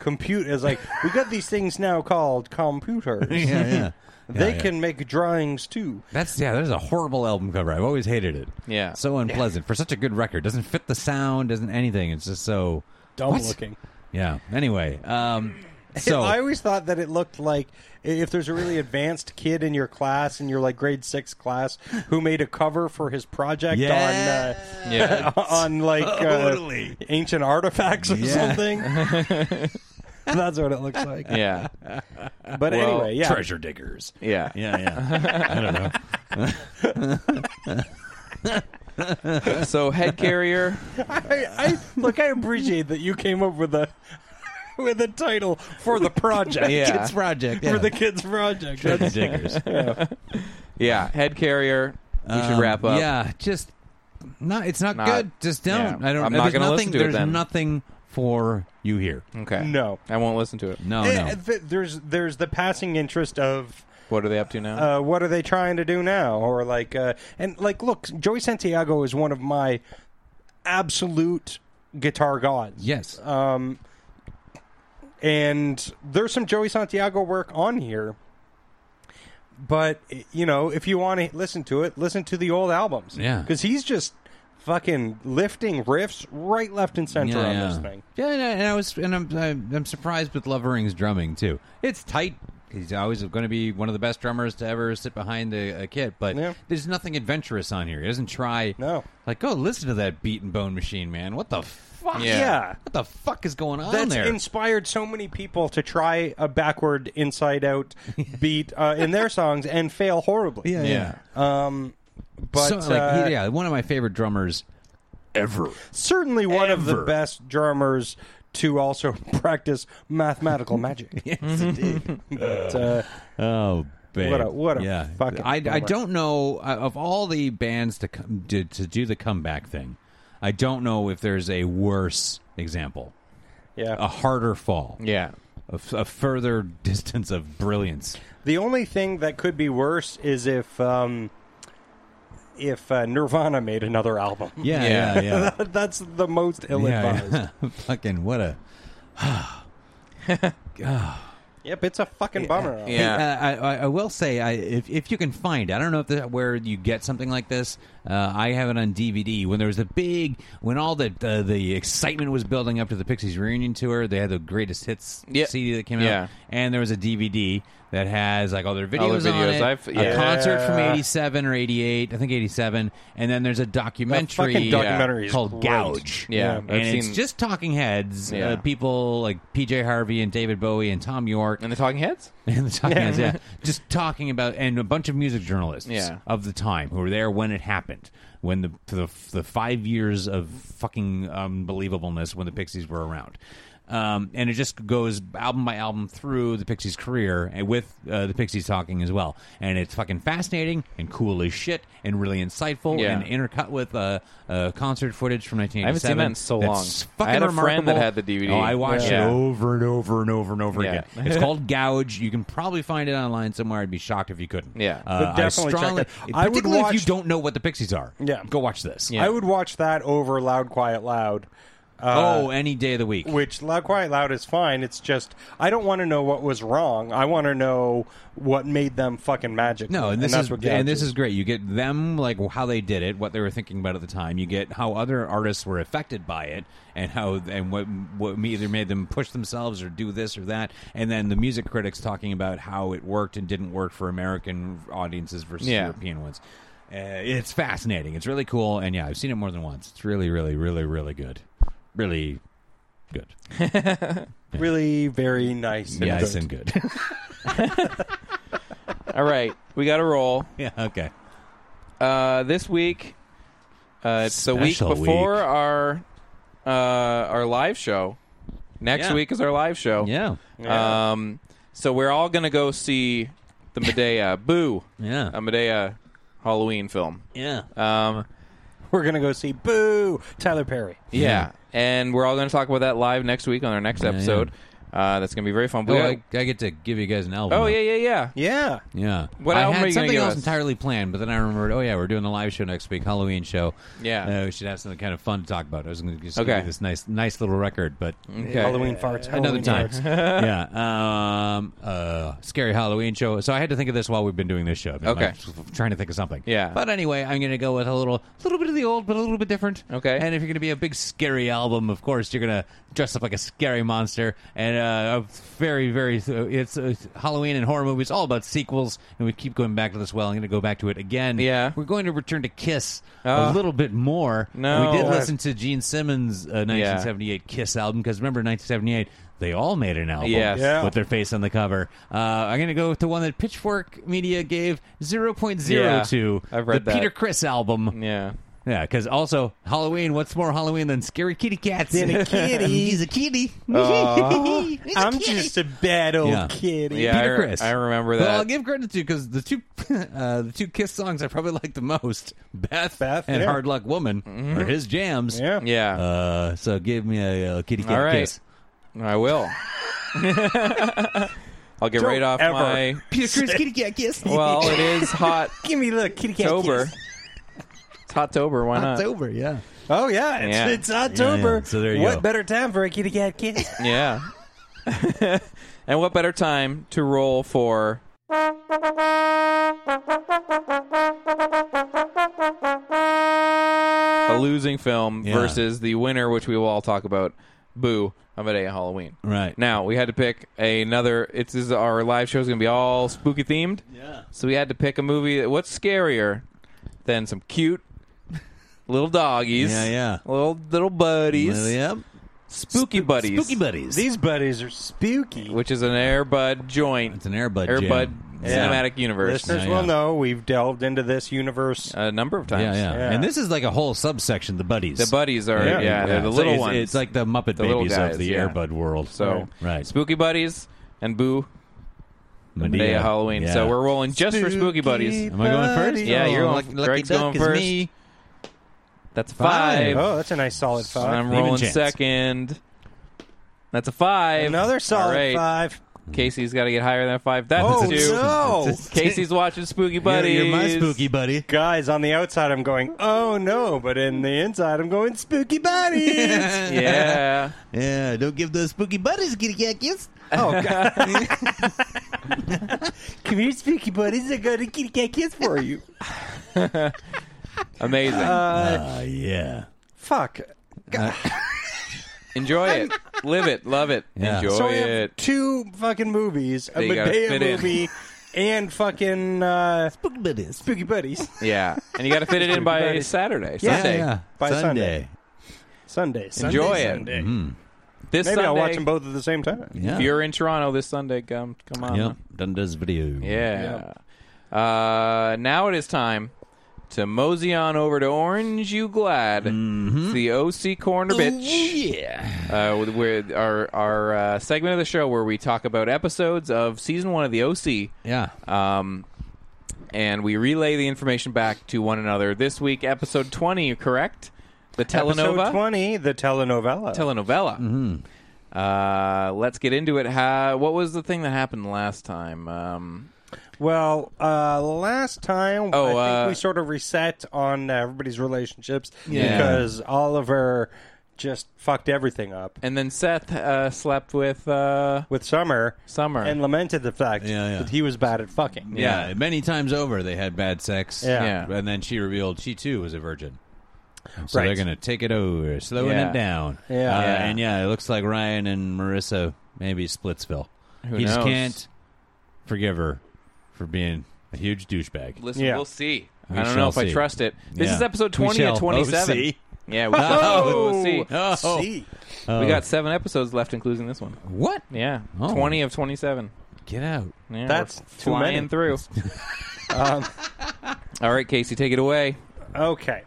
S2: compute is like we got these things now called computers.
S3: Yeah, yeah.
S2: (laughs) they can make drawings too.
S3: That's yeah. That is a horrible album cover. I've always hated it.
S1: Yeah.
S3: so unpleasant for such a good record. Doesn't fit the sound. Doesn't anything. It's just so
S2: Dumb
S3: What?
S2: looking.
S3: Yeah. Anyway,
S2: (laughs)
S3: um, so
S2: I always thought that it looked like i- if there's a really advanced kid in your class, in your like grade six class, who made a cover for his project
S3: Yeah.
S2: on uh,
S1: Yeah.
S2: on
S3: (laughs)
S2: like uh,
S3: Totally.
S2: ancient artifacts or
S3: Yeah. (laughs)
S2: something. That's what it looks like.
S1: yeah,
S2: But
S1: Well,
S2: anyway, yeah, (laughs)
S3: treasure diggers.
S1: yeah,
S3: Yeah, yeah.
S1: (laughs) So head carrier,
S2: I, I look. I appreciate that you came up with a (laughs) with a title for the project.
S1: Yeah.
S3: (laughs) Kids project yeah.
S2: for the kids project.
S3: treasure
S2: That's-
S1: (laughs)
S3: diggers.
S1: yeah, head carrier. We should wrap up.
S3: Um, Yeah, just no. It's not,
S1: Not-
S3: good. Just don't.
S1: yeah.
S3: I don't.
S1: I'm not
S3: there's
S1: gonna
S3: nothing,
S1: listen to it
S3: There's
S1: then.
S3: nothing for you here.
S1: Okay.
S2: No.
S1: I won't listen to it.
S3: No,
S2: Eh,
S3: no.
S2: th- There's there's the passing interest of
S1: What are they up to now?
S2: uh, what are they trying to do now? Or like, uh, and like, look, Joey Santiago is one of my absolute guitar gods.
S3: Yes.
S2: Um, and there's some Joey Santiago work on here, but you know, if you want to listen to it, listen to the old albums.
S3: Yeah.
S2: because he's just fucking lifting riffs right, left, and center on this thing.
S3: Yeah, and I, and I was, and I'm, I'm, I'm surprised with Lovering's drumming too. It's tight. He's always going to be one of the best drummers to ever sit behind a, a kit, but
S2: Yeah.
S3: there's nothing adventurous on here. He doesn't try.
S2: No.
S3: like go listen to that beat and bone machine, man. What the fuck?
S1: Yeah.
S2: Yeah.
S3: What the fuck is going on
S2: That's
S3: there?
S2: inspired so many people to try a backward, inside
S3: (laughs)
S2: out beat uh, in their songs and fail horribly.
S3: yeah, yeah.
S2: Um, but
S3: So, like,
S2: uh,
S3: he- yeah, one of my favorite drummers ever.
S2: certainly one of the
S3: Ever.
S2: best drummers to also (laughs) practice mathematical
S3: (laughs)
S2: magic. yes, indeed. (laughs) but, uh,
S3: Oh, babe.
S2: What a- what a
S3: yeah.
S2: fucking
S3: I, I
S2: bummer.
S3: don't know uh, of all the bands to come to, to do the comeback thing. I don't know if there's a worse example,
S2: yeah.
S3: a harder fall,
S1: yeah.
S3: a, f- a further (laughs) distance of brilliance.
S2: The only thing that could be worse is if um, if uh, Nirvana made another album.
S3: Yeah, yeah, (laughs) yeah.
S2: (laughs) That's the most ill-advised.
S3: (laughs) yeah, yeah. Fucking what a
S2: Yep, it's a fucking bummer.
S1: Yeah.
S3: Hey, uh, I, I, I will say, I, if, if you can find, I don't know if the, where you get something like this. Uh, I have it on DVD. When there was a big, when all the uh, the excitement was building up to the Pixies reunion tour, they had the greatest hits
S1: Yeah.
S3: CD that came
S1: Yeah.
S3: out, and there was a DVD that has like all their videos,
S1: All their
S3: on
S1: videos.
S3: it,
S1: I've- yeah.
S3: a concert from '87 or '88, I think '87, and then there's a documentary,
S2: fucking documentary is
S3: called
S2: great.
S3: Gouge.
S1: Yeah, I've
S3: and it's
S1: seen-
S3: just talking heads,
S1: Yeah.
S3: uh, people like PJ Harvey and David Bowie and Tom York
S1: And the Talking Heads?
S3: (laughs) and the talking heads, yeah. just talking about and a bunch of music journalists
S1: Yeah.
S3: of the time who were there when it happened, when the the, the five years of fucking unbelievableness when the Pixies were around. Um, and it just goes album by album through the Pixies' career and with uh, the Pixies talking as well. And it's fucking fascinating and cool as shit and really insightful
S1: Yeah.
S3: and intercut with uh, uh, concert footage from 1987.
S1: I haven't seen that in so
S3: That's
S1: long.
S3: fucking
S1: I had a
S3: remarkable.
S1: friend that had the DVD.
S3: Oh, I watched
S1: Yeah.
S3: it over and over and over and over
S1: Yeah.
S3: again. It's called Gouge. You can probably find it online somewhere. I'd be shocked if you couldn't.
S1: Yeah.
S3: Uh,
S2: But definitely
S3: I
S2: check
S3: strongly,
S2: it. I would
S3: particularly if
S2: watch-
S3: you don't know what the Pixies are.
S2: Yeah.
S3: go watch this.
S2: I would watch that over Loud, Quiet, Loud. uh,
S3: oh, any day of the week.
S2: Which loud, quiet, loud is fine. It's just I don't want to know what was wrong. I want to know what made them fucking magic.
S3: No, and this
S2: that's
S3: is
S2: what Gouge
S3: and this is great. You get them like how they did it, what they were thinking about at the time. You get how other artists were affected by it, and how and what what either made them push themselves or do this or that. And then the music critics talking about how it worked and didn't work for American audiences versus
S1: Yeah.
S3: European ones. Uh, it's fascinating. It's really cool, and yeah, I've seen it more than once. It's really, really, really, really good. Really good.
S2: really very nice. and
S3: Nice
S2: good.
S3: and good. (laughs)
S1: All right. We got to roll.
S3: yeah. Okay.
S1: Uh, this week, uh, it's the week
S3: Special
S1: before
S3: week.
S1: our uh, our live show. Next
S3: Yeah.
S1: week is our live show.
S3: Yeah.
S1: Um, so we're all going to go see the
S3: (laughs)
S1: Medea Boo.
S3: Yeah.
S1: A Medea Halloween film.
S3: yeah.
S1: Um,
S2: We're gonna go see Boo Tyler Perry.
S1: yeah. And we're all going to talk about that live next week on our next episode. Uh, that's going to be very fun.
S3: Oh,
S1: We got-
S3: I, I get to give you guys an album.
S1: oh yeah, yeah, yeah.
S2: Yeah.
S3: Yeah.
S1: What
S3: I
S1: album
S3: had
S1: are you gonna
S3: something
S1: give
S3: else
S1: us?
S3: entirely planned, but then I remembered, oh, yeah, we're doing the live show next week, Halloween show.
S1: Yeah.
S3: Uh, we should have something kind of fun to talk about. I was going to just give
S1: Okay. Mm-hmm.
S3: you this nice nice little record, but
S2: Halloween farts.
S3: another
S2: Halloween
S3: time.
S1: (laughs)
S2: farts.
S3: yeah. Um, uh, scary Halloween show. So I had to think of this while we've been doing this show. I've been,
S1: Okay.
S3: like, trying to think of something.
S1: Yeah.
S3: But anyway, I'm going to go with a little, little bit of the old, but a little bit different.
S1: Okay.
S3: And if you're going to be a big scary album, of course you're going to dress up like a scary monster. And uh, a very, very, it's uh, Halloween and horror movies all about sequels, and we keep going back to this. Well, I'm going to go back to it again.
S1: Yeah.
S3: We're going to return to Kiss
S1: Oh.
S3: a little bit more.
S1: No.
S3: We did listen to Gene Simmons' uh, 1970. 1978 Kiss album because remember 1978 they all made an album
S1: Yes.
S2: Yeah.
S3: with their face on the cover. Uh, I'm going to go with the one that Pitchfork Media gave 0.02.
S1: Yeah, I've read
S3: the
S1: that. Mm.
S3: Peter Chris album.
S1: Yeah.
S3: Yeah, because also Halloween. What's more Halloween than scary kitty cats?
S2: Than
S3: (laughs)
S2: a kitty.
S3: He's
S1: (laughs)
S3: a kitty. (laughs) He's a
S2: I'm
S3: kitty.
S2: just a bad old
S3: Yeah.
S2: kitty.
S1: Yeah, I
S3: Peter
S1: re-
S3: Chris.
S1: I remember
S3: Well,
S1: that.
S3: I'll give credit to because the two (laughs) uh, the two Kiss songs I probably like the most, Beth,
S2: Beth,
S3: and
S2: yeah. Mm-hmm.
S3: Hard Luck Woman, are his jams.
S2: Yeah.
S1: Yeah.
S3: Uh, so give me a, uh kitty cat
S1: All right.
S3: kiss.
S1: I will. I'll get
S2: Don't
S1: right off
S2: ever. (laughs)
S1: my.
S3: Peter
S1: (laughs)
S3: Chris kitty cat kiss.
S1: Well, it is hot
S2: Give me a little kitty cat
S1: Tober.
S2: kiss.
S1: It's hot Tober. Why not?
S3: over, yeah.
S2: Oh yeah, it's,
S1: Yeah.
S2: it's October.
S3: Yeah, yeah. So there you
S2: what
S3: go.
S2: better time for a kitty cat
S1: (laughs)
S2: kiss?
S1: Yeah. and what better time to roll for? A losing film
S3: Yeah.
S1: versus the winner, which we will all talk about. Boo! I'm a day of Halloween.
S3: Right.
S1: Now we had to pick another. It's this is our live show is going to be all spooky themed. Yeah. So we had to pick a movie. That, what's scarier than some cute little doggies?
S3: Yeah, yeah.
S1: Little little buddies.
S3: Well, yep.
S1: Spooky buddies.
S3: Spooky buddies.
S2: These buddies are spooky.
S1: which is an Airbud joint.
S3: it's an Airbud. jam.
S1: Airbud
S3: Yeah.
S1: cinematic universe.
S2: Listeners
S3: Yeah,
S2: will
S3: yeah.
S2: know we've delved into this universe.
S1: A number of times.
S3: Yeah, yeah,
S2: Yeah.
S3: And this is like a whole subsection, the buddies.
S1: The buddies are yeah,
S2: Yeah.
S1: they're the
S3: So
S1: little
S3: it's,
S1: ones.
S3: It's like the Muppet
S1: The little
S3: Babies
S1: guys,
S3: of the
S1: yeah.
S3: Airbud world.
S1: so
S3: right.
S1: spooky buddies and Boo
S3: Medea.
S1: day of Halloween.
S3: Yeah.
S1: So we're rolling just for spooky buddies.
S3: Am I going first?
S1: Yeah, you're
S3: Oh,
S1: going-
S3: lucky- lucky
S1: Greg's
S3: duck
S1: going
S3: is
S1: first.
S3: me.
S1: That's
S3: Five.
S1: five.
S2: Oh, that's a nice solid
S1: And
S2: five.
S1: I'm
S3: Even
S1: rolling
S3: chance.
S1: second. That's a five.
S2: Another
S1: All
S2: solid
S1: right.
S2: five.
S1: Casey's got to get higher than a five. That's
S2: Oh
S1: a two.
S3: (laughs)
S2: no,
S1: Casey's watching Spooky
S3: You're,
S1: Buddies.
S3: you're my spooky buddy.
S2: guys! On the outside, I'm going, oh no, but in the inside, I'm going
S1: (laughs)
S2: spooky buddies.
S1: (laughs) Yeah.
S3: Yeah, don't give those spooky buddies kitty cat kiss.
S2: oh
S3: (laughs)
S2: god, come here, spooky buddies. I got a kitty cat kiss for you.
S1: Amazing.
S3: Uh, yeah.
S2: Fuck.
S1: Enjoy it. Live it. Love it.
S3: Yeah.
S1: Enjoy
S2: So I
S1: it.
S2: have two fucking movies: a
S1: They gotta
S2: Medea
S1: fit in.
S2: movie and fucking uh,
S3: Spooky buddies.
S2: spooky buddies.
S1: Yeah, and you got to fit it in by Saturday,
S2: Yeah.
S1: Sunday.
S3: Yeah,
S2: By Sunday.
S3: Sunday.
S2: Sunday, Sunday,
S1: Enjoy it.
S2: Sunday.
S1: This
S2: Maybe
S1: Sunday,
S2: I'll watch them both at the same time.
S3: Yeah.
S1: If you're in Toronto this Sunday, come come on.
S3: Yep. Dundas video.
S1: Yeah. Uh, now it is time to mosey on over to Orange. You glad?
S3: Mm-hmm.
S1: It's the OC Corner Bitch.
S3: Yeah.
S1: Uh, with, with our our uh, segment of the show where we talk about episodes of season one of the OC.
S3: Yeah.
S1: Um, and we relay the information back to one another. This week, episode twenty, correct? The Telenova.
S2: Episode twenty, the telenovela.
S1: telenovela.
S3: mm-hmm.
S1: Uh, let's get into it. How, what was the thing that happened last time? Um,
S2: well, uh, last time
S1: Oh,
S2: I think
S1: uh,
S2: we sort of reset on uh, everybody's relationships
S1: Yeah.
S2: because Oliver just fucked everything up
S1: and then Seth uh, slept with uh,
S2: with Summer,
S1: Summer.
S2: and lamented the fact
S3: Yeah, yeah.
S2: that he was bad at fucking.
S3: Yeah. Many times over, they had bad sex.
S2: Yeah.
S1: Yeah.
S3: And then she revealed she too was a virgin. So
S2: Right.
S3: they're gonna take it over, slowing
S1: Yeah.
S3: it down.
S2: Yeah.
S3: Uh,
S1: Yeah.
S3: And yeah, it looks like Ryan and Marissa maybe Splitsville.
S1: Who
S3: he just
S1: knows?
S3: can't forgive her for being a huge douchebag.
S1: listen,
S2: Yeah.
S1: we'll see.
S3: We
S1: I don't know
S3: shall
S1: if I
S3: see.
S1: trust it. This
S3: Yeah.
S1: is episode
S3: We
S1: twenty
S3: shall
S1: of twenty-seven.
S3: see.
S1: Yeah, we, shall- we'll see.
S3: (laughs) Oh,
S2: See,
S1: we got seven episodes left, including this one.
S3: what?
S1: Yeah,
S3: Oh.
S1: twenty of twenty-seven.
S3: Get out!
S1: Yeah, we're
S2: That's too
S1: flying (laughs)
S2: many.
S1: through. Um, All right, Casey, take it away.
S2: okay.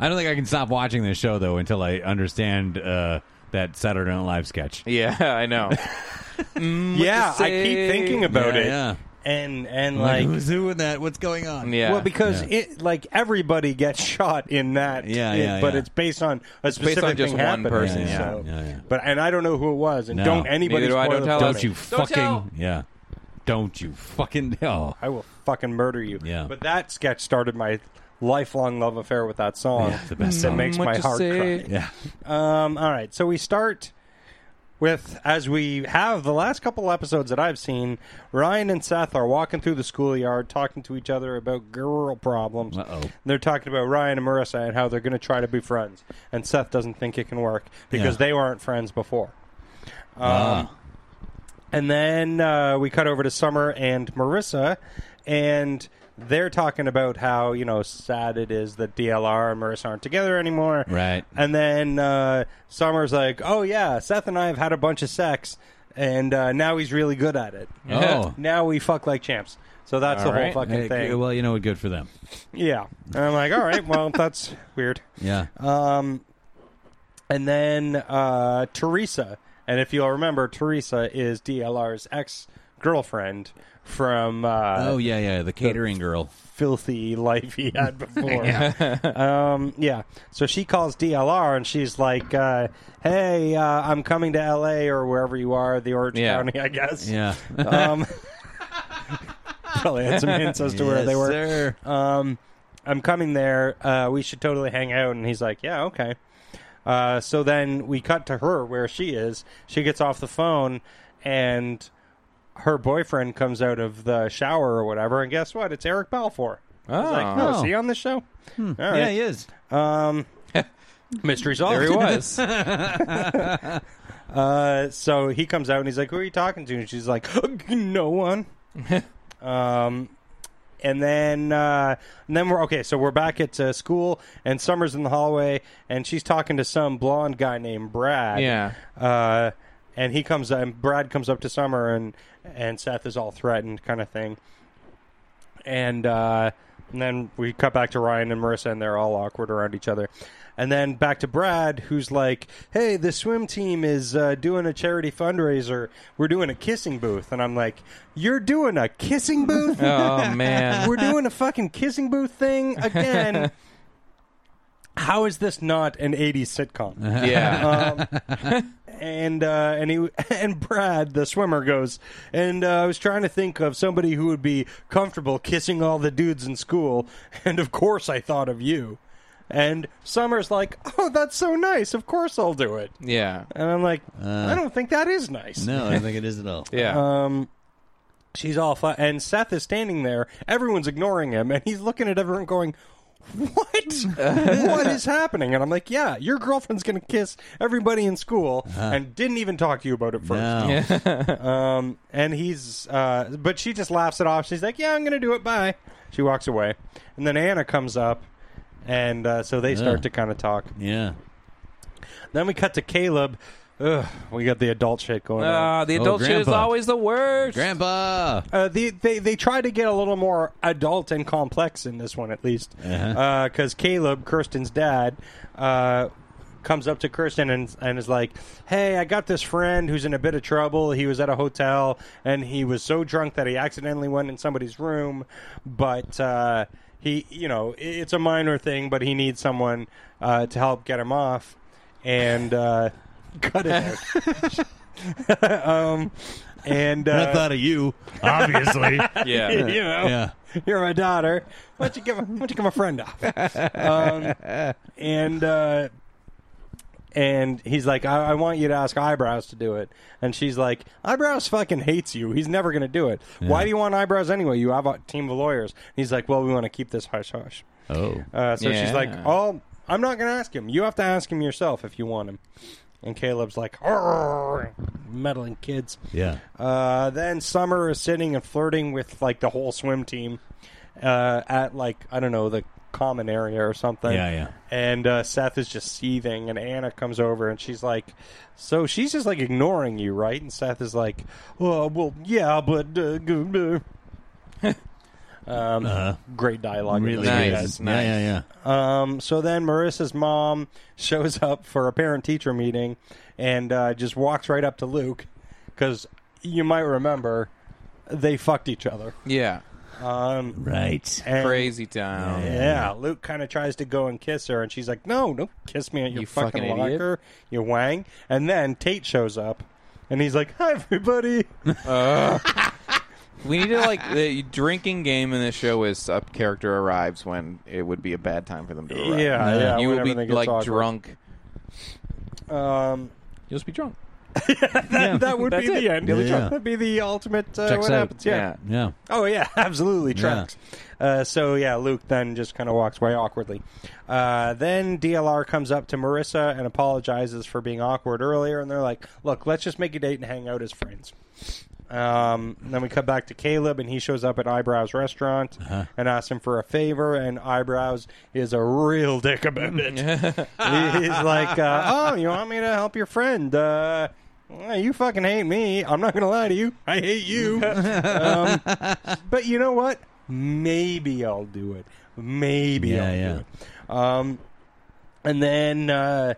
S3: I don't think I can stop watching this show though until I understand uh, that Saturday Night Live sketch.
S1: Yeah, (laughs) I know.
S2: yeah, I
S1: Mm, say?
S2: keep thinking about
S3: Yeah,
S2: it.
S3: yeah.
S2: and and
S6: Like,
S2: like
S6: who's doing that? What's going on?
S1: Yeah.
S2: well because it like everybody gets (laughs) shot in that
S6: Yeah,
S2: it-
S6: yeah,
S2: but
S6: yeah.
S2: it's based on a
S1: on
S2: specific
S1: just
S2: thing
S1: one
S2: happening,
S1: person,
S6: yeah,
S2: so-
S6: yeah, yeah.
S2: but and I don't know who it was and
S6: No.
S2: don't anybody
S1: Neither do I,
S2: spoil
S1: don't
S2: it
S1: tell
S2: for
S1: us.
S2: me.
S6: Don't you fucking
S1: tell.
S6: yeah. Don't you fucking (laughs) hell.
S2: I will fucking murder you
S6: Yeah.
S2: but that sketch started my lifelong love affair with that song
S6: Yeah, it's the best
S2: that
S6: song.
S2: makes
S1: What
S2: my
S1: you
S2: heart
S1: say?
S2: cry
S6: Yeah.
S2: Um, all right, so we start with as we have the last couple episodes that I've seen. Ryan and Seth are walking through the schoolyard, talking to each other about girl problems.
S6: Uh-oh.
S2: They're talking about Ryan and Marissa and how they're going to try to be friends, and Seth doesn't think it can work because
S6: Yeah.
S2: they weren't friends before. Um, And then uh, we cut over to Summer and Marissa, and they're talking about how you know sad it is that DLR and Marissa aren't together anymore.
S6: Right.
S2: And then uh, Summer's like, "Oh yeah, Seth and I have had a bunch of sex, and uh, now he's really good at it. (laughs)
S6: Oh.
S2: Now we fuck like champs." So that's the
S1: right.
S2: whole fucking
S6: Hey,
S2: thing.
S6: Well, you know what? Good for them.
S2: yeah. And I'm like, "All right, well, that's (laughs) weird."
S6: Yeah.
S2: Um, and then uh, Teresa, and if you'll remember, Teresa is DLR's ex girlfriend from uh,
S6: oh yeah, yeah. The catering girl.
S2: filthy life he had before. (laughs) um, yeah. So she calls DLR and she's like, uh, "Hey, uh, I'm coming to L.A. or wherever you are, the Orange
S1: Yeah.
S2: County, I guess."
S6: Yeah.
S2: Um, (laughs) probably had some hints as to where they were.
S6: Sir.
S2: Um, I'm coming there. Uh, we should totally hang out. And he's like, Yeah, okay. Uh, so then we cut to her where she is. She gets off the phone, and her boyfriend comes out of the shower or whatever. And guess what? It's Eric Balfour. I was like,
S6: Oh.
S2: Oh, is he on this show? All
S6: Yeah,
S2: right.
S6: he is.
S2: Um, mystery solved.
S1: (laughs) There he was.
S2: Uh, so he comes out and he's like, "Who are you talking to?" And she's like, "No one." um, and then uh, and then we're okay. So we're back at uh, school, and Summer's in the hallway, and she's talking to some blonde guy named Brad.
S1: Yeah.
S2: Uh, and he comes and Brad comes up to Summer, and and Seth is all threatened, kind of thing. And uh, and then we cut back to Ryan and Marissa, and they're all awkward around each other. And then back to Brad, who's like, "Hey, the swim team is uh, doing a charity fundraiser. We're doing a kissing booth." And I'm like, "You're doing a kissing booth?
S1: Oh man.
S2: (laughs) We're doing a fucking kissing booth thing again." How is this not an '80s sitcom?
S1: Yeah.
S2: um, and uh, and he (laughs) and Brad, the swimmer, goes. And uh, I was trying to think of somebody who would be comfortable kissing all the dudes in school, and of course I thought of you. And Summer's like, "Oh, that's so nice. Of course I'll do it."
S1: Yeah.
S2: And I'm like, "I don't think that is nice."
S6: No, I don't think it is at all.
S1: Yeah.
S2: Um, she's all flat, and Seth is standing there. Everyone's ignoring him, and he's looking at everyone, going, "What? what is happening?" And I'm like, "Yeah, your girlfriend's gonna kiss everybody in school, and didn't even talk to you about it first.
S6: No.
S2: Um, and he's, uh, but she just laughs it off. She's like, "Yeah, I'm gonna do it. Bye." She walks away, and then Anna comes up, and uh, so they start
S6: Yeah.
S2: to kind of talk.
S6: Yeah.
S2: Then we cut to Caleb. Ugh, we got the adult shit going on.
S1: Uh, the
S6: Oh,
S1: adult shit is
S6: grandpa.
S1: always the worst.
S6: Grandpa.
S2: Uh, the, they they try to get a little more adult and complex in this one, at least, because Caleb Kirsten's dad uh, comes up to Kirsten and and is like, "Hey, I got this friend who's in a bit of trouble. He was at a hotel and he was so drunk that he accidentally went in somebody's room, but." Uh, he, you know, i- it's a minor thing, but he needs someone uh, to help get him off, and uh, (laughs) cut it out. (laughs) um, and
S6: I
S2: uh,
S6: thought of you, obviously.
S1: Yeah. (laughs)
S2: (laughs) you know,
S6: yeah.
S2: (laughs) you're my daughter. Why don't you give a, why don't you give my friend off? (laughs) Um, and uh, and he's like, I, I want you to ask eyebrows to do it. And she's like, eyebrows fucking hates you. He's never gonna do it. Why do you want eyebrows anyway? You have a team of lawyers. And he's like, well, we want to keep this hush hush.
S6: Oh.
S2: Uh, so she's like,
S1: Yeah.
S2: oh, I'm not gonna ask him. You have to ask him yourself if you want him. And Caleb's like, "Arr, meddling kids.
S6: Yeah.
S2: Uh, then Summer is sitting and flirting with like the whole swim team uh, at like I don't know the common area or something.
S6: Yeah, yeah.
S2: And uh, Seth is just seething, and Anna comes over and she's like, "So she's just like ignoring you, right?" And Seth is like, "Oh, well, yeah, but." Uh, g- g-" (laughs) um, great dialogue.
S6: Uh-huh. Really
S1: Nice,
S6: good.
S1: nice.
S6: Yeah, yeah, yeah.
S2: Um, so then Marissa's mom (laughs) shows up for a parent teacher meeting and uh, just walks right up to Luke because you might remember they fucked each other.
S1: Yeah.
S2: Um,
S6: Right.
S2: and-
S1: Crazy town.
S2: Oh, Yeah, Luke kind of tries to go and kiss her, and she's like, "No, no, kiss me at your
S1: You
S2: fucking,
S1: fucking idiot."
S2: locker, you wang." And then Tate shows up, and he's like, "Hi, (laughs) everybody."
S1: We need to like the drinking game in this show is a character arrives when it would be a bad time for them to arrive.
S2: Yeah, yeah,
S1: You will
S2: whenever
S1: be
S2: they get
S1: like
S2: awkward.
S1: drunk.
S2: Um,
S1: You'll just be drunk.
S2: that, that would be
S1: That's it.
S2: the end.
S1: Billy
S6: Yeah. Trump.
S2: That'd be the ultimate. Uh,
S6: Checks
S2: what
S6: out.
S2: happens? Yeah.
S6: Yeah.
S2: Oh yeah, (laughs) absolutely tracks. Uh, so yeah, Luke then just kind of walks away awkwardly. Uh, then DLR comes up to Marissa and apologizes for being awkward earlier, and they're like, "Look, let's just make a date and hang out as friends." Um, then we cut back to Caleb, and he shows up at Eyebrows Restaurant and asks him for a favor. And Eyebrows is a real dick about it. He- He's like, uh, "Oh, you want me to help your friend? Uh, well, you fucking hate me. I'm not gonna lie to you. I
S6: (laughs)
S2: hate you." um, but you know what? Maybe I'll do it. Maybe
S6: Yeah,
S2: I'll
S6: yeah.
S2: do it. Um, and then, uh,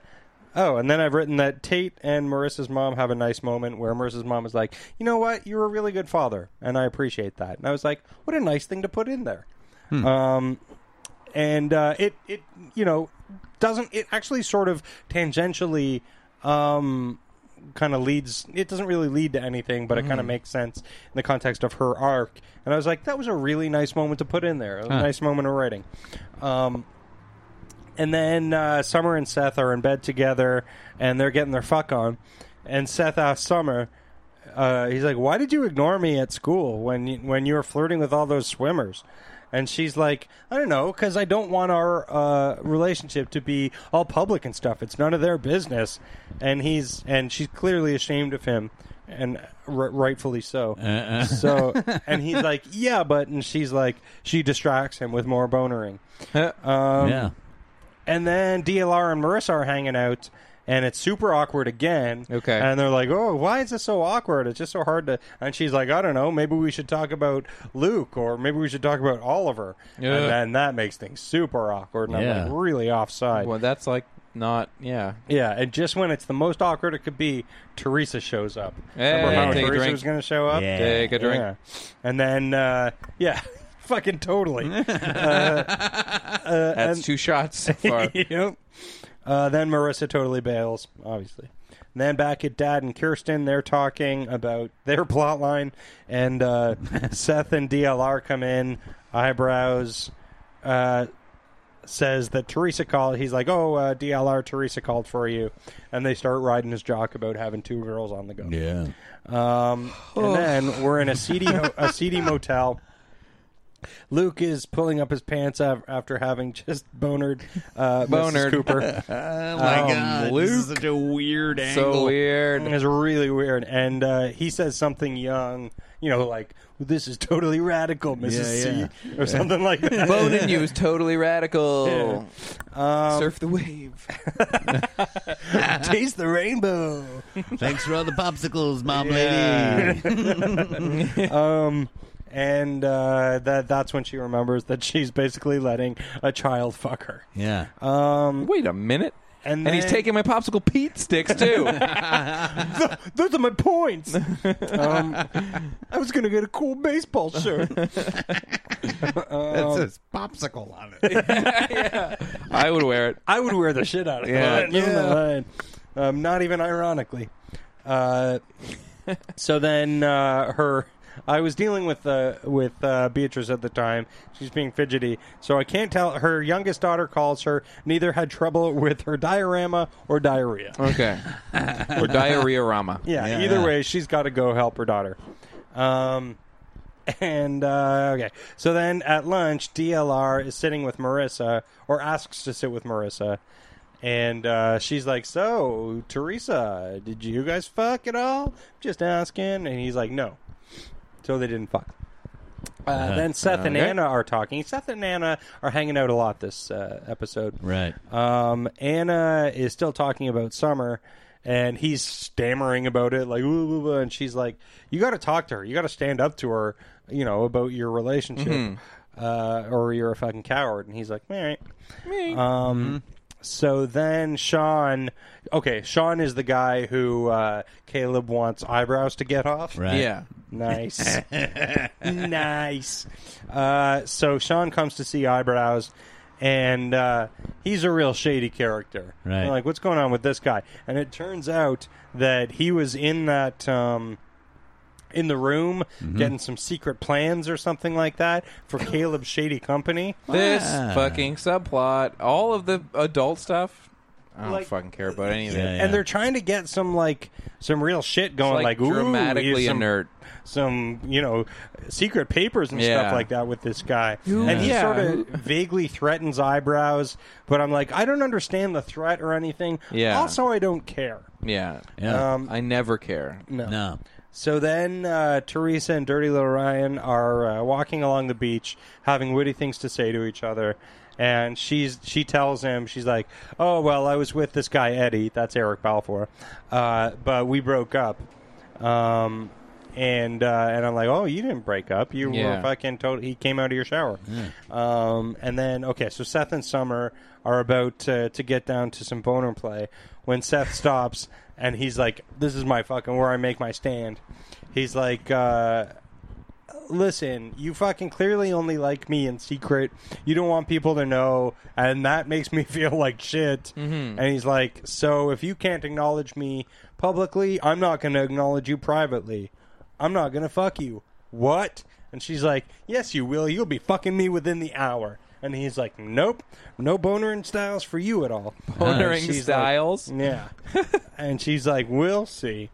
S2: oh, and then I've written that Tate and Marissa's mom have a nice moment where Marissa's mom is like, you know what? You're a really good father, and I appreciate that. And I was like, what a nice thing to put in there.
S6: Hmm.
S2: Um, and uh, it, it, you know, doesn't, it actually sort of tangentially, um, kind of leads it doesn't really lead to anything but it kind of makes sense in the context of her arc and i was like that was a really nice moment to put in there a nice moment of writing um, and then uh, summer and seth are in bed together and they're getting their fuck on and seth asks summer uh, he's like why did you ignore me at school when you, when you were flirting with all those swimmers and she's like, I don't know, because I don't want our uh, relationship to be all public and stuff. It's none of their business. And he's and she's clearly ashamed of him, and r- rightfully so. So and he's like, yeah, but and she's like, she distracts him with more bonering. Um,
S6: yeah.
S2: and then DLR and Marissa are hanging out, and it's super awkward again.
S1: Okay.
S2: And they're like, "Oh, why is this so awkward? It's just so hard to." And she's like, "I don't know. Maybe we should talk about Luke, or maybe we should talk about Oliver."
S1: Yeah.
S2: And then that makes things super awkward, and
S6: Yeah.
S2: I'm like really offside.
S1: Well, that's like not yeah.
S2: Yeah, and just when it's the most awkward it could be, Teresa shows up.
S1: Hey,
S2: Remember how
S1: take a
S2: Teresa
S1: drink.
S2: was going to show up?
S6: Yeah.
S1: Take a drink.
S2: Yeah. And then, uh, yeah, (laughs) fucking totally.
S1: (laughs) That's two shots
S6: (laughs)
S1: so far.
S2: (laughs) yep. Uh, then Marissa totally bails, obviously. And then back at Dad and Kirsten, they're talking about their (laughs) plot line, and uh, Seth and DLR come in. Eyebrows uh, says that Teresa called. He's like, "Oh, uh, DLR, Teresa called for you," and they start riding his jock about having two girls on the go.
S6: Yeah.
S2: Um, and then we're in a seedy ho- a seedy motel. Luke is pulling up his pants af- after having just bonered uh,
S1: Bonered.
S2: Mrs. Cooper.
S6: Oh my
S2: Um,
S6: god. This is such a weird angle.
S1: so
S6: (laughs)
S1: weird.
S2: it's really weird, and uh, he says something young, you know, like "This is totally radical, Mrs.
S6: Yeah,
S2: C," or something like that.
S1: Boning you is totally
S2: (laughs)
S1: radical.
S2: Um,
S1: Surf the wave.
S2: Taste the rainbow.
S6: Thanks for all the popsicles, mom lady. (laughs)
S2: um, and uh, that that's when she remembers that she's basically letting a child fuck her.
S6: Yeah.
S2: Um,
S1: Wait a minute.
S2: and
S1: And he's
S2: then-
S1: taking my popsicle Pete
S6: (laughs)
S1: sticks too.
S2: Those are my points. um, I was gonna get a cool baseball shirt.
S6: That says popsicle on it.
S1: I would wear it.
S2: I would wear the shit out of
S1: Yeah.
S2: that. Um, not even ironically. Uh, so then uh, her. I was dealing with uh, with uh, Beatrice at the time. She's being fidgety, so I can't tell. Her youngest daughter calls her. Neither had trouble with her diorama or diarrhea.
S1: Okay.
S6: (laughs)
S1: or diarrhea rama.
S2: Yeah,
S6: Yeah.
S2: either way, she's got to go help her daughter. Um, and uh, okay, so then at lunch, DLR is sitting with Marissa, or asks to sit with Marissa, and uh, she's like, "So, Teresa, did you guys fuck at all?" Just asking, and he's like, "No." So they didn't fuck. Uh,
S6: Uh-huh.
S2: then Seth and
S1: Okay.
S2: Anna are talking. Seth and Anna are hanging out a lot this uh, episode.
S6: Right.
S2: Um, Anna is still talking about Summer, and he's stammering about it, like, "Ooh, ooh, ooh," and she's like, "You got to talk to her. You got to stand up to her, you know, about your relationship, uh, or you're a fucking coward." And he's like, "All right." Um, So then Sean, okay, Sean is the guy who uh, Caleb wants eyebrows to get off.
S6: Right.
S1: Yeah.
S2: Nice. nice. Uh, so Sean comes to see Eyebrows, and uh, he's a real shady character.
S6: Right.
S2: They're like, what's going on with this guy? And it turns out that he was in that. Um, in the room, getting some secret plans or something like that for Caleb's shady company.
S1: This
S6: Ah.
S1: fucking subplot, all of the adult stuff. I don't
S2: Like-
S1: fucking care about any of that.
S6: Yeah.
S2: And they're trying to get some like some real shit going,
S1: It's, like,
S2: ooh,
S1: dramatically
S2: here's some,
S1: inert.
S2: some you know secret papers and
S1: Yeah.
S2: stuff like that with this guy, and he
S1: Yeah.
S2: sort of vaguely threatens eyebrows. But I'm like, I don't understand the threat or anything.
S1: Yeah.
S2: Also, I don't care.
S1: Yeah.
S6: Yeah.
S2: Um,
S1: I never care.
S2: no.
S6: no.
S2: So then uh, Teresa and Dirty Little Ryan are uh, walking along the beach, having witty things to say to each other. And she's she tells him she's like, "Oh well, I was with this guy Eddie. That's Eric Balfour, uh, but we broke up." Um, and uh, and I'm like, "Oh, you didn't break up. You
S1: Yeah.
S2: were fucking told he came out of your shower." Um, and then okay, so Seth and Summer are about uh, to get down to some boner play when Seth stops and he's like, "This is my fucking where I make my stand." He's like, uh, "Listen, you fucking clearly only like me in secret. You don't want people to know, and that makes me (laughs) feel like shit."
S1: Mm-hmm.
S2: And he's like, "So if you can't acknowledge me publicly, I'm not going to acknowledge you privately. I'm not going to fuck you." What? And she's like, "Yes, you will. You'll be fucking me within the hour." And he's like, "Nope, no bonering styles for you at all."
S1: Bonering
S2: And she's like-
S1: styles.
S2: yeah.
S1: (laughs)
S2: and she's like, we'll see.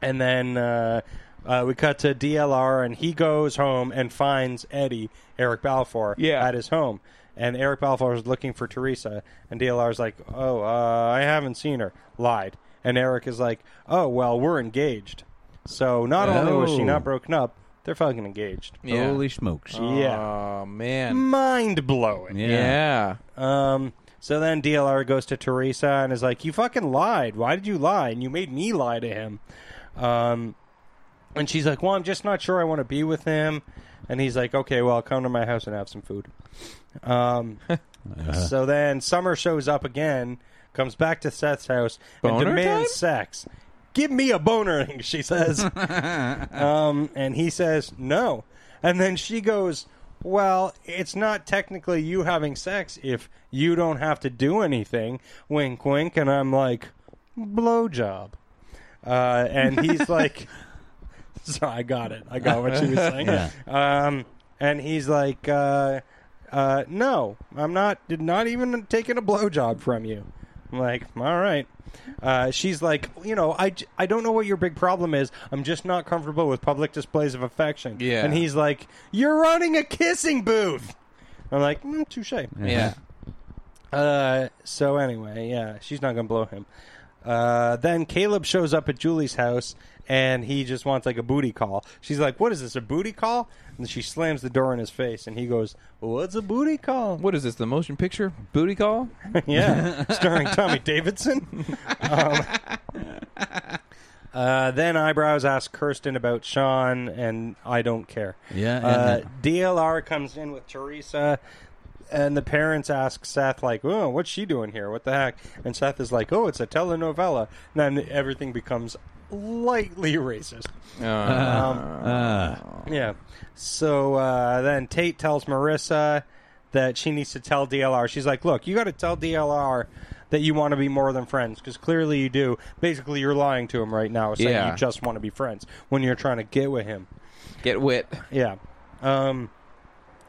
S2: And then uh, uh, we cut to DLR, and he goes home and finds Eddie, Eric Balfour,
S1: Yeah.
S2: at his home. And Eric Balfour is looking for Teresa, and DLR's like, oh, uh, I haven't seen her. Lied. And Eric is like, oh, well, we're engaged. So not only was she
S6: Oh.
S2: not broken up, they're fucking engaged. Uh,
S1: Yeah.
S6: Holy smokes.
S2: Yeah. Mm.
S1: Oh man.
S2: Mind blowing.
S1: Yeah.
S2: Um, so then DLR goes to Teresa and is like, "You fucking lied. Why did you lie? And you made me lie to him." Um, and she's like, "Well, I'm just not sure I want to be with him." And he's like, "Okay, well, come to my house and have some food." Um,
S1: Uh-huh.
S2: So then Summer shows up again, comes back to Seth's house,
S1: Boner
S2: and demands
S1: time?
S2: sex. Give me a bonering, (laughs) she says.
S1: (laughs)
S2: um, and he says no. And then she goes, Well, it's not technically you having sex if you don't have to do anything. Wink, wink. And I'm like, Blowjob. Uh, and he's like, So I got it. I got what she was saying. Um, and he's like, uh, uh, No, I'm not, did not even taking a blowjob from you. I'm like, all right. Uh, she's like, you know, I, j- I don't know what your big problem is. I'm just not comfortable with public displays of affection.
S1: Yeah.
S2: And he's like, you're running a kissing booth. I'm like, mm, touche.
S1: Yeah.
S2: Uh, so anyway, yeah, she's not gonna blow him. Uh, then Caleb shows up at Julie's house and he just wants like a booty call. She's like, "What is this? A booty call?" And she slams the door in his face, and he goes, "What's a booty call?"
S1: What is this? The motion picture booty call?
S2: (laughs) yeah, starring Tommy Davidson. Um, uh, then eyebrows ask Kirsten about Sean, and I don't care.
S6: Yeah, and
S2: Uh,
S6: that-
S2: DLR comes in with Teresa, and the parents ask Seth, like, "Oh, what's she doing here? What the heck?" And Seth is like, "Oh, it's a telenovela." And then everything becomes lightly racist. Yeah. So uh, then Tate tells Marissa that she needs to tell DLR. She's like, look, you got to tell DLR that you want to be more than friends because clearly you do. Basically, you're lying to him right now, saying
S1: Yeah.
S2: you just want to be friends when you're trying to get with him.
S1: Get wit.
S2: Yeah. Um,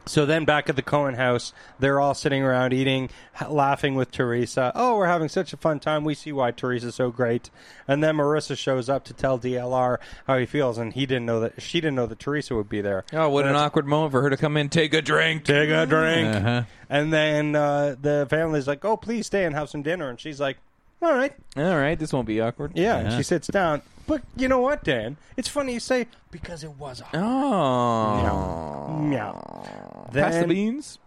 S2: so then back at the Cohen house, they're all sitting around eating, ha- laughing with Teresa. Oh, we're having such a fun time. We see why Teresa's so great. And then Marissa shows up to tell DLR how he feels, and he didn't know that she didn't know that Teresa would be there.
S1: Oh, what an awkward moment for her to come in, take a drink.
S2: Take a drink.
S1: Uh-huh.
S2: And then uh, the family's like, oh, please stay and have some dinner. And she's like, all right.
S1: All right, this won't be awkward.
S2: Yeah. And she sits down. But you know what, Dan? It's funny you say, because it was a.
S1: Oh.
S2: Meow.
S1: Pass the
S2: Then-
S1: beans?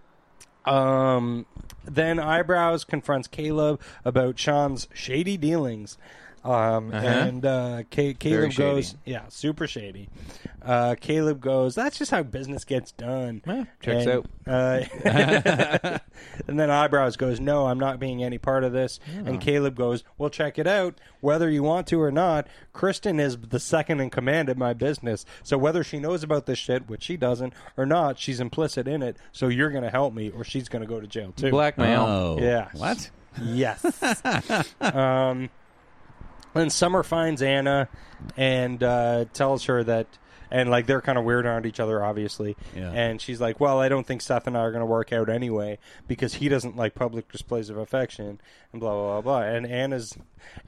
S2: Um, then Eyebrows confronts Caleb about Sean's shady dealings. Um, And uh, Ca
S1: Uh-huh. Very
S2: Caleb
S1: shady.
S2: goes, yeah, super shady. Uh, Caleb goes, that's just how business gets done.
S1: checks
S2: and,
S1: (laughs)
S2: Uh, (laughs) and then Eyebrows goes, no, I'm not being any part of this. And Caleb goes, well, check it out. Whether you want to or not, Kristen is the second in command at my business. So whether she knows about this shit, which she doesn't, or not, she's implicit in it. So you're going to help me or she's going to go to jail too.
S1: Blackmail.
S6: Oh,
S2: Yeah.
S6: What?
S2: Yes. (laughs) um, and Summer finds Anna and uh, tells her that, and like they're kind of weird around each other, obviously.
S6: Yeah.
S2: And she's like, "Well, I don't think Seth and I are going to work out anyway because he doesn't like public displays of affection and blah blah blah blah." And Anna's,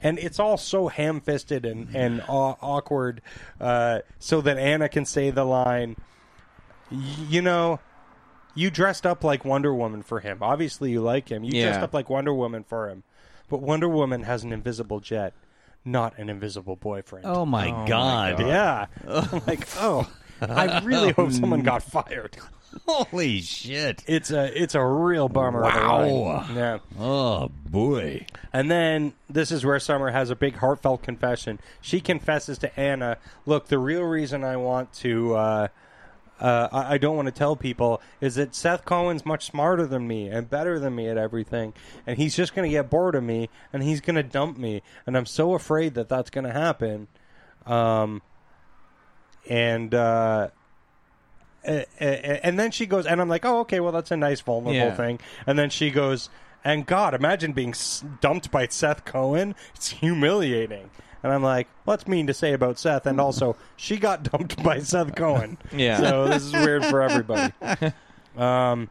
S2: and it's all so ham-fisted and and aw- awkward, uh, so that Anna can say the line, "Y- "You know." You dressed up like Wonder Woman for him. Obviously, you like him. You
S1: Yeah.
S2: dressed up like Wonder Woman for him. But Wonder Woman has an invisible jet, not an invisible boyfriend.
S6: Oh my god.
S2: yeah. (laughs) I'm like, oh, I really
S6: Oh.
S2: hope someone got fired.
S6: (laughs) Holy shit.
S2: It's a it's a real bummer. of a
S6: Wow.
S2: line. Yeah.
S6: Oh boy.
S2: And then this is where Summer has a big heartfelt confession. She confesses to Anna, "Look, the real reason I want to." Uh, uh, I, I don't want to tell people is that Seth Cohen's much smarter than me and better than me at everything, and he's just going to get bored of me and he's going to dump me, and I'm so afraid that that's going to happen. Um, and uh, a- a- and then she goes, and I'm like, oh, okay, well, that's a nice vulnerable
S1: Yeah.
S2: thing. And then she goes, and God, imagine being s- dumped by Seth Cohen. It's humiliating. And I'm like, well, that's mean to say about Seth. And also, she got (laughs) dumped by Seth Cohen.
S1: Yeah.
S2: So this is weird for everybody. Um,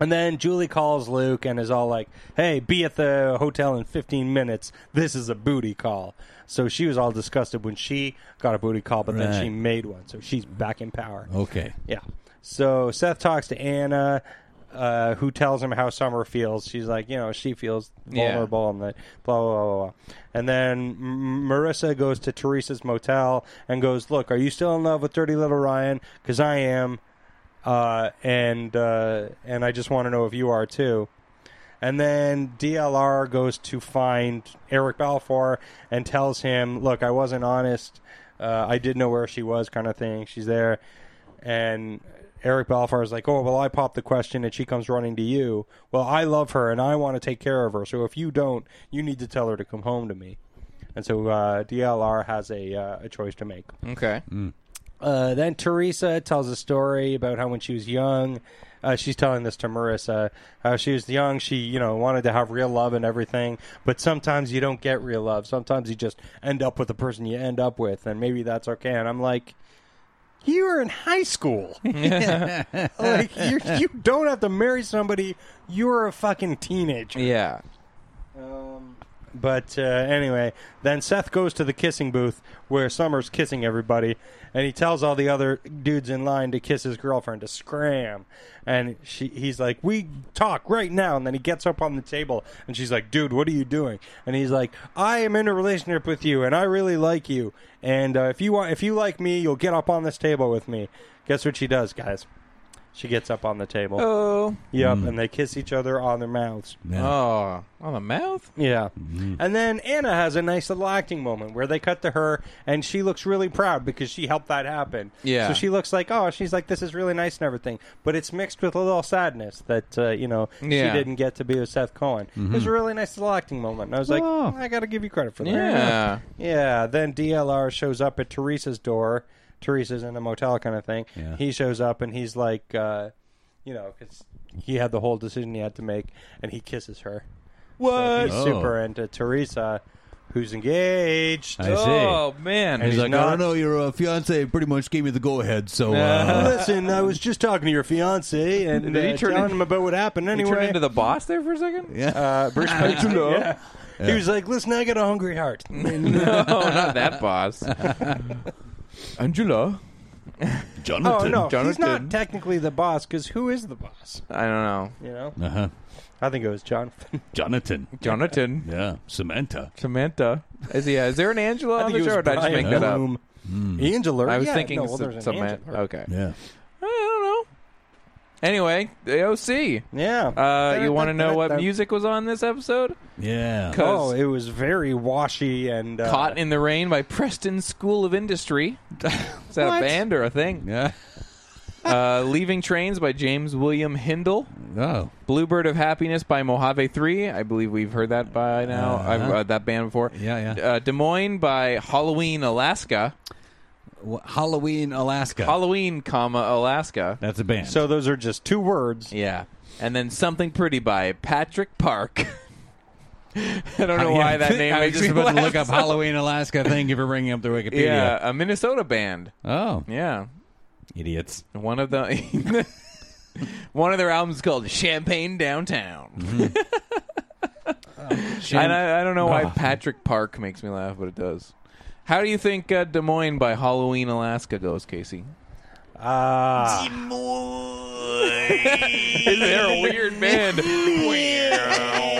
S2: and then Julie calls Luke and is all like, "Hey, be at the hotel in 15 minutes. This is a booty call." So she was all disgusted when she got a booty call, but then
S6: Right.
S2: she made one. So she's back in power.
S3: Oh,
S6: Okay.
S2: Yeah. So Seth talks to Anna, uh, who tells him how Summer feels. She's like, you know, she feels
S1: Yeah.
S2: vulnerable and that blah, blah, blah, blah, blah. And then M- Marissa goes to Teresa's motel and goes, look, are you still in love with Dirty Little Ryan? Because I am. Uh, and, uh, and I just want to know if you are too. And then DLR goes to find Eric Balfour and tells him, "Look, I wasn't honest. Uh, I did know where she was, kind of thing. She's there." And Eric Balfour is like, "Oh, well, I popped the question, and she comes running to you. Well, I love her, and I want to take care of her. So if you don't, you need to tell her to come home to me." And so uh, DLR has a uh, a choice to make.
S1: Okay.
S2: Uh, then Teresa tells a story about how when she was young, uh, she's telling this to Marissa. How she was young, she you know wanted to have real love and everything, but sometimes you don't get real love. Sometimes you just end up with the person you end up with, and maybe that's okay. And I'm like, you are in high school. (laughs) like you you don't have to marry somebody. You're a fucking teenager.
S1: Yeah.
S2: But uh, anyway, then Seth goes to the kissing booth where Summer's kissing everybody, and he tells all the other dudes in line to kiss his girlfriend to scram. And she, he's like, "We talk right now." And then he gets up on the table, and she's like, "Dude, what are you doing?" And he's like, "I am in a relationship with you, and I really like you. And uh, if you want, if you like me, you'll get up on this table with me." Guess what she does, guys? She gets up on the table.
S1: Oh.
S2: Yep, and they kiss each other on their mouths.
S1: Oh. On the mouth?
S2: Yeah.
S1: Mm-hmm.
S2: And then Anna has a nice little acting moment where they cut to her and she looks really proud because she helped that happen.
S1: Yeah.
S2: So she looks like, oh, she's like, this is really nice and everything. But it's mixed with a little sadness that, uh, you know,
S1: Yeah. Mm-hmm.
S2: she didn't get to be with Seth Cohen. It was a really nice little acting moment. And I was like, I got to give you credit for that.
S1: Oh. Yeah.
S2: Yeah, then DLR shows up at Teresa's door. Teresa's in a motel kind of thing. He shows up and he's like, uh, you know, 'cause he had the whole decision he had to make, and he kisses her. What? he's
S6: Oh.
S2: super into Teresa, who's engaged.
S6: I see.
S1: Oh man.
S2: he's not-
S3: your uh, fiance pretty much gave me the go ahead, so
S6: uh,
S2: Uh, Listen, I was just talking to your fiance and
S1: Did he
S2: uh,
S1: turn
S2: telling
S1: in-
S2: him about what happened.
S1: Did he
S2: Anyway,
S1: turn into the boss there for a second? Yeah. (laughs)
S2: uh, Bruce Pritchard, yeah. He was like, "Listen, I got a hungry heart."
S1: no, not that boss. Angela.
S2: oh no, he's
S1: Jonathan.
S2: not technically the boss because who is the boss?
S1: I don't know.
S2: You know,
S6: Uh huh.
S2: I think it was Jonathan.
S6: Jonathan.
S1: Jonathan.
S6: Yeah. Samantha.
S1: Samantha. Is he? uh, Is there an Angela
S2: I
S1: on
S2: think
S1: the
S2: it
S1: show?
S2: was
S1: Or did I just
S2: Brian
S1: make that up?
S2: Bloom. Angela.
S1: I was
S2: yeah,
S1: thinking
S2: no, well,
S1: some-
S2: there's an
S1: Samantha.
S2: Angela.
S1: Okay.
S6: Yeah.
S1: I don't know. Anyway, the OC.
S2: Yeah.
S1: Uh, you want to know what
S2: That-
S1: music was on this episode?
S3: Yeah.
S2: Oh,
S1: 'Cause
S2: it was very washy and uh,
S1: Caught in the Rain by Preston School of
S2: (laughs)
S1: Industry. Is that a band or a thing?
S3: Yeah.
S1: Uh, Leaving Trains by James William Hindle.
S3: Oh.
S1: Bluebird of Happiness by Mojave 3. I believe we've heard that by now.
S2: Uh-huh.
S1: I've heard that band before.
S3: Yeah, yeah.
S1: Uh, Des Moines by Halloween, Alaska.
S3: Wh- Halloween, Alaska.
S1: Halloween, comma, Alaska.
S3: That's a band.
S2: So those are just two words.
S1: Yeah. And then Something Pretty by Patrick Park. (laughs) I don't know
S3: Yeah, (laughs)
S1: why that name
S3: I was
S1: makes
S3: just
S1: me
S3: about to
S1: laugh (laughs)
S3: look up
S1: so-
S3: Halloween, Alaska. Thank you for bringing up the Wikipedia.
S1: Yeah, a Minnesota band.
S3: Oh,
S1: Yeah.
S3: idiots.
S1: One of the (laughs) one of their albums is called Champagne Downtown.
S3: Mm-hmm.
S1: and
S3: (laughs)
S1: I, I don't know why
S3: Ah.
S1: Patrick Park makes me laugh, but it does. How do you think uh, Des Moines by Halloween, Alaska goes, Casey?
S2: Ah,
S1: (laughs) Is there a weird band? (laughs)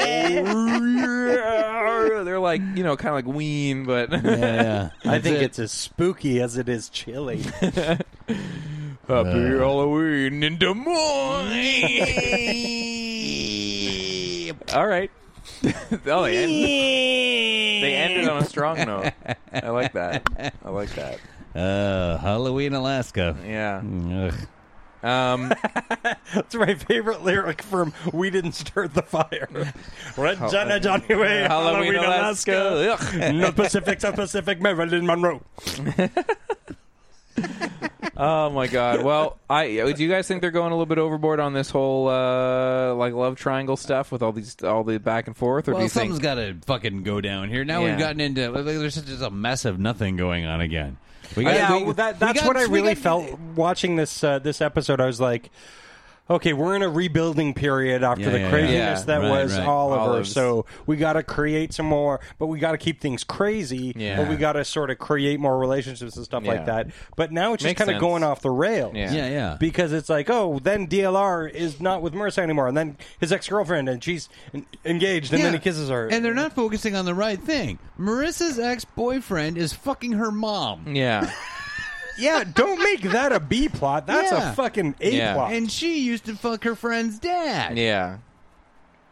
S1: They're like, you know, kind of like Ween, but
S3: Yeah.
S2: I think it's as spooky as it is (laughs) chilly.
S1: (laughs) Happy Halloween in Des Moines. (laughs) All right. oh, they, end, they ended on a strong note. I like that. I like that.
S3: uh, Halloween, Alaska.
S1: Yeah.
S3: Ugh.
S1: Um,
S2: That's my favorite lyric from "We Didn't Start the Fire." Red Jenna Johnny Way,
S1: Halloween,
S2: Halloween, Alaska,
S1: Alaska. Ugh.
S2: North Pacific, South Pacific, Marilyn Monroe.
S1: Oh my God! Well, I do you guys think they're going a little bit overboard on this whole uh, like love triangle stuff with all these all the back and forth, or do
S3: Well,
S1: you think
S3: something's got to fucking go down here. Now
S1: Yeah.
S3: we've gotten into like, there's just a mess of nothing going on again.
S1: Oh,
S3: We got-
S2: Yeah,
S3: we-
S2: well, that,
S3: we
S2: that's
S3: got-
S2: what I
S3: we
S2: really
S3: got-
S2: felt watching this uh, this episode. I was like, okay, we're in a rebuilding period after
S3: Yeah,
S2: the
S3: yeah, yeah.
S2: craziness
S1: Yeah,
S2: that
S3: right,
S2: was
S3: right.
S2: Oliver.
S1: Oliver's-
S2: So we got to create some more, but we got to keep things crazy.
S1: Yeah.
S2: But we got to sort of create more relationships and stuff
S1: Yeah.
S2: like that. But now it's just
S1: Makes
S2: kind
S1: sense.
S2: of going off the rails.
S1: Yeah.
S3: Yeah, yeah.
S2: Because it's like, oh, then DLR is not with Marissa anymore, and then his ex girlfriend, and she's en- engaged, and then
S3: Yeah.
S2: he kisses her,
S3: And they're not focusing on the right thing. Marissa's ex boyfriend is fucking her mom.
S1: yeah,
S2: Yeah, don't make that a B plot. That's
S3: Yeah.
S2: a fucking A
S1: Yeah.
S2: plot.
S3: And she used to fuck her friend's dad.
S1: yeah,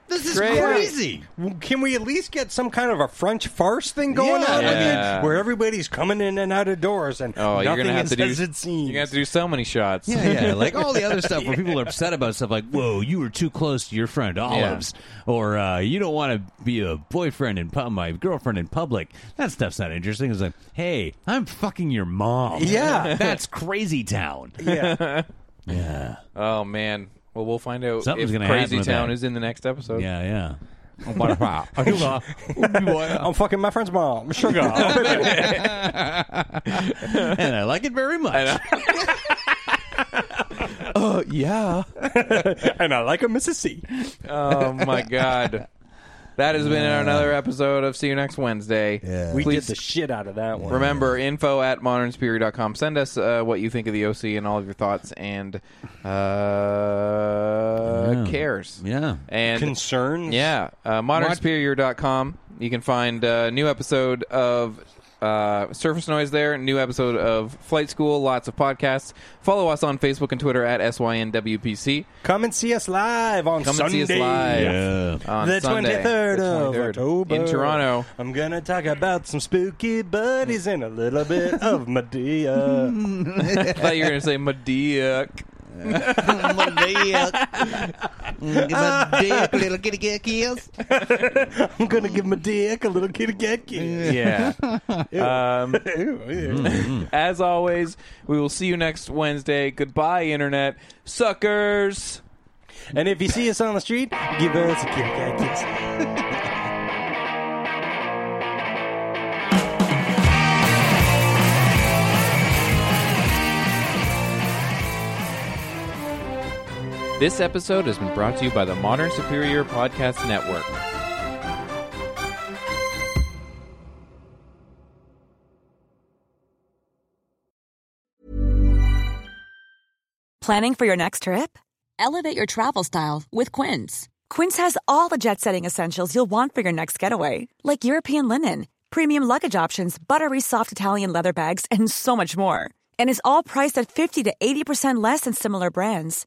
S3: This is
S1: Great.
S3: crazy.
S2: Can we at least get some kind of a French farce thing going on? I mean,
S1: Yeah.
S2: where everybody's coming in and out of doors and
S1: Oh, you're
S2: nothing
S1: gonna have
S2: is
S1: to do.
S2: as it seems.
S1: You're gonna have to do so many shots.
S3: Yeah,
S1: (laughs)
S3: yeah. Like all the other stuff where people are upset about stuff like, whoa, you were too close to your friend Olives. Or uh, you don't want to be a boyfriend and pu- my girlfriend in public. That stuff's not interesting. It's like, hey, I'm fucking your
S1: (laughs)
S3: mom.
S2: Yeah.
S3: That's crazy town.
S2: yeah.
S3: Yeah.
S1: oh man. Well, we'll find out
S3: Something's
S1: if
S3: gonna happen
S1: Crazy
S3: with
S1: Town
S3: that.
S1: is in the next episode.
S3: (laughs) Yeah,
S2: I'm
S3: (laughs) yeah.
S2: fucking my friend's mom. Sugar.
S3: (laughs) and I like it very (laughs) much. Uh,
S1: Oh yeah.
S2: (laughs) and I like a Mrs. C.
S1: (laughs) Oh my God. That has been another episode of See You Next Wednesday.
S3: Yeah.
S2: We
S1: Please
S2: did the shit out of that one.
S1: Remember, info at modernspeary.com. Send us uh, what you think of the OC and all of your thoughts and uh, cares.
S3: Yeah.
S1: And
S2: Concerns?
S1: yeah, uh, modernsuperior.com. You can find a new episode of uh, Surface Noise there, new episode of Flight School, lots of podcasts. Follow us on Facebook and Twitter at SYNWPC.
S2: Come and see us live on
S1: Come and
S2: Sunday.
S1: see us live.
S3: Yeah.
S1: On
S2: the
S1: Sunday,
S2: 23rd,
S1: the
S2: of
S1: 23rd,
S2: October
S1: in Toronto.
S2: I'm gonna talk about some spooky buddies and a little bit of Medea.
S1: I thought you were going to say
S2: (laughs)
S1: Medea.
S3: Mm,
S2: I'm gonna give Medea a little kitty cat kiss.
S1: Yeah.
S2: (laughs)
S1: um, (laughs)
S2: Ew, ew.
S1: As always, we will see you next Wednesday. Goodbye, Internet. Suckers!
S2: And if you see us on the street, give us a kitty cat kiss.
S1: This episode has been brought to you by the Modern Superior Podcast Network.
S7: Planning for your next trip? Elevate your travel style with Quince. Quince has all the jet setting essentials you'll want for your next getaway, like European linen, premium luggage options, buttery soft Italian leather bags, and so much more. And is all priced at 50 to 80% less than similar brands.